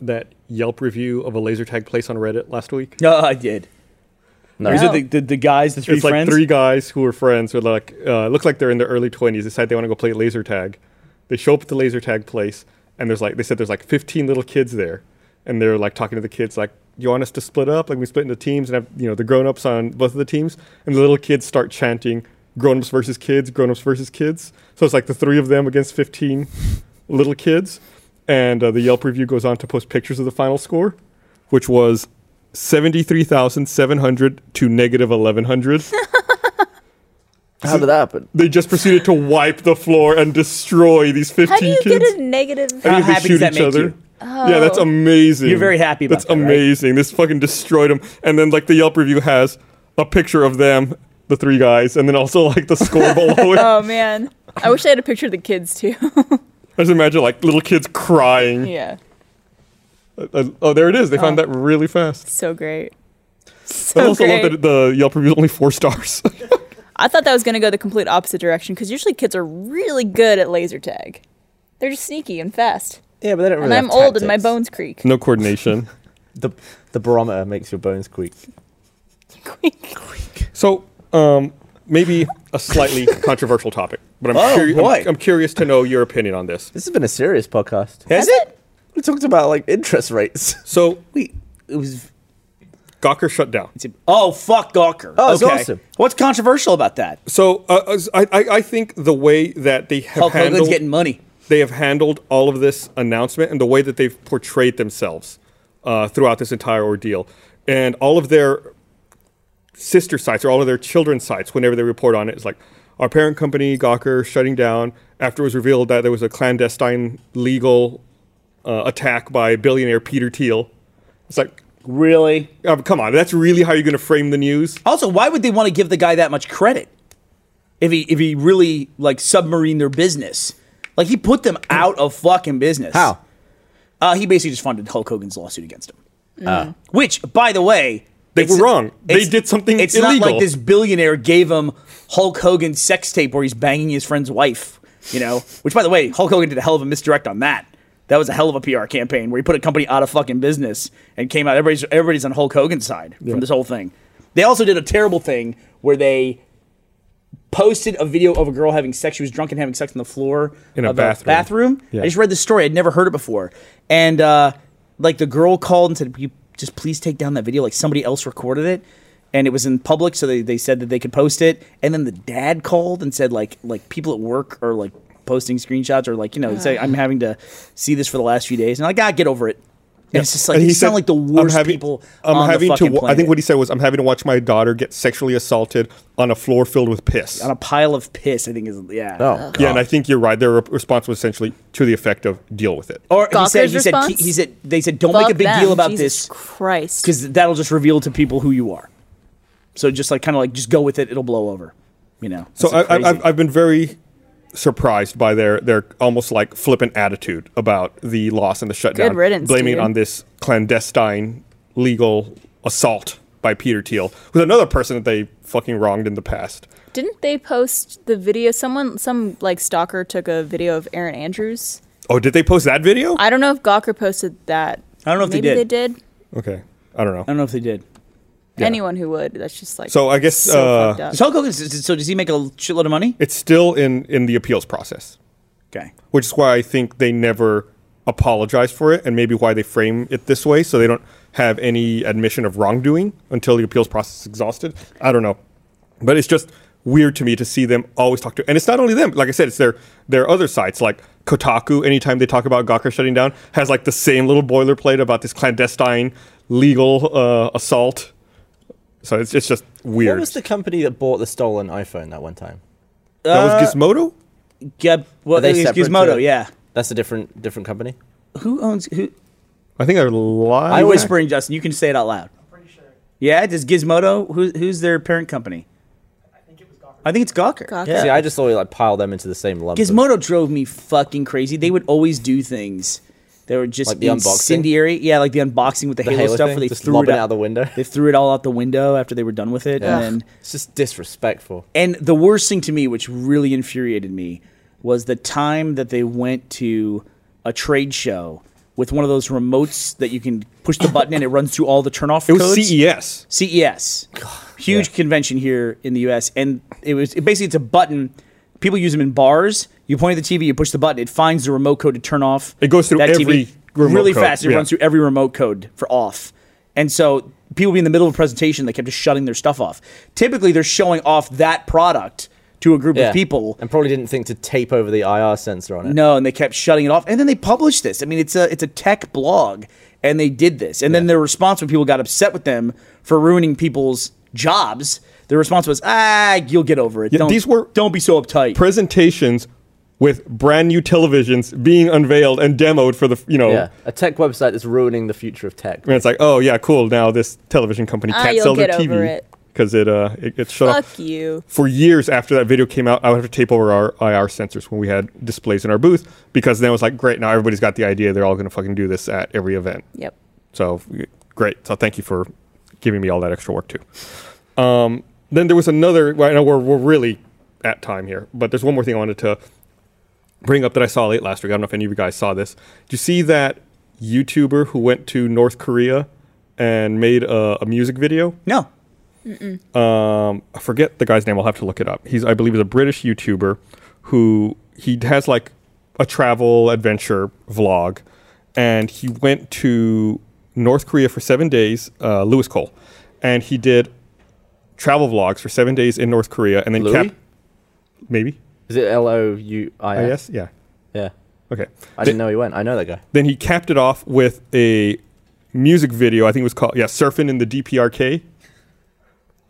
[SPEAKER 1] that Yelp review of a laser tag place on Reddit last week?
[SPEAKER 2] No, I did. No. These are the, the, the guys, the three
[SPEAKER 1] it's like
[SPEAKER 2] friends.
[SPEAKER 1] three guys who were friends who are like uh, looks like they're in their early 20s decide they want to go play laser tag they show up at the laser tag place and there's like they said there's like 15 little kids there and they're like talking to the kids like you want us to split up like we split into teams and have you know the grown-ups on both of the teams and the little kids start chanting grown-ups versus kids grown-ups versus kids so it's like the three of them against 15 little kids and uh, the yelp review goes on to post pictures of the final score which was 73,700 to negative 1,100
[SPEAKER 3] How did that happen?
[SPEAKER 1] they just proceeded to wipe the floor and destroy these 15
[SPEAKER 4] How do you
[SPEAKER 1] kids.
[SPEAKER 4] get Oh. a negative?
[SPEAKER 2] How
[SPEAKER 1] I think
[SPEAKER 2] happy does that make you?
[SPEAKER 1] Yeah, that's amazing.
[SPEAKER 2] You're very happy about
[SPEAKER 1] That's
[SPEAKER 2] that, right?
[SPEAKER 1] amazing. This fucking destroyed them. And then like the Yelp review has a picture of them, the three guys, and then also like the score below it.
[SPEAKER 4] Oh man, I wish I had a picture of the kids too.
[SPEAKER 1] I just imagine like little kids crying.
[SPEAKER 4] yeah,
[SPEAKER 1] Uh, uh, oh, there it is. They found that really fast.
[SPEAKER 4] so great.
[SPEAKER 1] I
[SPEAKER 4] So
[SPEAKER 1] also
[SPEAKER 4] great.
[SPEAKER 1] love that the Yelp review is only four stars.
[SPEAKER 4] I thought that was going to go the complete opposite direction because usually kids are really good at laser tag. They're just sneaky and fast.
[SPEAKER 3] Yeah, but they don't really.
[SPEAKER 4] and I'm
[SPEAKER 3] have
[SPEAKER 4] old and my
[SPEAKER 3] tactics.
[SPEAKER 4] bones creak.
[SPEAKER 1] no coordination.
[SPEAKER 3] The the barometer makes your bones creak.
[SPEAKER 1] So, um, maybe a slightly controversial topic, but I'm,
[SPEAKER 2] Oh,
[SPEAKER 1] curi- I'm-
[SPEAKER 2] boy.
[SPEAKER 1] I'm curious to know your opinion on this.
[SPEAKER 3] This has been a serious podcast.
[SPEAKER 2] Is it?
[SPEAKER 3] We talked about like interest rates.
[SPEAKER 1] So,
[SPEAKER 2] Wait, it was.
[SPEAKER 1] Gawker shut down.
[SPEAKER 2] Oh fuck, Gawker.
[SPEAKER 3] Oh, it's awesome.
[SPEAKER 2] What's controversial about that?
[SPEAKER 1] So uh, as- I, I I think the way that they have
[SPEAKER 2] Hulk Hogan's
[SPEAKER 1] handled
[SPEAKER 2] getting money.
[SPEAKER 1] they have handled all of this announcement and the way that they've portrayed themselves uh, throughout this entire ordeal, and all of their sister sites or all of their children's sites whenever they report on it is like our parent company Gawker shutting down after it was revealed that there was a clandestine legal uh, attack by billionaire Peter Thiel. It's like,
[SPEAKER 2] Really?
[SPEAKER 1] uh, come on, that's really how you're going to frame the news?
[SPEAKER 2] Also, why would they want to give the guy that much credit if he if he really like submarine their business? Like he put them out of fucking business.
[SPEAKER 3] How?
[SPEAKER 2] Uh, he basically just funded Hulk Hogan's lawsuit against him. Which, by the way,
[SPEAKER 1] Ah. They
[SPEAKER 2] it's-
[SPEAKER 1] were wrong. They
[SPEAKER 2] it's-
[SPEAKER 1] did something
[SPEAKER 2] It's not like
[SPEAKER 1] illegal.
[SPEAKER 2] this billionaire gave him Hulk Hogan's sex tape where he's banging his friend's wife. You know, which by the way, Hulk Hogan did a hell of a misdirect on that. That was a hell of a PR campaign where he put a company out of fucking business and came out. Everybody's everybody's on Hulk Hogan's side from this whole thing. They also did a terrible thing where they posted a video of a girl having sex. She was drunk and having sex on the floor
[SPEAKER 1] In a
[SPEAKER 2] of
[SPEAKER 1] bathroom.
[SPEAKER 2] bathroom.
[SPEAKER 1] Yeah.
[SPEAKER 2] I just read this story. I'd never heard it before, and uh, like the girl called and said, "Will you just please take down that video?" Like somebody else recorded it, and it was in public, so they, they said that they could post it. And then the dad called and said, like like people at work are like posting screenshots or like you know say I'm having to see this for the last few days, and I'm like ah get over it. And It's just like
[SPEAKER 1] And
[SPEAKER 2] you
[SPEAKER 1] he
[SPEAKER 2] sound
[SPEAKER 1] said,
[SPEAKER 2] like the worst
[SPEAKER 1] I'm having,
[SPEAKER 2] people
[SPEAKER 1] I'm
[SPEAKER 2] on
[SPEAKER 1] having
[SPEAKER 2] the fucking
[SPEAKER 1] to. wa- I
[SPEAKER 2] planet.
[SPEAKER 1] think what he said was, "I'm having to watch my daughter get sexually assaulted on a floor filled with piss."
[SPEAKER 2] on a pile of piss. I think is yeah.
[SPEAKER 3] Oh,
[SPEAKER 1] yeah, and I think you're right. Their re- response was essentially to the effect of "deal with it."
[SPEAKER 2] Or he
[SPEAKER 4] Gawker's
[SPEAKER 2] said, he said,
[SPEAKER 4] response?
[SPEAKER 2] he said, they said, don't make a
[SPEAKER 4] Fuck
[SPEAKER 2] big
[SPEAKER 4] them.
[SPEAKER 2] deal about
[SPEAKER 4] Jesus
[SPEAKER 2] this
[SPEAKER 4] Christ.
[SPEAKER 2] because that'll just reveal to people who you are. So just like kind of like just go with it; it'll blow over, you know.
[SPEAKER 1] so
[SPEAKER 2] That's
[SPEAKER 1] I, I,
[SPEAKER 2] crazy.
[SPEAKER 1] I've, I've been very surprised by their their almost like flippant attitude about the loss and the shutdown,
[SPEAKER 4] riddance,
[SPEAKER 1] blaming
[SPEAKER 4] dude.
[SPEAKER 1] it on this clandestine legal assault by Peter Thiel, who's another person that they fucking wronged in the past.
[SPEAKER 4] Didn't they post the video? Someone, some like stalker took a video of Aaron Andrews.
[SPEAKER 1] Oh, did they post that video?
[SPEAKER 4] I don't know if Gawker posted that.
[SPEAKER 2] I don't know if they
[SPEAKER 4] Maybe
[SPEAKER 2] did.
[SPEAKER 4] they did.
[SPEAKER 1] okay, I don't
[SPEAKER 2] I
[SPEAKER 1] know.
[SPEAKER 2] don't know if they did.
[SPEAKER 4] Anyone who would, that's just like
[SPEAKER 1] So I guess,
[SPEAKER 4] so
[SPEAKER 1] uh,
[SPEAKER 4] fucked up.
[SPEAKER 2] Is Hulk Hogan, so does he make a shitload of money?
[SPEAKER 1] It's still in in the appeals process,
[SPEAKER 2] Okay.
[SPEAKER 1] which is why I think they never apologize for it, and maybe why they frame it this way, so they don't have any admission of wrongdoing until the appeals process is exhausted. I don't know, but it's just weird to me to see them always talk to, and it's not only them. Like I said, it's their their other sites like. Kotaku, anytime they talk about Gawker shutting down, has like the same little boilerplate about this clandestine legal uh, assault. So it's, it's just weird.
[SPEAKER 3] What was the company that bought the stolen iPhone that one time?
[SPEAKER 1] that
[SPEAKER 3] uh,
[SPEAKER 1] was Gizmodo?
[SPEAKER 2] Yeah, well,
[SPEAKER 3] Are they
[SPEAKER 2] it's
[SPEAKER 3] separate
[SPEAKER 2] Gizmodo,
[SPEAKER 3] to-
[SPEAKER 2] yeah.
[SPEAKER 3] That's a different different company.
[SPEAKER 2] Who owns who?
[SPEAKER 1] I think they're live.
[SPEAKER 2] I'm whispering, Justin. You can say it out loud.
[SPEAKER 5] Pretty sure.
[SPEAKER 2] Yeah, does Gizmodo? Who, who's their parent company?
[SPEAKER 5] I think it was Gawker.
[SPEAKER 2] I think it's Gawker.
[SPEAKER 4] Gawker.
[SPEAKER 3] See, I just always like pile them into the same lump. as-
[SPEAKER 2] Gizmodo drove me fucking crazy. They would always do things that were just
[SPEAKER 3] Like the unboxing?
[SPEAKER 2] incendiary. Yeah, like the unboxing with the,
[SPEAKER 3] the
[SPEAKER 2] Halo,
[SPEAKER 3] Halo
[SPEAKER 2] stuff
[SPEAKER 3] thing,
[SPEAKER 2] where they
[SPEAKER 3] just
[SPEAKER 2] threw it
[SPEAKER 3] lobbing
[SPEAKER 2] out.
[SPEAKER 3] it out the window.
[SPEAKER 2] They threw it all out the window after they were done with it,
[SPEAKER 3] Yeah.
[SPEAKER 2] and then
[SPEAKER 3] It's just disrespectful.
[SPEAKER 2] and the worst thing to me, which really infuriated me, was the time that they went to a trade show with one of those remotes that you can push the button and it runs through all the turnoff
[SPEAKER 1] It was E
[SPEAKER 2] codes.
[SPEAKER 3] E
[SPEAKER 1] CES.
[SPEAKER 2] CES, E huge convention here in the U.S. And it was it basically it's a button. People use them in bars. You point at the TV, you push the button, it finds the remote code to turn off.
[SPEAKER 1] It goes through
[SPEAKER 2] that
[SPEAKER 1] every
[SPEAKER 2] TV
[SPEAKER 1] remote
[SPEAKER 2] really
[SPEAKER 1] code,
[SPEAKER 2] fast. It
[SPEAKER 1] yeah.
[SPEAKER 2] runs through every remote code for off. And so people be in the middle of a presentation, they kept just shutting their stuff off. Typically, they're showing off that product to a group
[SPEAKER 3] Yeah.
[SPEAKER 2] of people.
[SPEAKER 3] And probably didn't think to tape over the IR sensor on it.
[SPEAKER 2] No, and they kept shutting it off. And then they published this. I mean, it's a it's a tech blog, and they did this. And then their response when people got upset with them for ruining people's jobs, their response was, "Ah, you'll get over it.
[SPEAKER 1] Yeah,
[SPEAKER 2] don't,
[SPEAKER 1] these were-
[SPEAKER 2] don't be so uptight."
[SPEAKER 1] Presentations with brand new televisions being unveiled and demoed for the, you know.
[SPEAKER 3] Yeah. A tech website that's ruining the future of tech.
[SPEAKER 1] And it's like, oh, yeah, cool. Now this television company
[SPEAKER 4] Ah,
[SPEAKER 1] can't
[SPEAKER 4] you'll
[SPEAKER 1] sell their
[SPEAKER 4] get over
[SPEAKER 1] TV
[SPEAKER 4] it.
[SPEAKER 1] because it, uh, it, it shut off.
[SPEAKER 4] Fuck you.
[SPEAKER 1] For years after that video came out, I would have to tape over our IR sensors when we had displays in our booth because then it was like, great, now everybody's got the idea they're all going to fucking do this at every event.
[SPEAKER 4] Yep.
[SPEAKER 1] So y- great. So thank you for giving me all that extra work too. Um, then there was another. Well, I know we're we're really at time here, but there's one more thing I wanted to bring up that I saw late last week. I don't know if any of you guys saw this. Did you see that YouTuber who went to North Korea and made a, a music video?
[SPEAKER 2] no,
[SPEAKER 1] um, I forget the guy's name. I'll have to look it up. He's, I believe, is a British YouTuber who he has like a travel adventure vlog, and he went to North Korea for seven days. Uh, Lewis Cole, and he did travel vlogs for seven days in North Korea, and then
[SPEAKER 3] Louis?
[SPEAKER 1] kept maybe
[SPEAKER 3] Is it L O U I
[SPEAKER 1] I
[SPEAKER 3] S?
[SPEAKER 1] guess yeah
[SPEAKER 3] Yeah.
[SPEAKER 1] okay.
[SPEAKER 3] I didn't know he went. I know that guy.
[SPEAKER 1] Then he capped it off with a music video. I think it was called yeah, "Surfing in the DPRK."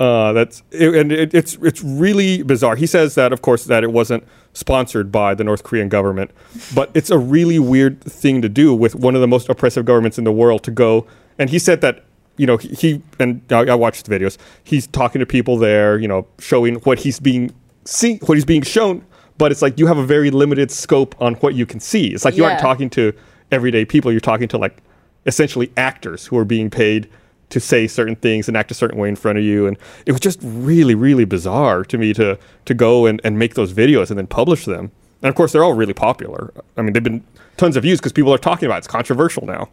[SPEAKER 1] Uh, that's it, and it, it's it's really bizarre. He says that of course that it wasn't sponsored by the North Korean government, but it's a really weird thing to do with one of the most oppressive governments in the world to go. And he said that you know he, he and I, I watched the videos. He's talking to people there, you know, showing what he's being see what he's being shown. But it's like you have a very limited scope on what you can see. It's like you aren't
[SPEAKER 4] Yeah.
[SPEAKER 1] talking talking to everyday people. You're talking to like essentially actors who are being paid to say certain things and act a certain way in front of you. And it was just really, really bizarre to me to to go and, and make those videos and then publish them. And of course, they're all really popular. I mean, they've been tons of views because people are talking about it. It's controversial now.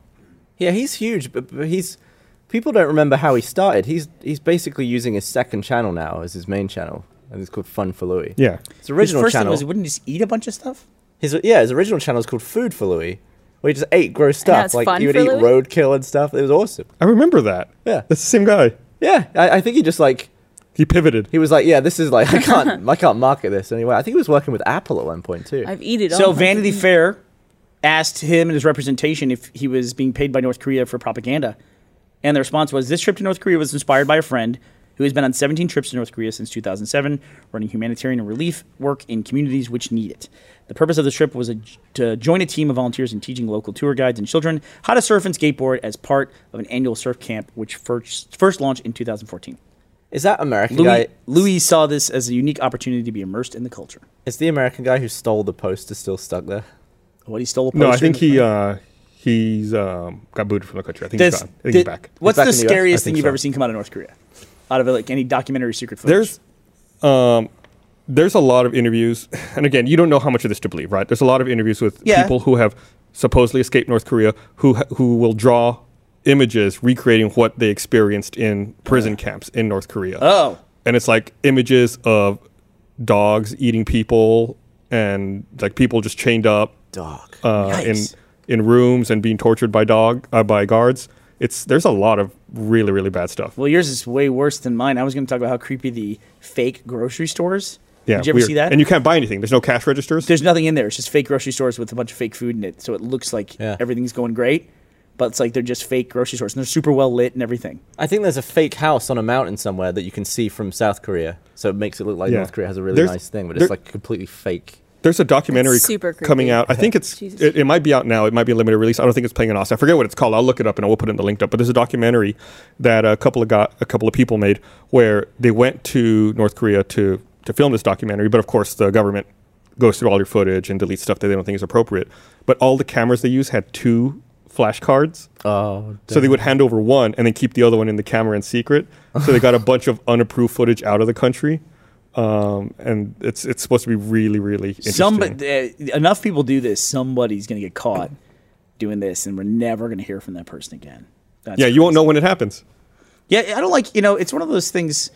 [SPEAKER 3] Yeah, he's huge, but, but he's people don't remember how he started. He's he's basically using his second channel now as his main channel, and it's called Fun for Louis.
[SPEAKER 1] Yeah.
[SPEAKER 3] his original
[SPEAKER 2] His first
[SPEAKER 3] channel.
[SPEAKER 2] thing was wouldn't he just eat a bunch of stuff.
[SPEAKER 3] his yeah, his original channel is called Food for Louis, where he just ate gross
[SPEAKER 4] now
[SPEAKER 3] stuff.
[SPEAKER 4] it's
[SPEAKER 3] Like
[SPEAKER 4] Fun
[SPEAKER 3] he would
[SPEAKER 4] for
[SPEAKER 3] eat
[SPEAKER 4] Louis?
[SPEAKER 3] roadkill and stuff. It was awesome.
[SPEAKER 1] I remember that.
[SPEAKER 3] Yeah.
[SPEAKER 1] That's the same guy.
[SPEAKER 3] Yeah, I, I think he just like
[SPEAKER 1] He pivoted.
[SPEAKER 3] he was like, yeah, this is like I can't I can't market this anyway. I think he was working with Apple at one point too.
[SPEAKER 4] I've eaten it all.
[SPEAKER 2] So Vanity Fair asked him and his representation if he was being paid by North Korea for propaganda. And the response was this trip to North Korea was inspired by a friend who has been on 17 trips to North Korea since 2007, running humanitarian and relief work in communities which need it. The purpose of the trip was a, to join a team of volunteers in teaching local tour guides and children how to surf and skateboard as part of an annual surf camp, which first, first launched in 2014.
[SPEAKER 3] Is that American
[SPEAKER 2] Louis,
[SPEAKER 3] guy?
[SPEAKER 2] Louis saw this as a unique opportunity to be immersed in the culture.
[SPEAKER 3] Is the American guy who stole the poster still stuck there?
[SPEAKER 2] What he stole a
[SPEAKER 1] No, I
[SPEAKER 2] poster in
[SPEAKER 1] think
[SPEAKER 2] the-
[SPEAKER 1] he uh, He's um, got booted from the country. I think
[SPEAKER 2] Does-
[SPEAKER 1] he's gone. I think
[SPEAKER 2] did-
[SPEAKER 1] he's back.
[SPEAKER 2] What's
[SPEAKER 3] back
[SPEAKER 2] the
[SPEAKER 3] in the US?
[SPEAKER 1] I
[SPEAKER 2] scariest thing
[SPEAKER 1] think
[SPEAKER 2] you've
[SPEAKER 1] so.
[SPEAKER 2] ever seen come out of North Korea? Out of like any documentary secret footage?
[SPEAKER 1] There's um, there's a lot of interviews, and again, you don't know how much of this to believe, right? There's a lot of interviews with
[SPEAKER 2] Yeah.
[SPEAKER 1] people who have supposedly escaped North Korea who ha- who will draw images recreating what they experienced in prison camps in North Korea.
[SPEAKER 2] Oh.
[SPEAKER 1] And it's like images of dogs eating people and like people just chained up
[SPEAKER 3] Dog.
[SPEAKER 1] uh, in
[SPEAKER 2] Yikes.
[SPEAKER 1] in rooms and being tortured by dog uh, by guards. It's there's a lot of really really bad stuff.
[SPEAKER 2] Well, yours is way worse than mine. I was going to talk about how creepy the fake grocery stores.
[SPEAKER 1] Yeah,
[SPEAKER 2] Did you ever
[SPEAKER 1] weird.
[SPEAKER 2] see that?
[SPEAKER 1] And you can't buy anything. There's no cash registers.
[SPEAKER 2] There's nothing in there. It's just fake grocery stores with a bunch of fake food in it. So it looks like
[SPEAKER 3] Yeah.
[SPEAKER 2] everything's going great, but it's like they're just fake grocery stores and they're super well lit and everything.
[SPEAKER 3] I think there's a fake house on a mountain somewhere that you can see from South Korea, so it makes it look like
[SPEAKER 1] Yeah.
[SPEAKER 3] North Korea has a really
[SPEAKER 1] There's-
[SPEAKER 3] nice thing, but
[SPEAKER 1] there-
[SPEAKER 3] it's like completely fake.
[SPEAKER 1] There's a documentary
[SPEAKER 4] It's super
[SPEAKER 1] c- coming
[SPEAKER 4] creepy.
[SPEAKER 1] out. I think it's
[SPEAKER 4] Jesus.
[SPEAKER 1] it, it might be out now. It might be a limited release. I don't think it's playing in Austin. I forget what it's called. I'll look it up and I will put it in the link up. But there's a documentary that a couple of got a couple of people made where they went to North Korea to to film this documentary. But of course, the government goes through all your footage and deletes stuff that they don't think is appropriate. But all the cameras they use had two flashcards.
[SPEAKER 3] Oh,
[SPEAKER 1] So they would hand over one and then keep the other one in the camera in secret. So they got a bunch of unapproved footage out of the country, um, and it's it's supposed to be really really interesting.
[SPEAKER 2] Somebody, uh, enough people do this. Somebody's going to get caught doing this, and we're never going to hear from that person again. That's
[SPEAKER 1] yeah, you won't
[SPEAKER 2] crazy.
[SPEAKER 1] know when it happens.
[SPEAKER 2] Yeah, I don't like you know. It's one of those things.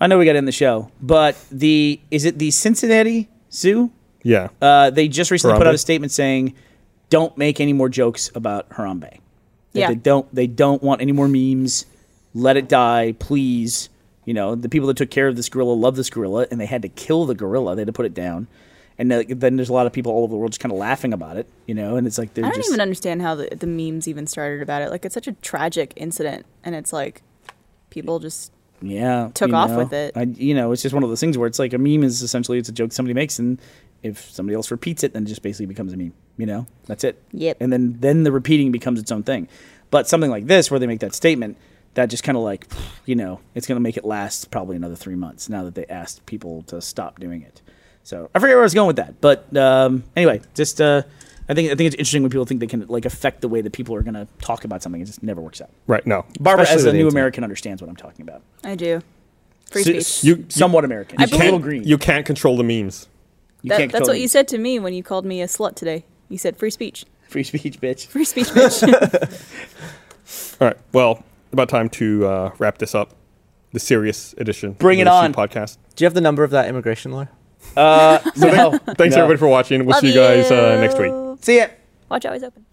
[SPEAKER 2] I know we got to end the show, but the is it the Cincinnati Zoo?
[SPEAKER 1] Yeah,
[SPEAKER 2] Uh, they just recently put
[SPEAKER 1] Harambe?
[SPEAKER 2] out a statement saying, "Don't make any more jokes about Harambe." That
[SPEAKER 4] Yeah.
[SPEAKER 2] They don't. They don't want any more memes. Let it die, please. You know, the people that took care of this gorilla love this gorilla, and they had to kill the gorilla. They had to put it down. And uh, then there's a lot of people all over the world just kind of laughing about it. You know, and it's like they're
[SPEAKER 4] I don't
[SPEAKER 2] just.
[SPEAKER 4] even understand how the, the memes even started about it. Like, it's such a tragic incident, and it's like people just.
[SPEAKER 2] yeah
[SPEAKER 4] took
[SPEAKER 2] you
[SPEAKER 4] off
[SPEAKER 2] know.
[SPEAKER 4] with it.
[SPEAKER 2] I, you know it's just one of those things where it's like a meme is essentially it's a joke somebody makes and if somebody else repeats it then it just basically becomes a meme you know that's it
[SPEAKER 4] Yep.
[SPEAKER 2] and then then the repeating becomes its own thing but something like this where they make that statement that just kind of like you know it's going to make it last probably another three months now that they asked people to stop doing it so i forget where i was going with that but um, anyway just uh, I think, I think it's interesting when people think they can like affect the way that people are going to talk about something. It just never works out.
[SPEAKER 1] right. No,
[SPEAKER 2] Barbara,
[SPEAKER 3] Especially
[SPEAKER 2] as
[SPEAKER 3] with
[SPEAKER 2] a
[SPEAKER 3] the
[SPEAKER 2] new
[SPEAKER 3] internet.
[SPEAKER 2] American, understands what I'm talking about
[SPEAKER 4] I do. Free
[SPEAKER 2] s-
[SPEAKER 4] speech.
[SPEAKER 2] s- somewhat American.
[SPEAKER 4] I
[SPEAKER 2] It's a little green.
[SPEAKER 1] you can't control the memes.
[SPEAKER 2] You
[SPEAKER 4] That-
[SPEAKER 2] can't
[SPEAKER 4] that's
[SPEAKER 2] control
[SPEAKER 4] what
[SPEAKER 2] it.
[SPEAKER 4] you said to me when you called me a slut today. You said free speech.
[SPEAKER 2] Free speech, bitch.
[SPEAKER 4] Free speech, bitch.
[SPEAKER 1] All right. Well, about time to uh, wrap this up. The serious edition. of
[SPEAKER 2] Bring it
[SPEAKER 1] the
[SPEAKER 2] on.
[SPEAKER 1] Podcast.
[SPEAKER 3] Do you have the number of that immigration lawyer?
[SPEAKER 2] Uh, no.
[SPEAKER 1] Thanks everybody for watching. We'll
[SPEAKER 4] Love
[SPEAKER 1] see you guys uh, next week.
[SPEAKER 2] See ya.
[SPEAKER 4] Watch Always Open.